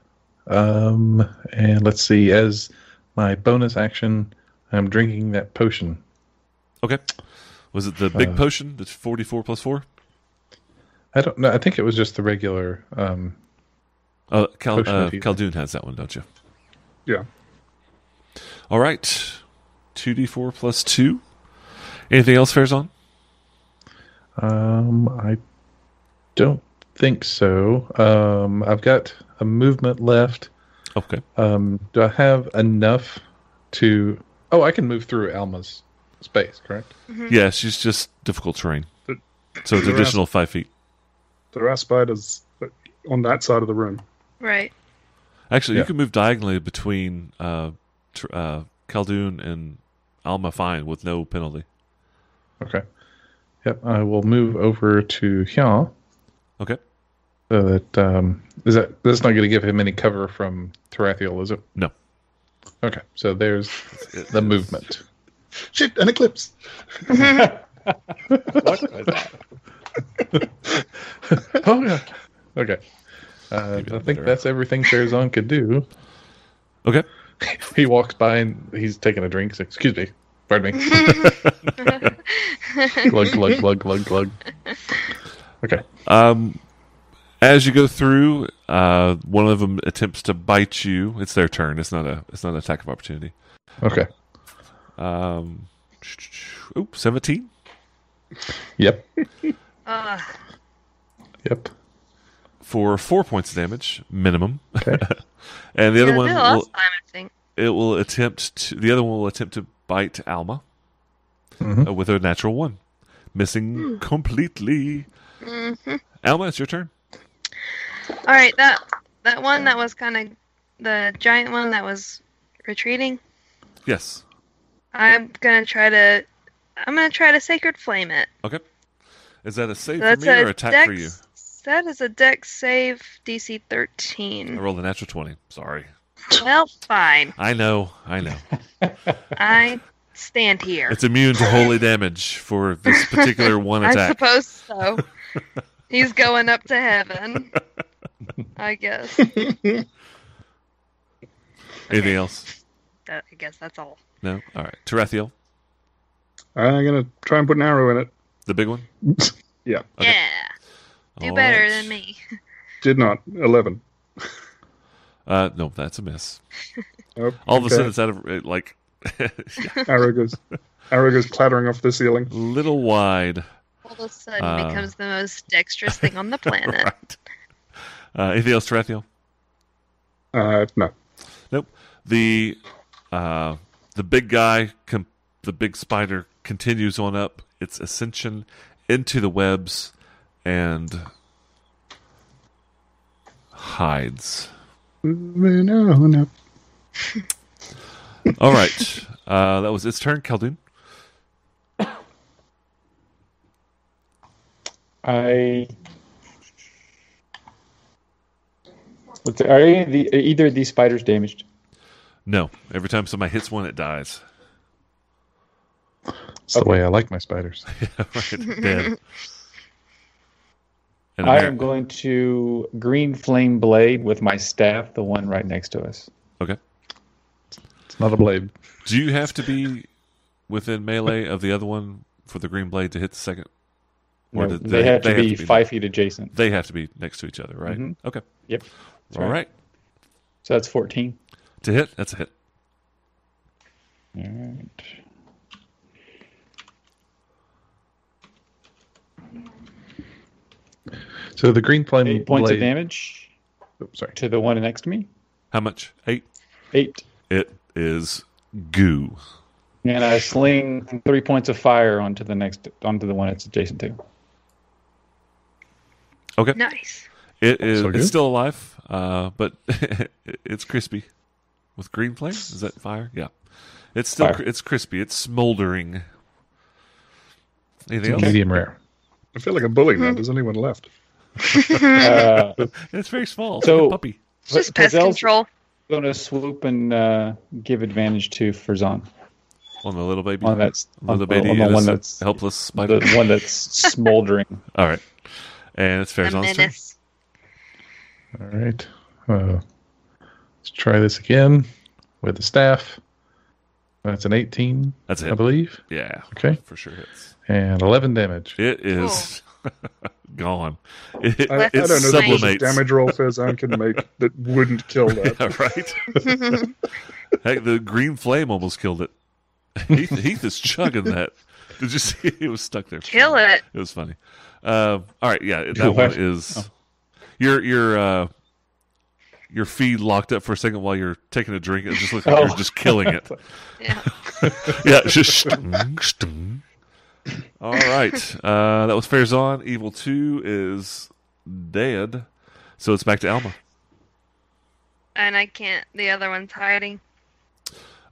S1: Um, and let's see. As my bonus action, I'm drinking that potion.
S2: Okay. Was it the big
S1: Uh,
S2: potion? That's forty-four plus four.
S1: I don't know. I think it was just the regular. Um,
S2: Uh, Cal,
S1: Potion of
S2: uh,
S1: healing.
S2: Khaldun has that one, don't you?
S5: Yeah.
S2: All right. Two d four plus two. Anything else, fares on?
S1: um, I don't think so. Um, I've got a movement left.
S2: Okay.
S1: Um, do I have enough to? Oh, I can move through Alma's space, correct?
S2: Yeah, she's just difficult terrain.
S5: But-
S2: So it's
S5: You're
S2: additional five feet.
S5: There are spiders like, on that side of the room.
S4: Right.
S2: Actually, you
S1: Yeah.
S2: can move diagonally between uh, tr- uh, Khaldun and Alma Fine with no penalty.
S1: Okay. Yep. I will move over to Hyun.
S2: Okay.
S1: So that um, is that that's not going to give him any cover from Tarathiel, is it?
S2: No.
S1: Okay, so there's the movement.
S5: [laughs] Shit, an
S3: [laughs]
S5: eclipse.
S3: What was that?
S1: [laughs] oh yeah. Okay. Uh,
S2: Maybe
S1: I
S2: I'm
S1: think
S2: better.
S1: that's everything Sharazon could do.
S2: Okay.
S1: [laughs] He walks by and he's taking a drink. He's like, Excuse me. Pardon me. glug glug glug glug glug. Okay.
S2: Um, as you go through, uh, one of them attempts to bite you. It's their turn. It's not a. It's not an attack of opportunity.
S1: Okay.
S2: Um, oops, seventeen.
S1: Yep.
S4: Ugh.
S1: Yep.
S2: for four points of damage minimum.
S1: Okay.
S2: [laughs] and the other
S4: Yeah,
S2: one
S4: the
S2: will,
S4: last time, I think.
S2: it will attempt to, the other one will attempt to bite Alma
S1: Mhm.
S2: uh, with a natural one, missing
S4: Hmm.
S2: completely. Alma, it's your turn.
S4: Mm-hmm. All right, that that one that was kind of the giant one that was retreating.
S2: Yes.
S4: I'm gonna try to. I'm gonna try to sacred flame it.
S2: Okay. Is that a save
S4: That's
S2: for me
S4: a
S2: or attack
S4: dex,
S2: for you?
S4: That is a dex save DC
S2: I
S4: 13.
S2: rolled a natural twenty. Sorry.
S4: Well, fine.
S2: I know. I
S4: [laughs]
S2: know.
S4: I stand here.
S2: It's immune to holy damage for this particular one
S4: [laughs] I
S2: attack.
S4: suppose so.
S2: [laughs]
S4: He's going up to heaven. I guess.
S2: Anything else?
S4: That, I guess that's all.
S2: No. All right. Tarathiel,
S5: I'm gonna try and put an arrow in
S2: the big one.
S5: it. [laughs]
S2: Okay.
S4: Yeah. Do
S2: All
S4: better
S2: right.
S4: than me.
S5: Did not. Eleven.
S2: Uh, no, that's a miss.
S5: Oh,
S2: All of a
S5: okay.
S2: sudden, it's out of it, like [laughs]
S5: [laughs] arrow goes, arrow goes clattering off the ceiling.
S2: little wide.
S4: All of a sudden
S2: Uh,
S4: becomes the most dexterous thing on the [laughs] planet.
S2: [laughs] Right. Uh, anything else, Tarathiel?
S5: Uh, no.
S2: Nope. The uh, the big guy, com- the big spider, continues on up its ascension into the webs and hides.
S5: Moving on up.
S2: All right, uh, that was its turn, Khaldun.
S3: I. What's- Are any of the, either of these spiders damaged?
S2: No, every time somebody hits one, it dies. [laughs]
S1: It's the way I like my spiders.
S2: right, dead. And
S3: I
S2: Ameri-
S3: am going to green flame blade with my staff, the one right next to us.
S2: okay.
S1: It's not a blade.
S2: Do you have to be within melee of the other one for the green blade to hit the second? Or
S3: No,
S2: did
S3: they, have to be five feet adjacent.
S2: They have to be next to each other, right?
S3: Mhm.
S2: Okay.
S3: Yep.
S2: All right.
S3: right. So that's 14.
S2: To hit, that's a hit.
S3: All right.
S1: So the green flame
S3: Eight points
S1: blade.
S3: of damage
S1: Oops, sorry.
S3: to the one next to me.
S2: How much? Eight.
S3: Eight.
S2: It is goo.
S3: And I sling three points of fire onto the next onto the one it's adjacent to.
S4: Nice.
S2: It is.
S1: So good.
S2: it's still alive, uh, but [laughs] it's crispy with green flame. Is that fire? Yeah. It's still.
S3: Fire.
S2: cr It's crispy. It's smoldering. Anything else?
S1: Medium rare.
S5: I feel like I'm bullying now. There's only one left.
S3: Uh,
S2: It's very small. It's
S3: So-
S2: like a puppy.
S4: It's just
S3: But-
S4: pest
S3: but they'll-
S4: control.
S3: going to swoop and uh, give advantage to Ferzan
S2: On the little baby.
S3: on that on,
S2: little
S3: on,
S2: baby.
S3: the one
S2: innocent,
S3: that's
S2: helpless spider.
S3: the one [laughs] that's smoldering.
S2: All right. And it's
S4: A
S2: Farazan's turn.
S4: menace.
S1: All right. Uh, let's try this again with the staff. That's an 18,
S2: That's
S1: I
S2: it.
S1: believe.
S2: Yeah.
S1: Okay.
S2: For sure hits.
S1: And 11 damage.
S2: It is [laughs] gone. It,
S5: I, I
S4: Left
S5: don't know
S2: it
S4: is
S5: if there's a
S2: sublimates. [laughs]
S5: damage roll Ferzan can make that wouldn't kill that.
S2: Yeah, right. [laughs] Heck, the green flame almost killed it. [laughs] Heath, Heath is chugging that. Did you see? [laughs] It was stuck there.
S4: [laughs] Kill it.
S2: It was funny. Um, all right,
S3: [laughs]
S2: yeah, that one
S3: What?
S2: is
S3: Oh.
S2: your your uh, your feed locked up for a second while you're taking a drink. It just looks like
S3: Oh.
S2: you're just killing
S3: [laughs]
S2: it. [laughs]
S4: Yeah.
S2: yeah, it's just. stung, stung. All right, uh, that was Fairzon. Evil Two is dead, so it's back to Alma.
S4: And I can't. The other one's hiding.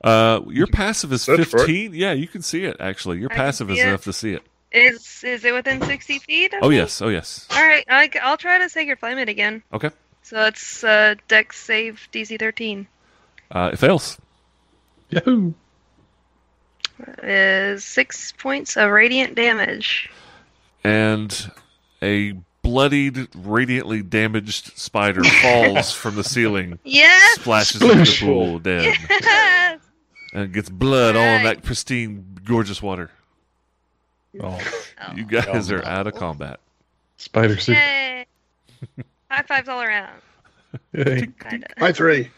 S2: Uh, your passive is
S5: search for it.
S2: fifteen. Yeah, you can see it actually. Your
S4: I can
S2: passive
S4: see
S2: is
S4: it.
S2: enough to see it.
S4: Is is it within sixty feet? I
S2: Oh
S4: think?
S2: yes, oh yes.
S4: All right. I, will try to Sacred Flame it again.
S2: Okay,
S4: So that's uh, Dex save DC thirteen
S2: uh, it fails.
S1: Yahoo!
S4: is six points of radiant damage.
S2: and a bloodied, radiantly damaged
S4: [laughs]
S2: spider falls from the ceiling,
S4: Yes.
S2: splashes into the
S5: Sploosh.
S2: pool dead,
S4: [laughs] Yes.
S2: and gets blood all in
S4: Right.
S2: that pristine, gorgeous water.
S1: Oh,
S4: Oh,
S2: You guys
S3: Oh,
S2: are out of
S4: no.
S2: combat.
S1: spider suit.
S4: Yay.
S2: [laughs]
S4: High fives all around.
S1: Yay.
S4: Kind of.
S5: By
S4: [laughs]
S5: three.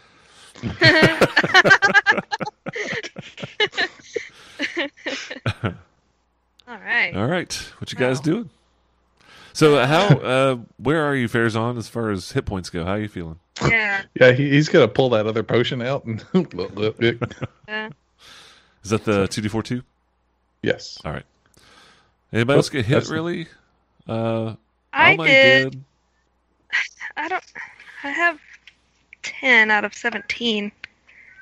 S4: all right.
S2: All right, what you guys
S4: Wow.
S2: doing? So, uh,
S4: [laughs]
S2: how, uh, where are you, Fares on, as far as hit points go? How are you feeling?
S4: Yeah.
S1: Yeah, he, he's going to pull that other potion out and. [laughs] look, look, look.
S4: Uh,
S2: Is that the 2d42?
S1: yes.
S2: Anybody else get hit,
S1: That's-
S2: really? Uh,
S4: I
S2: Alma
S4: did. I don't. I have ten out of seventeen.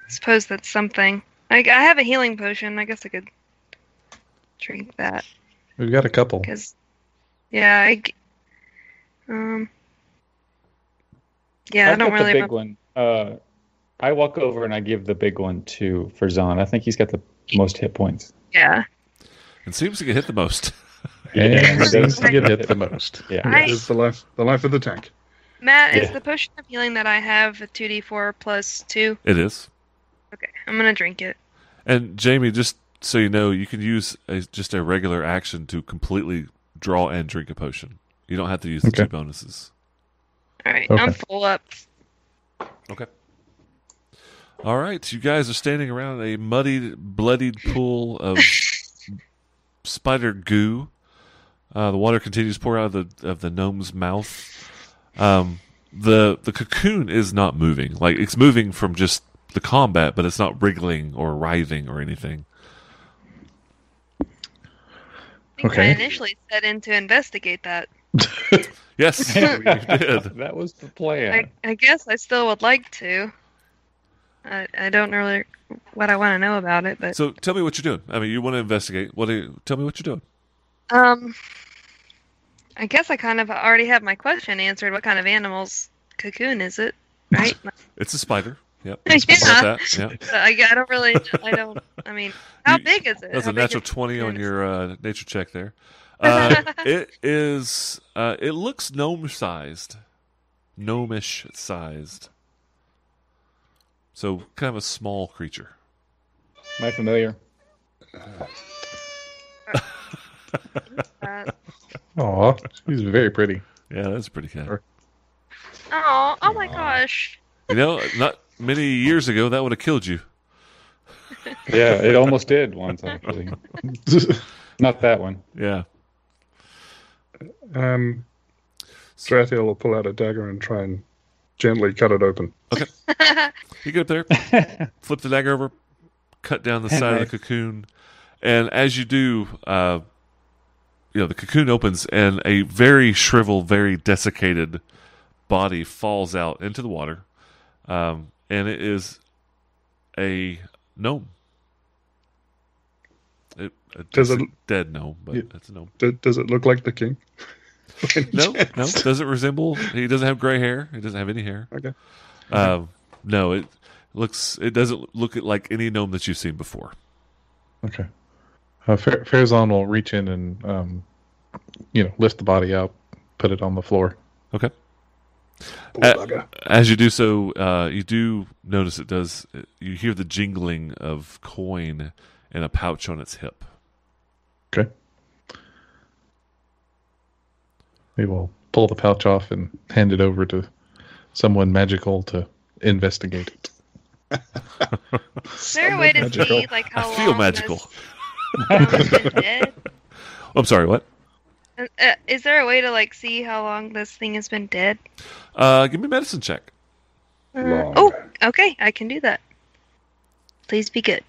S4: suppose that's something. I, I have a healing potion. I guess I could drink that
S1: We've got a couple.
S4: because, yeah, I. g- Um. Yeah, I've I
S3: I've
S4: do not
S3: got
S4: really.
S3: the big
S4: remember.
S3: one. Uh, I walk over and I give the big one to Ferzan. I think he's got the most hit points.
S4: Yeah,
S2: It seems to get hit the most. [laughs]
S1: And
S3: Yeah.
S1: he seems to get hit the most.
S3: Yeah.
S4: I-
S5: It's the life, the life of the tank.
S4: Matt, is
S3: Yeah.
S4: the potion of healing that I have a two D four plus two?
S2: It is.
S4: Okay, I'm gonna drink it.
S2: And Jamie, just so you know, you can use a, just a regular action to completely draw and drink a potion. You don't have to use the
S1: Okay.
S2: two bonuses.
S4: All right,
S1: Okay.
S4: I'm full up.
S2: All right, you guys are standing around a muddied, bloodied pool of spider goo. Uh, the water continues to pour out of the of the gnome's mouth. Um, the the cocoon is not moving. Like it's moving from just the combat, but it's not wriggling or writhing or anything.
S4: I think I
S1: Okay.
S4: initially set in to investigate that.
S2: Yes, you did.
S3: that was the plan.
S4: I, I guess I still would like to. I, I don't know really what I want to know about it, but
S2: So tell me what you're doing. I mean, you want to investigate. What? Are you, tell me what you're doing.
S4: um, I guess I kind of already have my question answered. What kind of animals cocoon is it?
S2: [laughs]
S4: Right?
S2: It's a spider.
S4: [laughs]
S2: Yep.
S4: Yeah.
S2: Something like that. Yep.
S4: So I, I don't really. I don't. I mean,
S2: [laughs]
S4: how
S2: You-
S4: big is it?
S2: That's
S4: How
S2: a
S4: big
S2: natural
S4: is-
S2: twenty on your uh, nature check
S4: [laughs]
S2: there. Uh, it is. Uh, it looks gnome sized, gnomish sized. So kind of a small creature.
S3: Am I familiar?
S4: Uh,
S1: Aw, she's very pretty.
S2: Yeah, that's a pretty cat.
S4: oh, oh my gosh!
S2: You know, not many years ago that would have killed you.
S3: Yeah, it [laughs] almost did once actually. [laughs] Not that one.
S2: Yeah.
S5: Um, Strathiel will pull out a dagger and try and gently cut it open.
S4: [laughs]
S2: You get up there, flip the dagger over, cut down the
S3: Hand
S2: side of
S3: knife.
S2: the cocoon, and as you do, uh, you know the cocoon opens and a very shriveled, very desiccated body falls out into the water, um, and it is a gnome. It, it
S5: Does
S2: does
S5: it-
S2: a dead gnome, but
S5: Yeah.
S2: that's a gnome.
S5: D- does it look like the king? [laughs]
S2: No, no, doesn't resemble. He doesn't have gray hair. He doesn't have any hair.
S5: Okay.
S2: Um, no, it looks. It doesn't look like any gnome that you've seen before.
S1: Okay. Uh, Fer- Farazan will reach in and, um, you know, lift the body up, put it on the floor.
S2: Okay.
S5: Poor
S2: Uh,
S5: bugger.
S2: As you do so, uh, you do notice it does. You hear the jingling of coin in a pouch on its hip.
S1: Okay. We will pull the pouch off and hand it over to someone magical to investigate it.
S4: Is there a way to
S5: Magical.
S4: see like how
S2: I feel
S4: long
S2: magical.
S4: this gnome's been dead? [laughs]
S2: Oh, I'm sorry. What?
S4: Uh, uh, is there a way to like see how long this thing has been dead?
S2: Uh, give me a medicine check.
S4: Uh,
S5: Long.
S4: oh, okay, I can do that. Please
S2: [laughs]
S4: be good.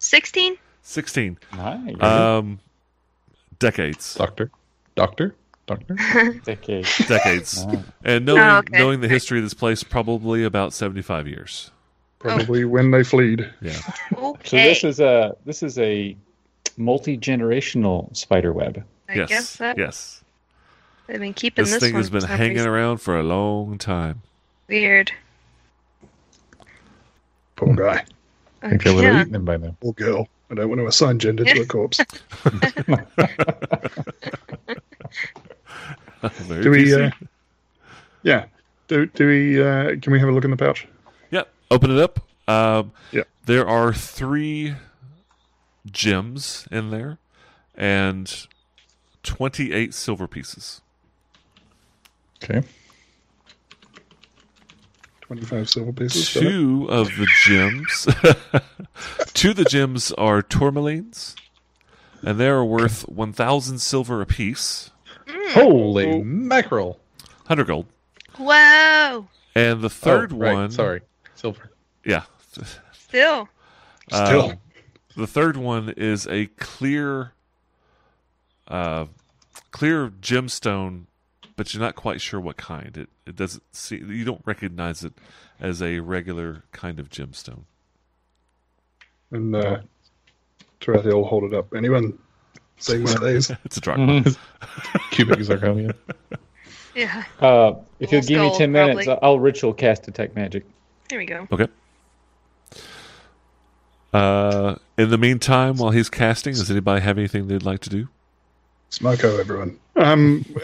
S4: Sixteen.
S2: Sixteen.
S3: Nice.
S2: Um, decades.
S1: Doctor? Doctor? Doctor?
S3: Decade.
S2: Decades.
S3: Wow.
S2: And knowing
S4: Oh, okay.
S2: knowing the history of this place, probably about seventy five years.
S5: Probably when they fleed.
S2: Yeah.
S3: So
S4: Okay.
S3: this is a this is a multi generational spider web.
S4: I
S2: yes.
S4: guess that
S2: Yes.
S4: they've been keeping
S2: This,
S4: this,
S2: thing
S4: one
S2: has been
S4: for some
S2: hanging
S4: reason.
S2: around for a long time. [laughs]
S4: Weird.
S5: Poor guy.
S1: I think they would have eaten him by now.
S5: Poor girl. I don't want to assign gender to a corpse.
S2: Very
S5: Do we?
S2: PC.
S5: Uh, yeah. Do do we? Uh, can we have a look in the pouch?
S2: Yep. Open it up. Um,
S5: Yep.
S2: There are three gems in there and 28 silver pieces.
S1: Okay.
S5: Twenty-five silver pieces. got it?
S2: Two of the gems. [laughs] two of the gems are tourmalines, and they are worth 1,000 silver apiece,
S4: Mm.
S1: Holy mackerel!
S2: 100 gold.
S5: Oh.
S4: Whoa!
S2: And the third
S1: Oh, right,
S2: one.
S1: Sorry. Silver.
S2: Yeah.
S4: Still,
S2: Uh,
S5: Still.
S2: The third one is a clear, uh, clear gemstone, but you're not quite sure what kind. It it doesn't see you don't recognize it as a regular kind of gemstone. [laughs]
S5: And uh, Tarathiel will hold it up. Anyone seeing one of these?
S2: It's a drachma.
S3: Mhm.
S1: Cubic [laughs] zirconia.
S4: yeah.
S3: Uh, if you'll
S4: Almost
S3: give me
S4: gold,
S3: ten minutes,
S4: probably.
S3: I'll ritual cast detect [laughs] magic.
S4: There
S5: [laughs]
S4: we go. [laughs]
S2: Okay. Uh, in the meantime, while he's casting, does anybody have anything they'd like to do?
S5: Smoko, everyone. Um,
S2: [laughs]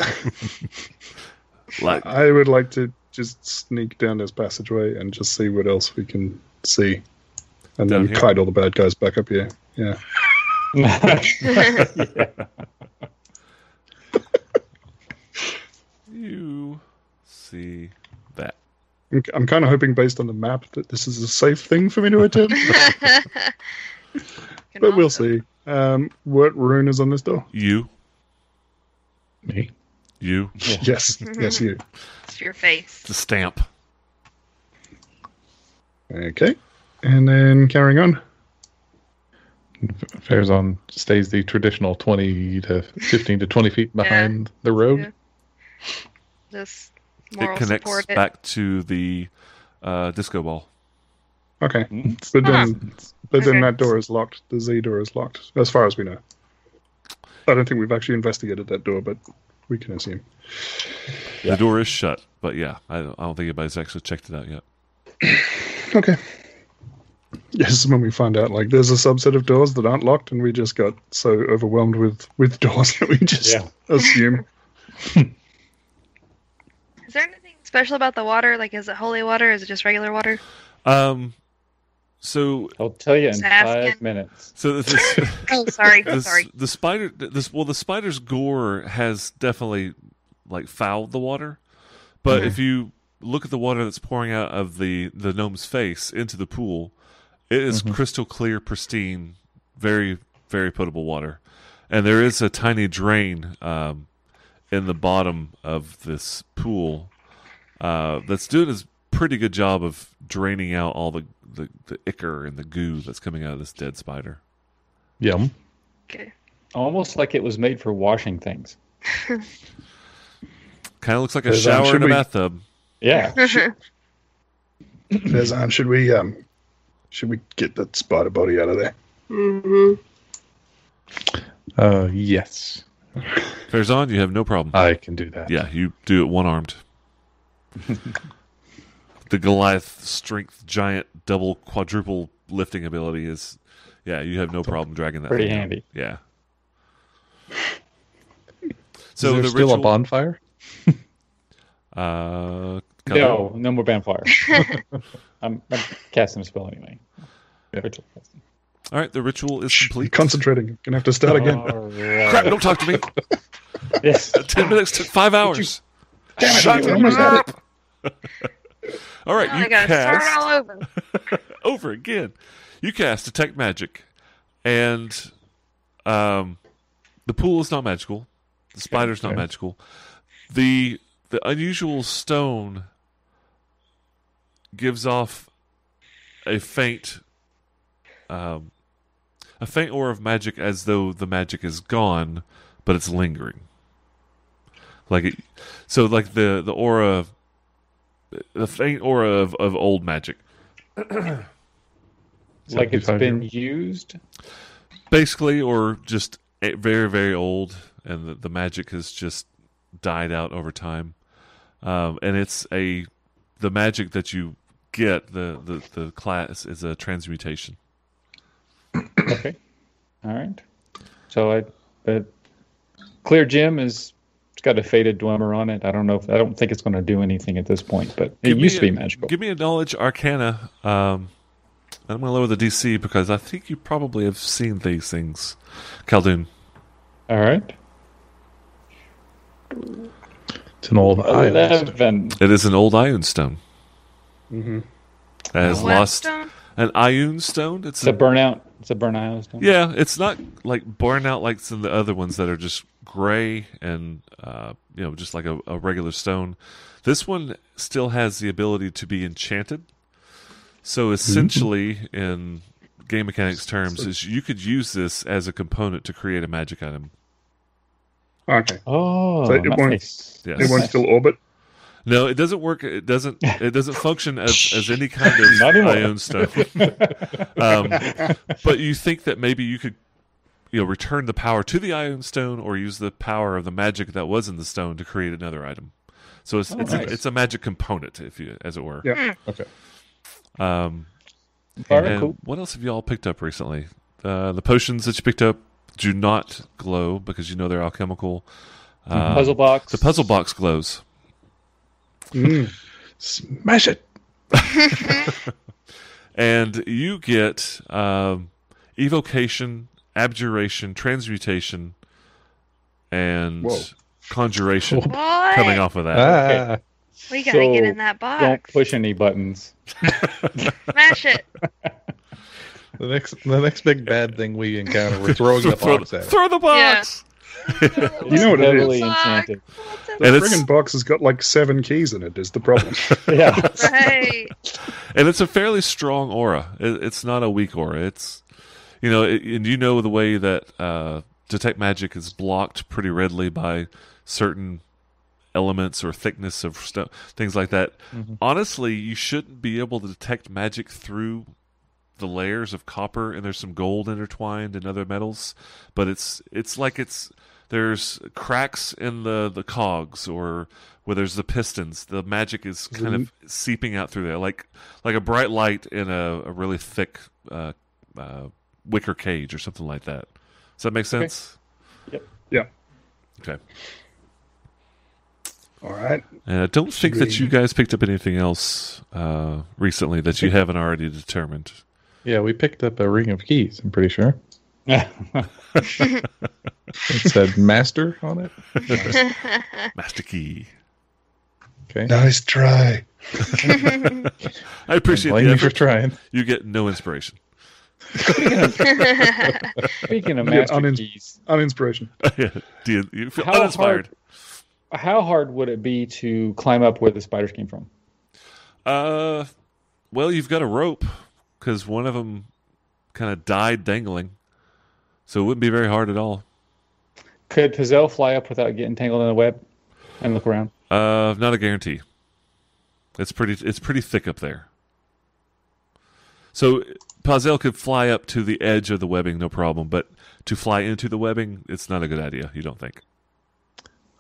S2: Like,
S5: I would like to just sneak down this passageway and just see what else we can see, and
S2: Down
S5: then
S2: here?
S5: kite all the bad guys back up here. Yeah.
S2: you see that?
S5: I'm, I'm kind of hoping, based on the map, that this is a safe thing for
S2: [laughs]
S5: me to attempt, but we'll see. Um, what rune is on this door?
S2: You,
S1: Me?
S2: you,
S5: Yes, yes, you.
S4: It's your face.
S2: the stamp.
S5: Okay, and then carrying on.
S1: Farazan stays the traditional 20 to 15 to 20 feet behind the road.
S4: Yeah. This moral
S2: It connects
S4: support.
S2: back to the uh, disco ball.
S5: Okay,
S3: Hmm.
S5: but then, but then
S4: Okay.
S5: that door is locked. The Z door is locked, as far as we know. I don't think we've actually investigated that door, but we can assume.
S2: The door is shut, but yeah, I, I don't think anybody's actually checked it out yet.
S5: Okay. Yes, this is when we find out like there's a subset of doors that aren't locked, and we just got so overwhelmed with with [laughs] doors that we just
S3: Yeah.
S5: assume.
S4: Is there anything special about the water? Like, is it holy water? Is it just regular water?
S2: Um, so
S3: I'll tell you in
S4: Just asking.
S3: five minutes.
S2: so this,
S4: [laughs]
S2: this, [laughs]
S4: Oh, sorry.
S2: this
S4: sorry.
S2: the spider this well the spider's gore has definitely like fouled the water, but
S4: Mm-hmm.
S2: if you look at the water that's pouring out of the the gnome's face into the pool, it is
S4: Mm-hmm.
S2: crystal clear, pristine, very very potable water, and there is a tiny drain um, in the bottom of this pool uh, that's doing a pretty good job of draining out all the, the, the ichor and the goo that's coming out of this dead spider.
S1: Yum.
S4: Okay.
S3: Almost like it was made for washing things.
S2: Kind of looks like a
S5: There's, um,
S2: shower
S5: should
S2: in a
S5: we-
S2: bathtub.
S3: Yeah.
S5: um, Fezan, should we um should we get that spider body out of there?
S1: Uh, yes,
S2: Farazan, you have no problem.
S1: I can do that.
S2: Yeah, you do it one armed. the Goliath strength giant double quadruple lifting ability is, yeah, you have no problem dragging that.
S3: Pretty
S2: thing out.
S3: handy.
S2: Yeah.
S1: So Is there still a bonfire?
S2: Uh, no.
S3: No, no more bonfire.
S4: [laughs]
S3: I'm, I'm casting a spell anyway.
S1: Yeah.
S3: Ritual casting.
S2: All right, the ritual is
S5: Shh,
S2: complete.
S5: Concentrating. Gonna have to start again.
S2: [laughs]
S3: Alright.
S2: Crap! Don't talk to me.
S3: Yes.
S2: Ten minutes took five hours.
S5: Damn it,
S2: Shut
S5: I
S4: Oh
S5: almost had it.
S2: up. All right,
S4: Now
S2: you
S4: I gotta
S2: cast.
S4: Oh start all over.
S2: over again. You cast detect magic, and um, the pool is not magical. The spider's not
S1: Okay.
S2: magical. the The unusual stone gives off a faint, um, a faint aura of magic, as though the magic is gone, but it's lingering. Like it, so like the the aura, the faint aura of of old magic.
S3: Like it's
S1: 75
S3: been
S1: euros.
S3: used.
S2: basically or just a- very very old and the, the magic has just died out over time um, and it's a the magic that you get the, the the class is a transmutation
S3: Okay. All right. So I, but Clear Gem is it's got a faded Dwemer on it. I don't know if I don't think it's going to do anything at this point, but it
S2: Give me
S3: used to
S2: a-
S3: be magical.
S2: give me a knowledge arcana um, i'm going to lower the dc because i think you probably have seen these things Khaldun.
S3: All right.
S1: It's an old
S2: Oh,
S1: island.
S3: Eleven.
S2: it is an old ion stone that has
S4: What
S2: lost
S4: stone?
S2: an ion stone it's
S3: It's a
S2: a
S3: burnout. It's a burnout. isn't it?
S2: Yeah, it's not like borne out like some of the other ones that are just gray and uh, you know just like a, a regular stone. This one still has the ability to be enchanted.
S3: Mm-hmm.
S2: So essentially, in game mechanics terms, is you could use this as a component to create a magic item.
S5: Okay.
S3: Oh,
S5: So it
S3: nice.
S5: won't-
S2: Yes.
S5: It won't
S3: [laughs]
S5: still orbit.
S2: No, it doesn't work. It doesn't. It doesn't function as, as any kind of
S3: [laughs] Not anymore.
S2: ion stone.
S3: [laughs]
S2: um, but you think that maybe you could, you know, return the power to the ion stone or use the power of the magic that was in the stone to create another item. So it's it's,
S3: Oh, nice.
S2: a, it's a magic component, if you as it were.
S5: Yeah.
S1: Okay.
S2: Um,
S3: All right,
S2: and
S3: cool.
S2: what else have y'all picked up recently? Uh, the potions that you picked up do not glow because you know they're alchemical. Uh,
S3: puzzle box.
S2: The puzzle box glows.
S5: Mm.
S1: Smash it.
S2: and you get um, evocation, abjuration, transmutation, and
S5: Whoa.
S2: conjuration
S4: What?
S2: coming off of that.
S1: Ah,
S4: We gotta get in that
S3: Don't
S4: box.
S3: push any buttons.
S4: Smash it.
S1: the next, the next big bad thing we encounter, we're throwing the
S2: throw,
S1: box at. it.
S2: throw the box.
S5: You know what it
S3: Heavily
S5: is.
S3: enchanted.
S5: The
S2: And it's-
S5: friggin' box has got like seven keys in it. Is the [laughs] problem?
S3: Yeah.
S4: right. [laughs]
S2: And it's a fairly strong aura. It, it's not a weak aura. It's you know, it, and you know the way that uh, detect magic is blocked pretty readily by certain elements or thickness of stuff, things like that. Honestly, you shouldn't be able to detect magic through the layers of copper, and there's some gold intertwined and other metals. But it's it's like it's there's cracks in the the cogs or where there's the pistons. The magic is kind of seeping out through there, like like a bright light in a, a really thick uh, uh, wicker cage or something like that. Does that make sense?
S5: yeah.
S2: Okay.
S5: All right.
S2: And I don't think that you
S5: Sweet.
S2: guys picked up anything else uh, recently that you haven't already determined.
S1: Yeah, we picked up a ring of keys. I'm pretty sure
S3: [laughs]
S1: it
S2: [laughs]
S1: said master on it.
S2: Master Key.
S1: Okay,
S5: Nice try.
S2: I appreciate
S1: blame
S2: the
S1: you for
S2: effort.
S1: trying.
S2: You get no inspiration. [laughs]
S3: Speaking
S5: [laughs]
S3: of
S5: You get
S3: master
S5: unin-
S3: keys,
S5: Uninspiration.
S2: Do you, you feel
S3: How hard-
S2: uninspired?
S3: how hard would it be to climb up where the spiders came from?
S2: Uh, well, you've got a rope because one of them kind of died dangling, so it wouldn't be very hard at all.
S3: Could Pazelle fly up without getting tangled in the web and look around?
S2: Uh, not a guarantee. It's pretty. It's pretty thick up there. So Pazel could fly up to the edge of the webbing, no problem. But to fly into the webbing, it's not a good idea. You don't think?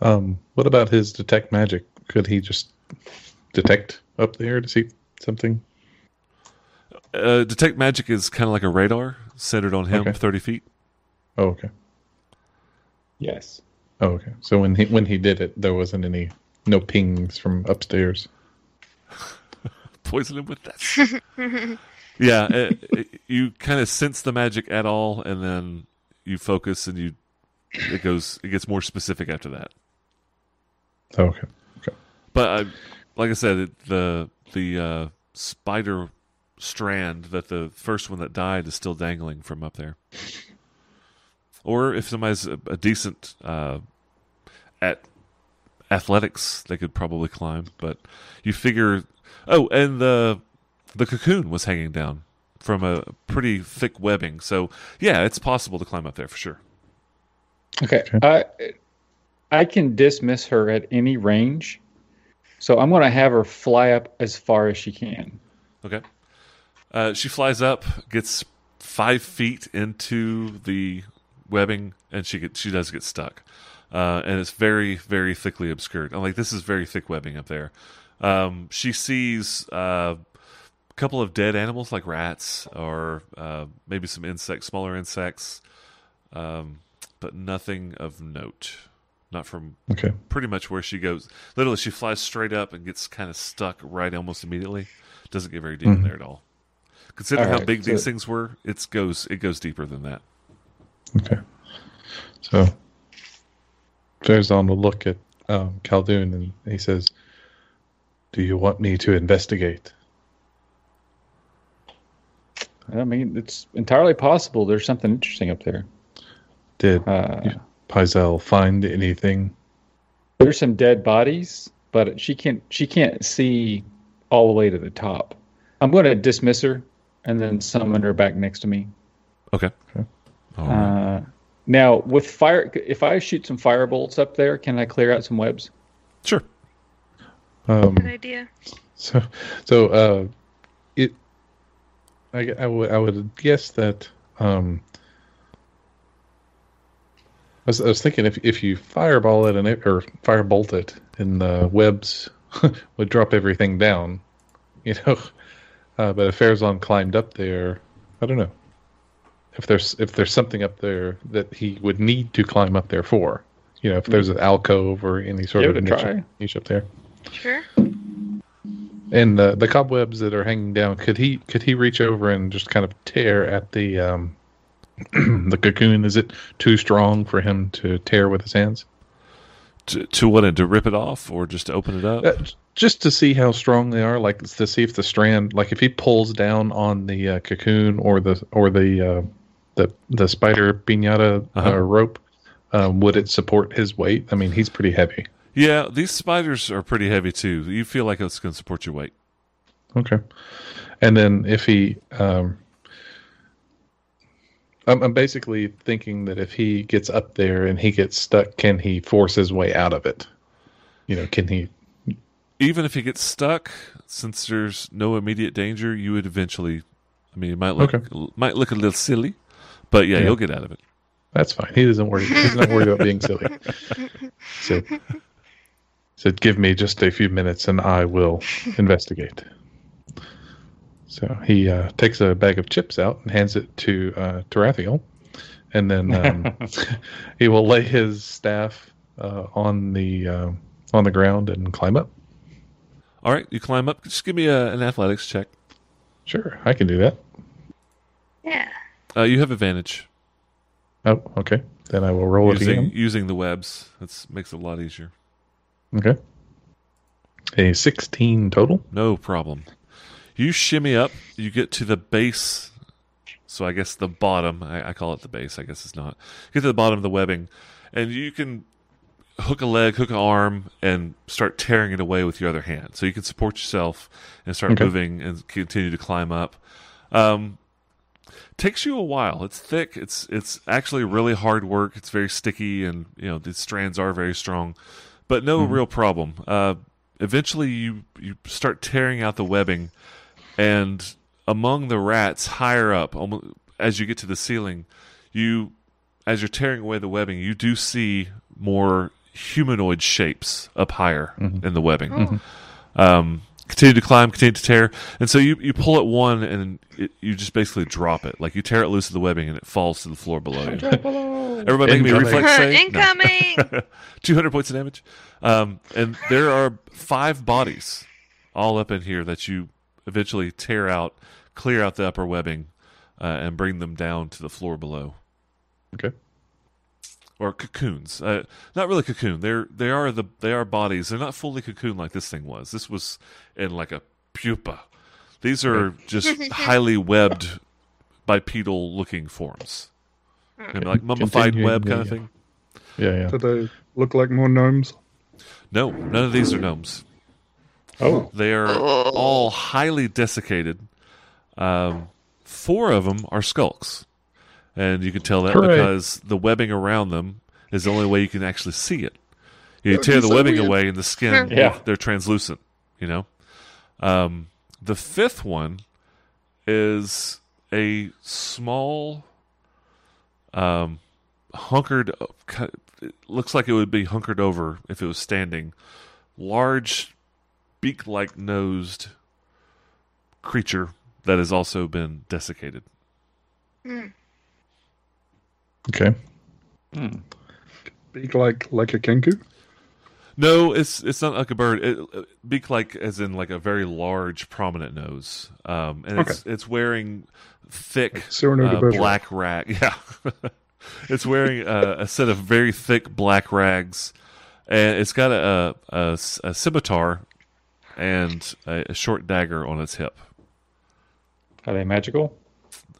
S1: Um, what about his detect magic? Could he just detect up there to see something?
S2: Uh, detect magic is kind of like a radar centered on him,
S1: Okay.
S2: thirty feet. [laughs]
S1: Oh, okay.
S3: Yes.
S1: Oh, okay. So when he when he did it, there wasn't any no pings from upstairs.
S2: Poison him with that. yeah, uh uh, you kind of sense the magic at all, and then you focus, and you it goes. It gets more specific after that.
S1: Oh, okay.
S2: But I, like I said, it, the the uh, spider strand that the first one that died is still dangling from up there. Or if somebody's a, a decent uh, at athletics, they could probably climb. But you figure, oh, and the the cocoon was hanging down from a pretty thick webbing, so yeah, it's possible to climb up there for sure.
S3: Okay. I I can dismiss her at any range. So I'm going to have her fly up as far as she can.
S2: Okay. Uh, she flies up, gets five feet into the webbing, and she get, she does get stuck. Uh, and it's very, very thickly obscured. I'm like, this is very thick webbing up there. Um, she sees uh, a couple of dead animals, like rats, or uh, maybe some insects, smaller insects, um, but nothing of note. Not from
S1: Okay.
S2: pretty much where she goes. Literally, she flies straight up and gets kind of stuck right almost immediately. Doesn't get very deep in
S1: Mhm.
S2: there at all. Consider
S3: All
S2: how
S3: right,
S2: big
S3: so-
S2: these things were. It goes it goes deeper than that.
S1: Okay. So there's on the look at um, Khaldun and he says, Do you want me to investigate?
S3: I mean, it's entirely possible there's something interesting up there.
S1: Did
S3: Uh,
S1: Paisel find anything?
S3: there's some dead bodies, but she can't she can't see all the way to the top. I'm going to dismiss her and then summon her back next to me.
S2: Okay. All right.
S3: Uh, now with fire, if I shoot some firebolts up there, can I clear out some webs?
S2: Sure.
S1: Um,
S4: Good idea.
S1: [laughs] So, so uh, it. I, gu- I would I would guess that um. I was, I was thinking if if you fireball it and it, or firebolt it and the webs [laughs] would drop everything down, you know. [laughs] Uh, but if Farazan climbed up there, I don't know. If there's if there's something up there that he would need to climb up there for, you know, if there's an alcove or any sort
S3: Give
S1: of
S3: it a
S1: niche-
S3: try.
S1: niche up there.
S4: Sure.
S1: And the the cobwebs that are hanging down, could he could he reach over and just kind of tear at the um [clears throat] the cocoon? Is it too strong for him to tear with his hands?
S2: To, to what end? To rip it off or just to open it up?
S1: Uh, j- just to see how strong they are, like to see if the strand, like if he pulls down on the uh, cocoon or the or the uh, the the spider pinata uh
S2: Uh-huh.
S1: rope, um, would it support his weight? I mean, he's pretty heavy.
S2: yeah, these spiders are pretty heavy too. You feel like it's going to support your weight.
S1: Okay. And then if he, um, I'm, I'm basically thinking that if he gets up there and he gets stuck, can he force his way out of it? You know, can he?
S2: Even if he gets stuck, since there's no immediate danger, you would eventually. I mean, it might look might look a little silly, but yeah,
S1: Yeah.
S2: you'll get out of it.
S1: That's fine. He doesn't worry. He's not worried about being silly. So, so give me just a few minutes and I will investigate. So he uh, takes a bag of chips out and hands it to uh, Tarathiel, and then um, he will lay his staff uh, on the uh, on the ground and climb up.
S2: All right, you climb up. Just give me a, an athletics check.
S1: Sure, I can do that.
S4: Yeah.
S2: Uh, you have advantage.
S1: Oh, okay. Then I will roll it
S2: using
S1: again.
S2: using the webs. That makes it a lot easier.
S1: Okay. A sixteen total.
S2: No problem. You shimmy up. You get to the base. So I guess the bottom. I, I call it the base. I guess it's not. get to the bottom of the webbing, and you can hook a leg, hook an arm, and start tearing it away with your other hand. So you can support yourself and start
S1: Okay.
S2: moving and continue to climb up. Um, takes you a while. It's thick. It's it's actually really hard work. It's very sticky, and you know the strands are very strong, but no real problem. Uh, eventually, you you start tearing out the webbing, and among the rats higher up, almo- as you get to the ceiling, you, as you're tearing away the webbing, you do see more humanoid shapes up higher
S1: Mhm.
S2: in the webbing.
S4: Oh.
S2: Um, continue to climb, continue to tear, and so you you pull at one, and it, you just basically drop it. Like you tear it loose of the webbing, and it falls to the floor below you. Everybody, make me a
S1: Incoming.
S4: [laughs]
S2: reflex save. No. [laughs]
S4: Incoming!
S2: 200 points of damage. Um, and there are five bodies all up in here that you eventually tear out, clear out the upper webbing, uh, and bring them down to the floor below.
S1: Okay.
S2: Or cocoons. Uh, not really cocoon. They're they are the they are bodies. They're not fully cocoon like this thing was. This was in like a pupa. These are just highly webbed bipedal looking forms. Maybe like mummified
S1: Continuing
S2: web
S1: the- uh,
S2: kind of thing.
S1: Yeah, yeah.
S5: Do they look like more gnomes?
S2: No, none of these are gnomes.
S3: Oh,
S2: They are
S4: Oh.
S2: all highly desiccated. Um, four of them are skulks, and you can tell that
S1: Hooray.
S2: because the webbing around them is the only way you can actually see it. You
S5: That
S2: tear
S5: is
S2: the
S5: so
S2: webbing
S5: weird.
S2: away, and the skin
S3: Yeah.
S2: they're translucent. You know, um, the fifth one is a small, um, hunkered. It looks like it would be hunkered over if it was standing. Large, beak-like nosed creature that has also been desiccated.
S1: Okay.
S5: Big like like a kenku?
S2: No, it's it's not like a bird. It, uh, beak like as in like a very large, prominent nose, um, and it's it's wearing thick
S5: Cyrano de
S2: uh,
S5: Bergerac.
S2: black rag. [laughs] Yeah, it's wearing uh, a set of very thick black rags, and it's got a a, a s- a scimitar and a, a short dagger on its hip.
S3: [laughs] are they magical?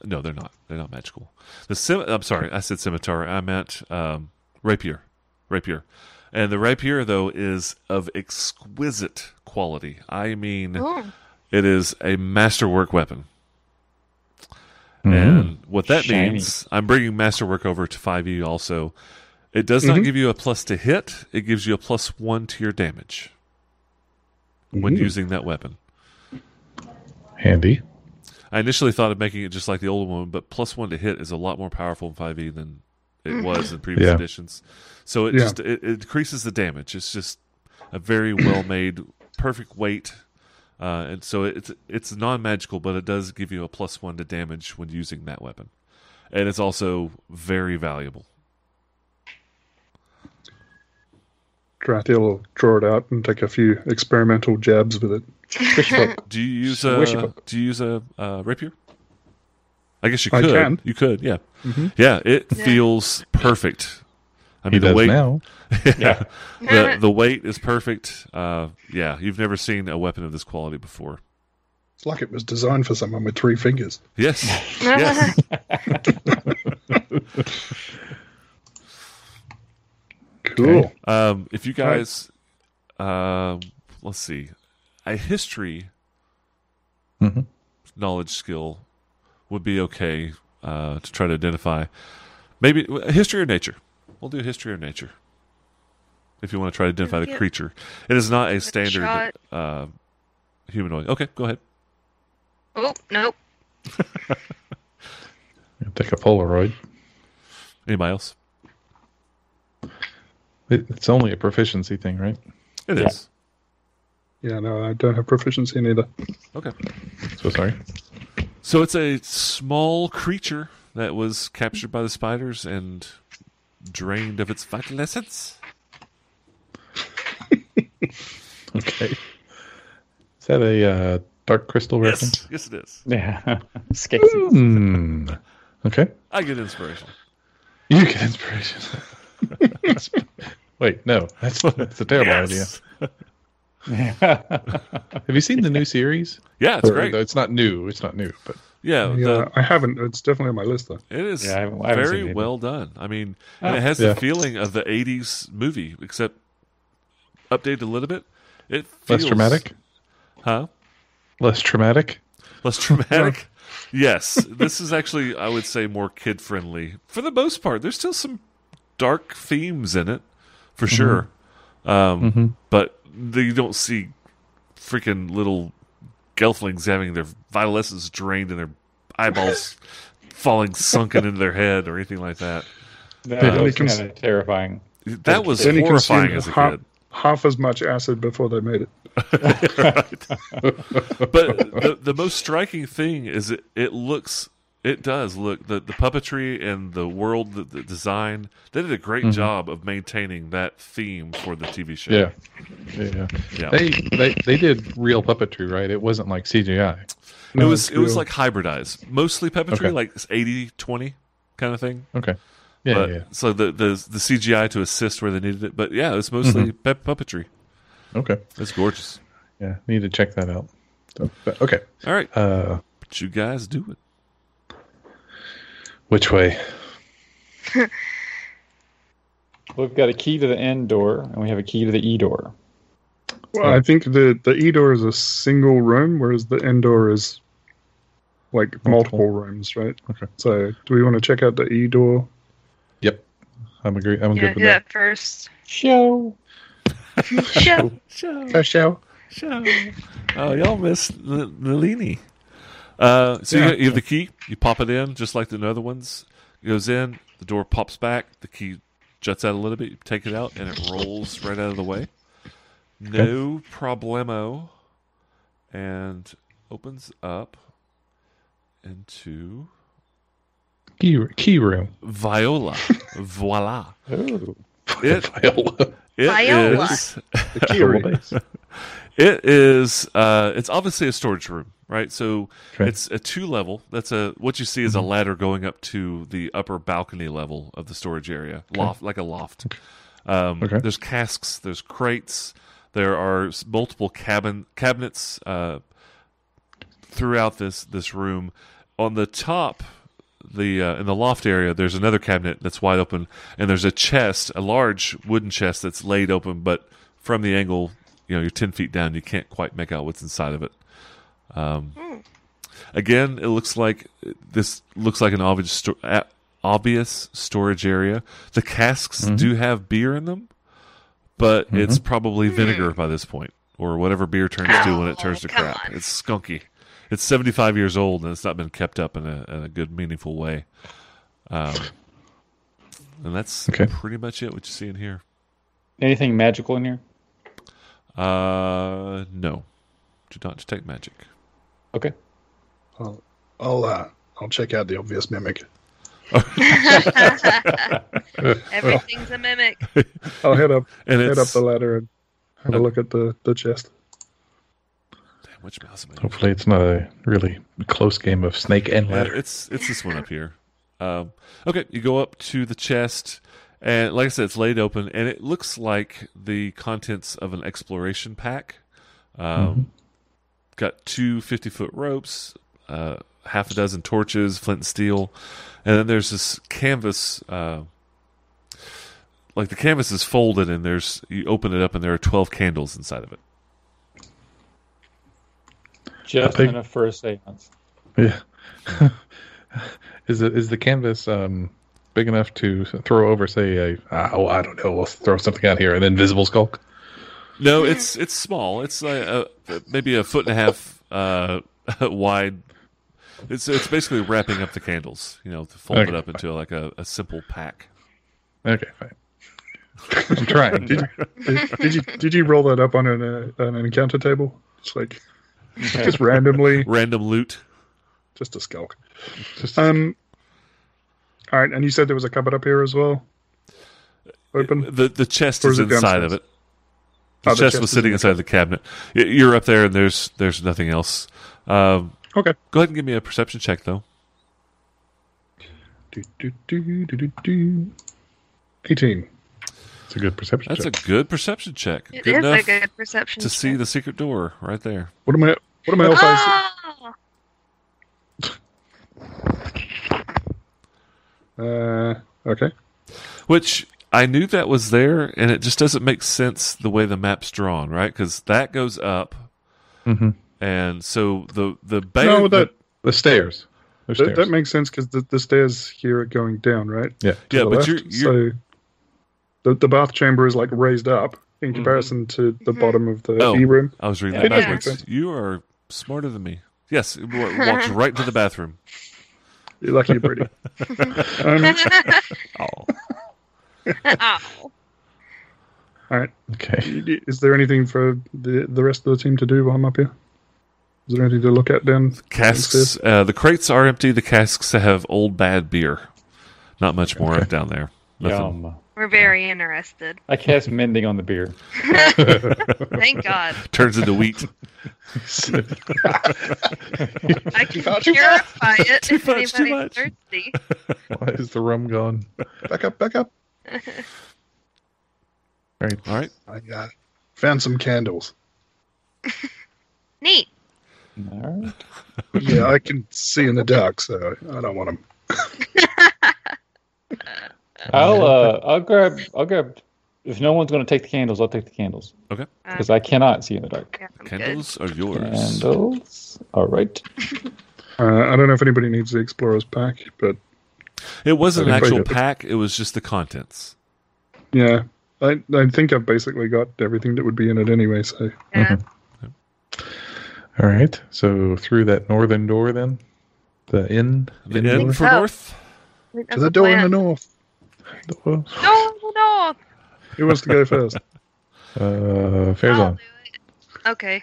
S2: No, they're not. They're not magical. The scim- I'm sorry, I said scimitar. I meant um, rapier, rapier. And the rapier though is of exquisite quality. I mean,
S4: Oh.
S2: it is a masterwork weapon.
S1: Mhm.
S2: And what that
S3: Shiny.
S2: means, I'm bringing masterwork over to 5e also. It does not
S5: Mhm.
S2: give you a plus to hit. It gives you a plus one to your damage when
S5: Ooh.
S2: using that weapon.
S1: Handy.
S2: I initially thought of making it just like the old one, but plus one to hit is a lot more powerful in five E than it was in previous
S1: Yeah.
S2: editions. So it
S5: Yeah.
S2: just it, it increases the damage. It's just a very well made, perfect weight, uh, and so it's it's non magical, but it does give you a plus one to damage when using that weapon, and it's also very valuable.
S5: Drathiel will draw it out and take a few experimental jabs with it.
S3: Fishbook.
S2: Do you use
S3: Swishy
S2: a
S3: book.
S2: do you use a uh, rapier? I guess you
S5: I
S2: could.
S5: can.
S2: You could, yeah,
S5: Mhm.
S2: yeah. It
S4: Yeah.
S2: feels perfect. I
S1: he
S2: mean, the
S1: does
S2: weight [laughs]
S1: now.
S3: Yeah.
S2: the
S4: [laughs]
S2: the weight is perfect. Uh, yeah, you've never seen a weapon of this quality before.
S5: It's like it was designed for someone with three fingers.
S2: Yes,
S4: [laughs]
S2: yes.
S5: Cool.
S2: Um, if you guys, um let's see, a history
S1: Mhm.
S2: knowledge skill would be okay uh, to try to identify. Maybe uh, history or nature. We'll do history or nature. If you want to try to identify the
S4: Yeah.
S2: creature, it is not a standard
S4: shot.
S2: uh, humanoid. Okay, go ahead.
S4: oh, nope.
S1: Take a Polaroid.
S2: Anybody else?
S1: It, it's only a proficiency thing, right?
S2: It is.
S3: Yeah.
S5: Yeah, no, I don't have proficiency in either.
S2: Okay.
S1: So sorry. [laughs]
S2: So it's a small creature that was captured by the spiders and drained of its vital essence.
S1: Okay. Is that a uh, dark crystal reference?
S2: Yes, yes, it is.
S3: Yeah. [laughs] Skeksis.
S1: Hmm. Okay.
S2: I get inspiration.
S1: You get
S2: [laughs]
S1: inspiration. Wait, no, that's that's a terrible idea.
S2: Yes.
S1: Have you seen the new series?
S2: Yeah, it's
S1: Or- uh,
S2: great.
S1: It's not new. It's not new, but
S2: Yeah,
S5: Yeah,
S2: the-
S5: I haven't. It's definitely on my list though.
S2: it is
S3: Yeah, I haven't- I haven't seen it
S2: very
S3: either. Oh.
S2: well done. I mean, and it has
S1: Yeah.
S2: the feeling of the '80s movie, except updated a little bit. It feels,
S1: less dramatic.
S2: huh?
S1: Less traumatic.
S2: Less dramatic. yes, this is actually, I would say, more kid friendly for the most part. There's still some dark themes in it, for sure. Um,
S1: Mhm.
S2: But they don't see freaking little gelflings having their vital essence drained and their eyeballs falling sunken into their head or anything like that.
S3: That
S2: Then he
S3: was
S5: comes-
S3: kind of terrifying.
S2: That was
S5: Then he
S2: horrifying
S5: consumed
S2: as a
S5: hot-
S2: kid.
S5: Half as much acid before they made it.
S2: Right. but
S1: [laughs]
S2: the, the most striking thing is it, it looks it does look the, the puppetry and the world the, the design they did a great job of maintaining that theme for the tv show
S1: Mm-hmm. Yeah. Yeah.
S2: Yeah.
S1: They, they they did real puppetry, right? It wasn't like CGI.
S2: it
S5: No,
S2: was
S5: it's
S2: it was
S5: real.
S2: like hybridized mostly puppetry
S1: Okay.
S2: like 80 20 kind of thing
S1: Okay. Yeah,
S2: but,
S1: yeah.
S2: so the, the the cgi to assist where they needed it but yeah it was mostly
S1: Mm-hmm.
S2: pu- puppetry
S1: Okay.
S2: it's gorgeous
S1: Yeah. Need to check that out. So, but, okay.
S2: all right
S1: Uh
S2: but you guys do it
S1: which way?
S3: We've got a key to the end door, and we have a key to the E door.
S5: Well, I think the the E door is a single room, whereas the N door is like multiple,
S1: Multiple.
S5: rooms, right?
S1: Okay.
S5: So, do we want to check out the E door?
S1: Yep. I'm agree I'm
S4: Yeah,
S1: good
S4: do
S1: with that.
S4: that first.
S3: Show.
S2: [laughs]
S4: Show. [laughs]
S2: Show.
S5: A shell.
S2: Show. Oh, y'all missed L- Nalini. Uh, so you,
S5: Yeah.
S2: you have the key. You pop it in, just like the other ones. goes in. The door pops back. The key juts out a little bit. You take it out, and it rolls right out of the way. No problemo. And opens up into
S1: Key, key room.
S2: Viola. Voila. Oh.
S1: [laughs]
S3: Ooh.
S2: It,
S1: Viola.
S2: it
S4: Viola.
S2: is-
S5: The key
S2: [laughs]
S5: ring.
S2: It is. Uh, it's obviously a storage room, right? So
S1: Okay. Mm-hmm.
S2: it's a two level. That's a what you see is a ladder going up to the upper balcony level of the storage area, loft like a loft. Um,
S1: Okay.
S2: There's casks. There's crates. There are s- multiple cabin cabinets uh, throughout this this room. On the top, the uh, in the loft area, there's another cabinet that's wide open, and there's a chest, a large wooden chest that's laid open, but from the angle, you know, you're ten feet down, you can't quite make out what's inside of it. Um, again, it looks like this looks like an obvious sto- a- obvious storage area. The casks
S5: Mm-hmm.
S2: do have beer in them, but it's probably vinegar by this point, or whatever beer turns to when it
S4: Hmm. Oh,
S2: turns to
S4: come
S2: crap.
S4: on.
S2: It's skunky. It's 75 years old and it's not been kept up in a, in a good, meaningful way. Um, and that's
S1: Okay.
S2: pretty much it. What you see in here?
S3: Anything magical in here?
S2: Uh, no, do not detect magic.
S5: [laughs]
S3: Okay.
S5: I'll I'll, uh, I'll check out the obvious mimic.
S4: Everything's a mimic.
S5: I'll head up
S2: And
S5: head
S2: it's
S5: up the ladder and have a look at the the chest.
S2: Damn, which mouse am I? using?
S1: [laughs] Hopefully it's not a really close game of snake and
S2: Yeah,
S1: ladder.
S2: it's it's this one up here. Um, okay, you go up to the chest, and like I said, it's laid open, and it looks like the contents of an exploration pack. Um, Got two 50 foot ropes, uh, half a dozen torches, flint and steel, and then there's this canvas. Uh, like the canvas is folded, and there's you open it up, and there are 12 candles inside of it.
S3: Just
S1: Pig-
S3: enough for a seance.
S1: Yeah. [laughs] is it is the canvas um big enough to throw over say a ah, oh I don't know we'll throw something out here an invisible skulk?
S2: No, it's it's small. It's uh uh maybe a foot and a half uh, [laughs] wide. It's it's basically wrapping up the candles. You know, to fold it
S1: Okay.
S2: up into like a, a simple pack.
S1: Okay, fine. [laughs] I'm trying.
S5: Did, did, did you did you roll that up on an uh, on an encounter table? It's like
S3: Okay.
S5: just
S2: [laughs]
S5: randomly,
S2: Random loot.
S5: just a skulk.
S1: Just-
S5: Um. All right, and you said there was a cupboard up here as well. Open.
S2: The the chest
S5: Or is
S2: is
S5: it
S2: inside of
S5: downstairs?
S2: it. The
S5: Oh,
S2: chest was
S5: is
S2: sitting
S5: in-
S2: inside the cabinet. Y- You're up there, and there's there's nothing else. Um,
S5: Okay.
S2: go ahead and give me a perception check, though.
S5: Do, do, do, do, do, do. 18.
S1: It's a good perception.
S2: That's a
S1: check.
S2: good perception check.
S4: It
S2: good
S4: is
S2: enough
S4: a good perception.
S2: to see
S4: check.
S2: the secret door right there.
S5: What am I? What am I also?
S4: Oh!
S5: Uh, okay.
S2: Which I knew that was there, and it just doesn't make sense the way the map's drawn, right? Because that goes up,
S1: Mhm.
S2: and so the the bay.
S5: no, that,
S1: The stairs. There's
S5: that
S1: stairs.
S5: that makes sense because the, the stairs here are going down, right?
S1: yeah.
S5: To
S2: yeah,
S5: the
S2: but
S5: left.
S2: you're, you're
S5: so the the bath chamber is like raised up in comparison to the
S4: Mhm.
S5: bottom of the
S2: Mm-hmm. Oh.
S5: e room.
S2: I was reading
S4: Yeah,
S2: that
S4: it does
S5: make
S2: backwards. You are smarter than me. Yes, it wa-
S4: [laughs]
S2: walks right to the bathroom.
S5: You're lucky you're pretty. um,
S2: Oh,
S4: [laughs] oh.
S5: all right.
S1: Okay.
S5: Is there anything for the the rest of the team to do while I'm up here? Is there anything to look at down?
S2: casks. Uh, the crates are empty. The casks have old bad beer. Not much more
S1: Okay.
S2: down there. Nothing.
S3: Yum.
S4: We're very interested.
S3: I cast mending on the beer.
S4: Thank God.
S2: [laughs] Turns into wheat. [laughs]
S4: I can
S5: much.
S4: purify it
S2: Too
S4: if
S2: much, too
S4: anybody's
S2: much.
S4: thirsty.
S1: [laughs] Why is the rum gone?
S5: Back up, back up.
S1: All right.
S2: All right.
S5: I uh, found some candles.
S4: Neat.
S3: All right.
S5: Yeah, I can see in the dark, so I don't want them.
S2: Oh.
S3: I'll uh, I'll grab I'll grab. If no one's going to take the candles, I'll take the candles
S4: Um,
S3: because I cannot see in the dark.
S4: yeah, I'm good.
S2: Candles are yours.
S3: Candles. All right.
S5: Uh, I don't know if anybody needs the explorer's pack, but
S2: It wasn't an
S5: Okay, very
S2: actual
S5: good.
S2: pack. It was just the contents.
S5: yeah, I I think I've basically got everything that would be in it anyway. So
S4: Yeah.
S2: Mm-hmm.
S1: All right. So through that northern door, then the inn.
S2: The
S1: inn
S2: end
S1: door?
S2: for
S4: so.
S2: north.
S4: I think
S5: to
S4: that's
S5: the
S4: the
S5: door in the
S4: plan.
S5: north.
S1: Well,
S4: No, no, no.
S5: Who wants to go first?
S1: Uh, fares
S4: I'll
S1: on.
S4: do it.
S2: [laughs]
S4: Okay.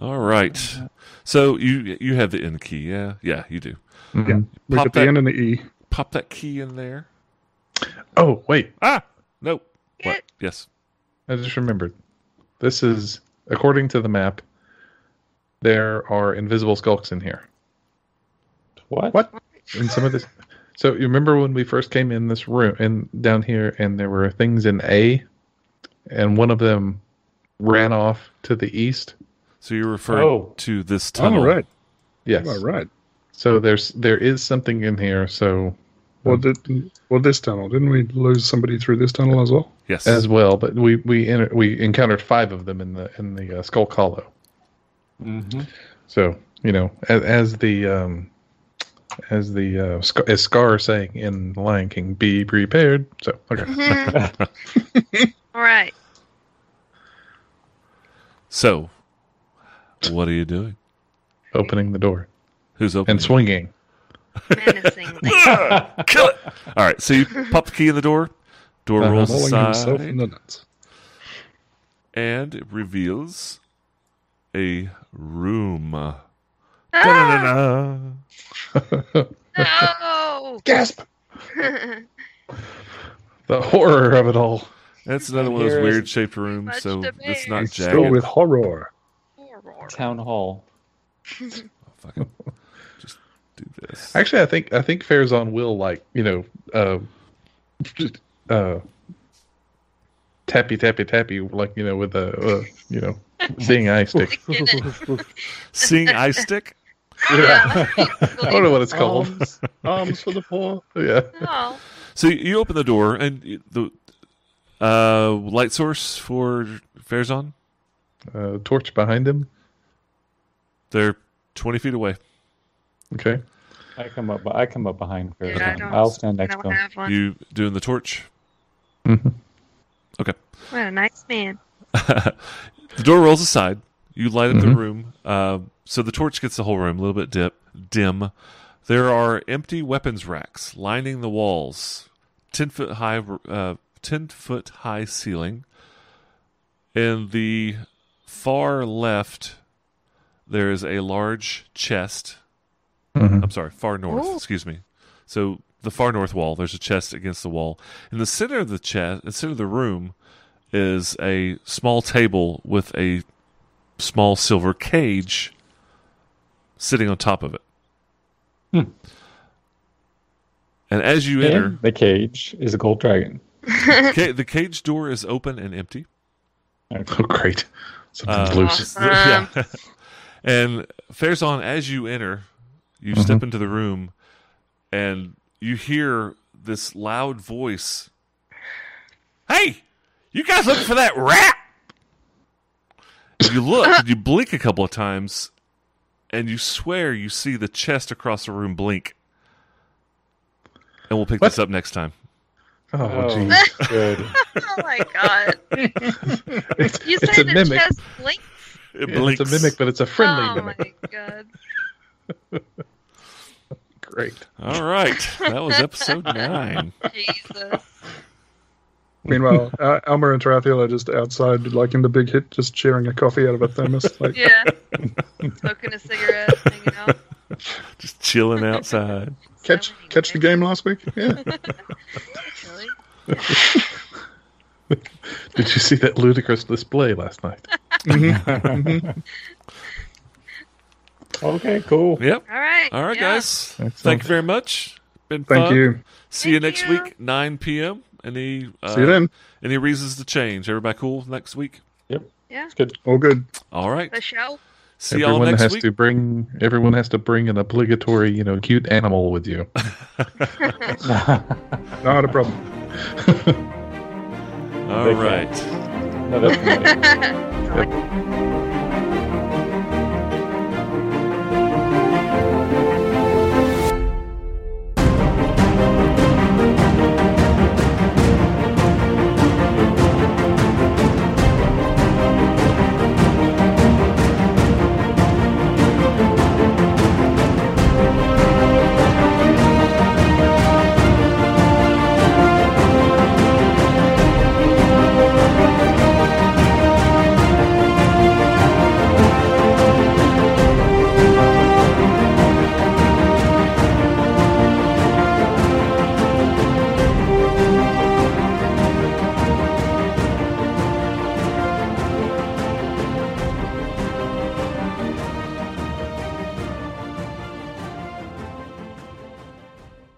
S2: All right. So you you have the end key. Yeah, yeah, you do.
S1: Mhm.
S5: We
S2: Pop
S5: got
S2: that-
S5: the N and the E.
S2: Pop that key in there.
S1: Oh wait,
S2: Ah, nope.
S4: Get-
S2: What? Yes.
S1: I just remembered. This is according to the map. There are invisible skulks in here.
S3: What?
S1: What? And some of this. So you remember when we first came in this room and down here, and there were things in A, and one of them ran off to the east.
S2: So you're referring
S3: Oh.
S2: to this tunnel.
S5: All right,
S1: Yes.
S5: all right.
S1: So there's there is something in here. So
S5: Well, did, well, this tunnel didn't we lose somebody through this tunnel as well?
S2: Yes.
S1: as well, but we we enter, we encountered five of them in the in the uh, skull hollow. Mm-hmm.
S3: Mhm.
S1: So you know, as, as the um, as the uh, Scar, as Scar saying in Lion King, be prepared. So okay,
S4: Mhm.
S2: [laughs]
S4: All right.
S2: so, what are you doing?
S1: opening the door
S2: Who's open?
S1: and swinging.
S4: Menacingly.
S2: [laughs] Kill it. All right. So you pop the key in the door. Door
S1: Uh-huh.
S2: rolls
S5: Rolling himself in
S2: aside
S5: the nuts.
S2: and it reveals a room.
S4: Ah,
S2: Da-da-da-da.
S4: no. [laughs]
S5: Gasp!
S1: The horror of it all.
S2: That's another one of those
S3: Here is
S2: weird shaped rooms,
S4: much
S2: so
S4: to
S2: it's
S4: bear.
S2: not
S5: It's
S2: jagged.
S5: Still with horror.
S4: Horror.
S3: Town hall.
S2: I'll fucking just do this.
S1: Actually, I think I think Farazan will like you know, uh, just, uh, tappy tappy tappy like you know with the uh, you know seeing eye stick.
S5: [laughs]
S3: [laughs]
S5: Oh,
S2: Seeing eye stick.
S4: [laughs] Yeah.
S1: I don't know what it's called.
S5: Arms, arms for the poor.
S1: [laughs] Yeah.
S4: No.
S2: So you open the door and you- the uh, light source for Fairzon.
S1: Uh, torch behind him.
S2: They're twenty feet away.
S1: Okay.
S3: I come up. I come up behind. Farazan.
S4: Dude, I don't-
S3: I'll stand
S4: I
S3: next to
S4: don't
S3: him.
S4: have one.
S2: You doing the torch?
S1: Mhm.
S4: What a nice
S3: [laughs]
S4: man.
S2: The door rolls aside. You light up the
S1: Mhm.
S2: room. Uh, so the torch gets the whole room a little bit dip, dim. There are empty weapons racks lining the walls. Ten foot high, uh, ten foot high ceiling. In the far left, there is a large chest.
S1: Mhm.
S2: I'm sorry, far north.
S4: Ooh.
S2: Excuse me. So the far north wall. There's a chest against the wall. In the center of the chest, the center of the room, is a small table with a small silver cage sitting on top of it.
S3: Hmm.
S2: And as you enter,
S3: In the cage is a gold dragon.
S2: ca- the cage door is open and empty.
S1: Oh, great. Something's
S2: Uh, [laughs]
S1: loose.
S4: Awesome.
S2: Yeah. and Farazan, as you enter, you
S1: Mm-hmm.
S2: step into the room, and you hear this loud voice. Hey, you guys looking for that rat? And you look,
S1: [laughs]
S2: and you blink a couple of times, and you swear you see the chest across the room blink. And we'll pick
S1: What?
S2: this up next time.
S1: Oh,
S3: Oh,
S1: jeez.
S3: good.
S4: Oh my god!
S1: It's,
S4: [laughs] You
S1: It's
S4: say
S1: a
S4: the
S1: mimic.
S4: chest blinks?
S2: It
S1: Yeah,
S2: blinks.
S1: it's a mimic, but it's a friendly
S4: oh
S1: mimic.
S4: my god!
S1: Great.
S2: All right, that was episode nine.
S4: Jesus.
S5: Meanwhile, uh, Alma and Tarathiel are just outside, like in the big hit, just sharing a coffee out of a
S4: [laughs]
S5: thermos. Like,
S3: [laughs]
S4: Yeah. Smoking a cigarette, hanging out.
S2: Just chilling outside.
S5: catch catch the game last week. Yeah,
S4: Actually.
S1: Did you see that ludicrous display last night?
S3: Okay,
S2: [laughs]
S3: cool. [laughs]
S2: Yep.
S4: All right.
S2: All right,
S4: yeah.
S2: guys.
S1: Excellent.
S2: Thank you very much. Been
S5: thank
S2: fun.
S5: you.
S2: See you
S4: Thank
S2: next
S4: you.
S2: week, 9 p.m. Any uh,
S5: See you then.
S2: Any reasons to change? Everybody cool next week?
S4: Yeah.
S5: All good.
S2: All right.
S4: The show.
S2: See y'all
S1: everyone
S2: next
S1: has
S2: week.
S1: to bring everyone has to bring an obligatory, you know, cute animal with you.
S5: Not a problem.
S2: All right.
S3: No, that's-
S4: It's like-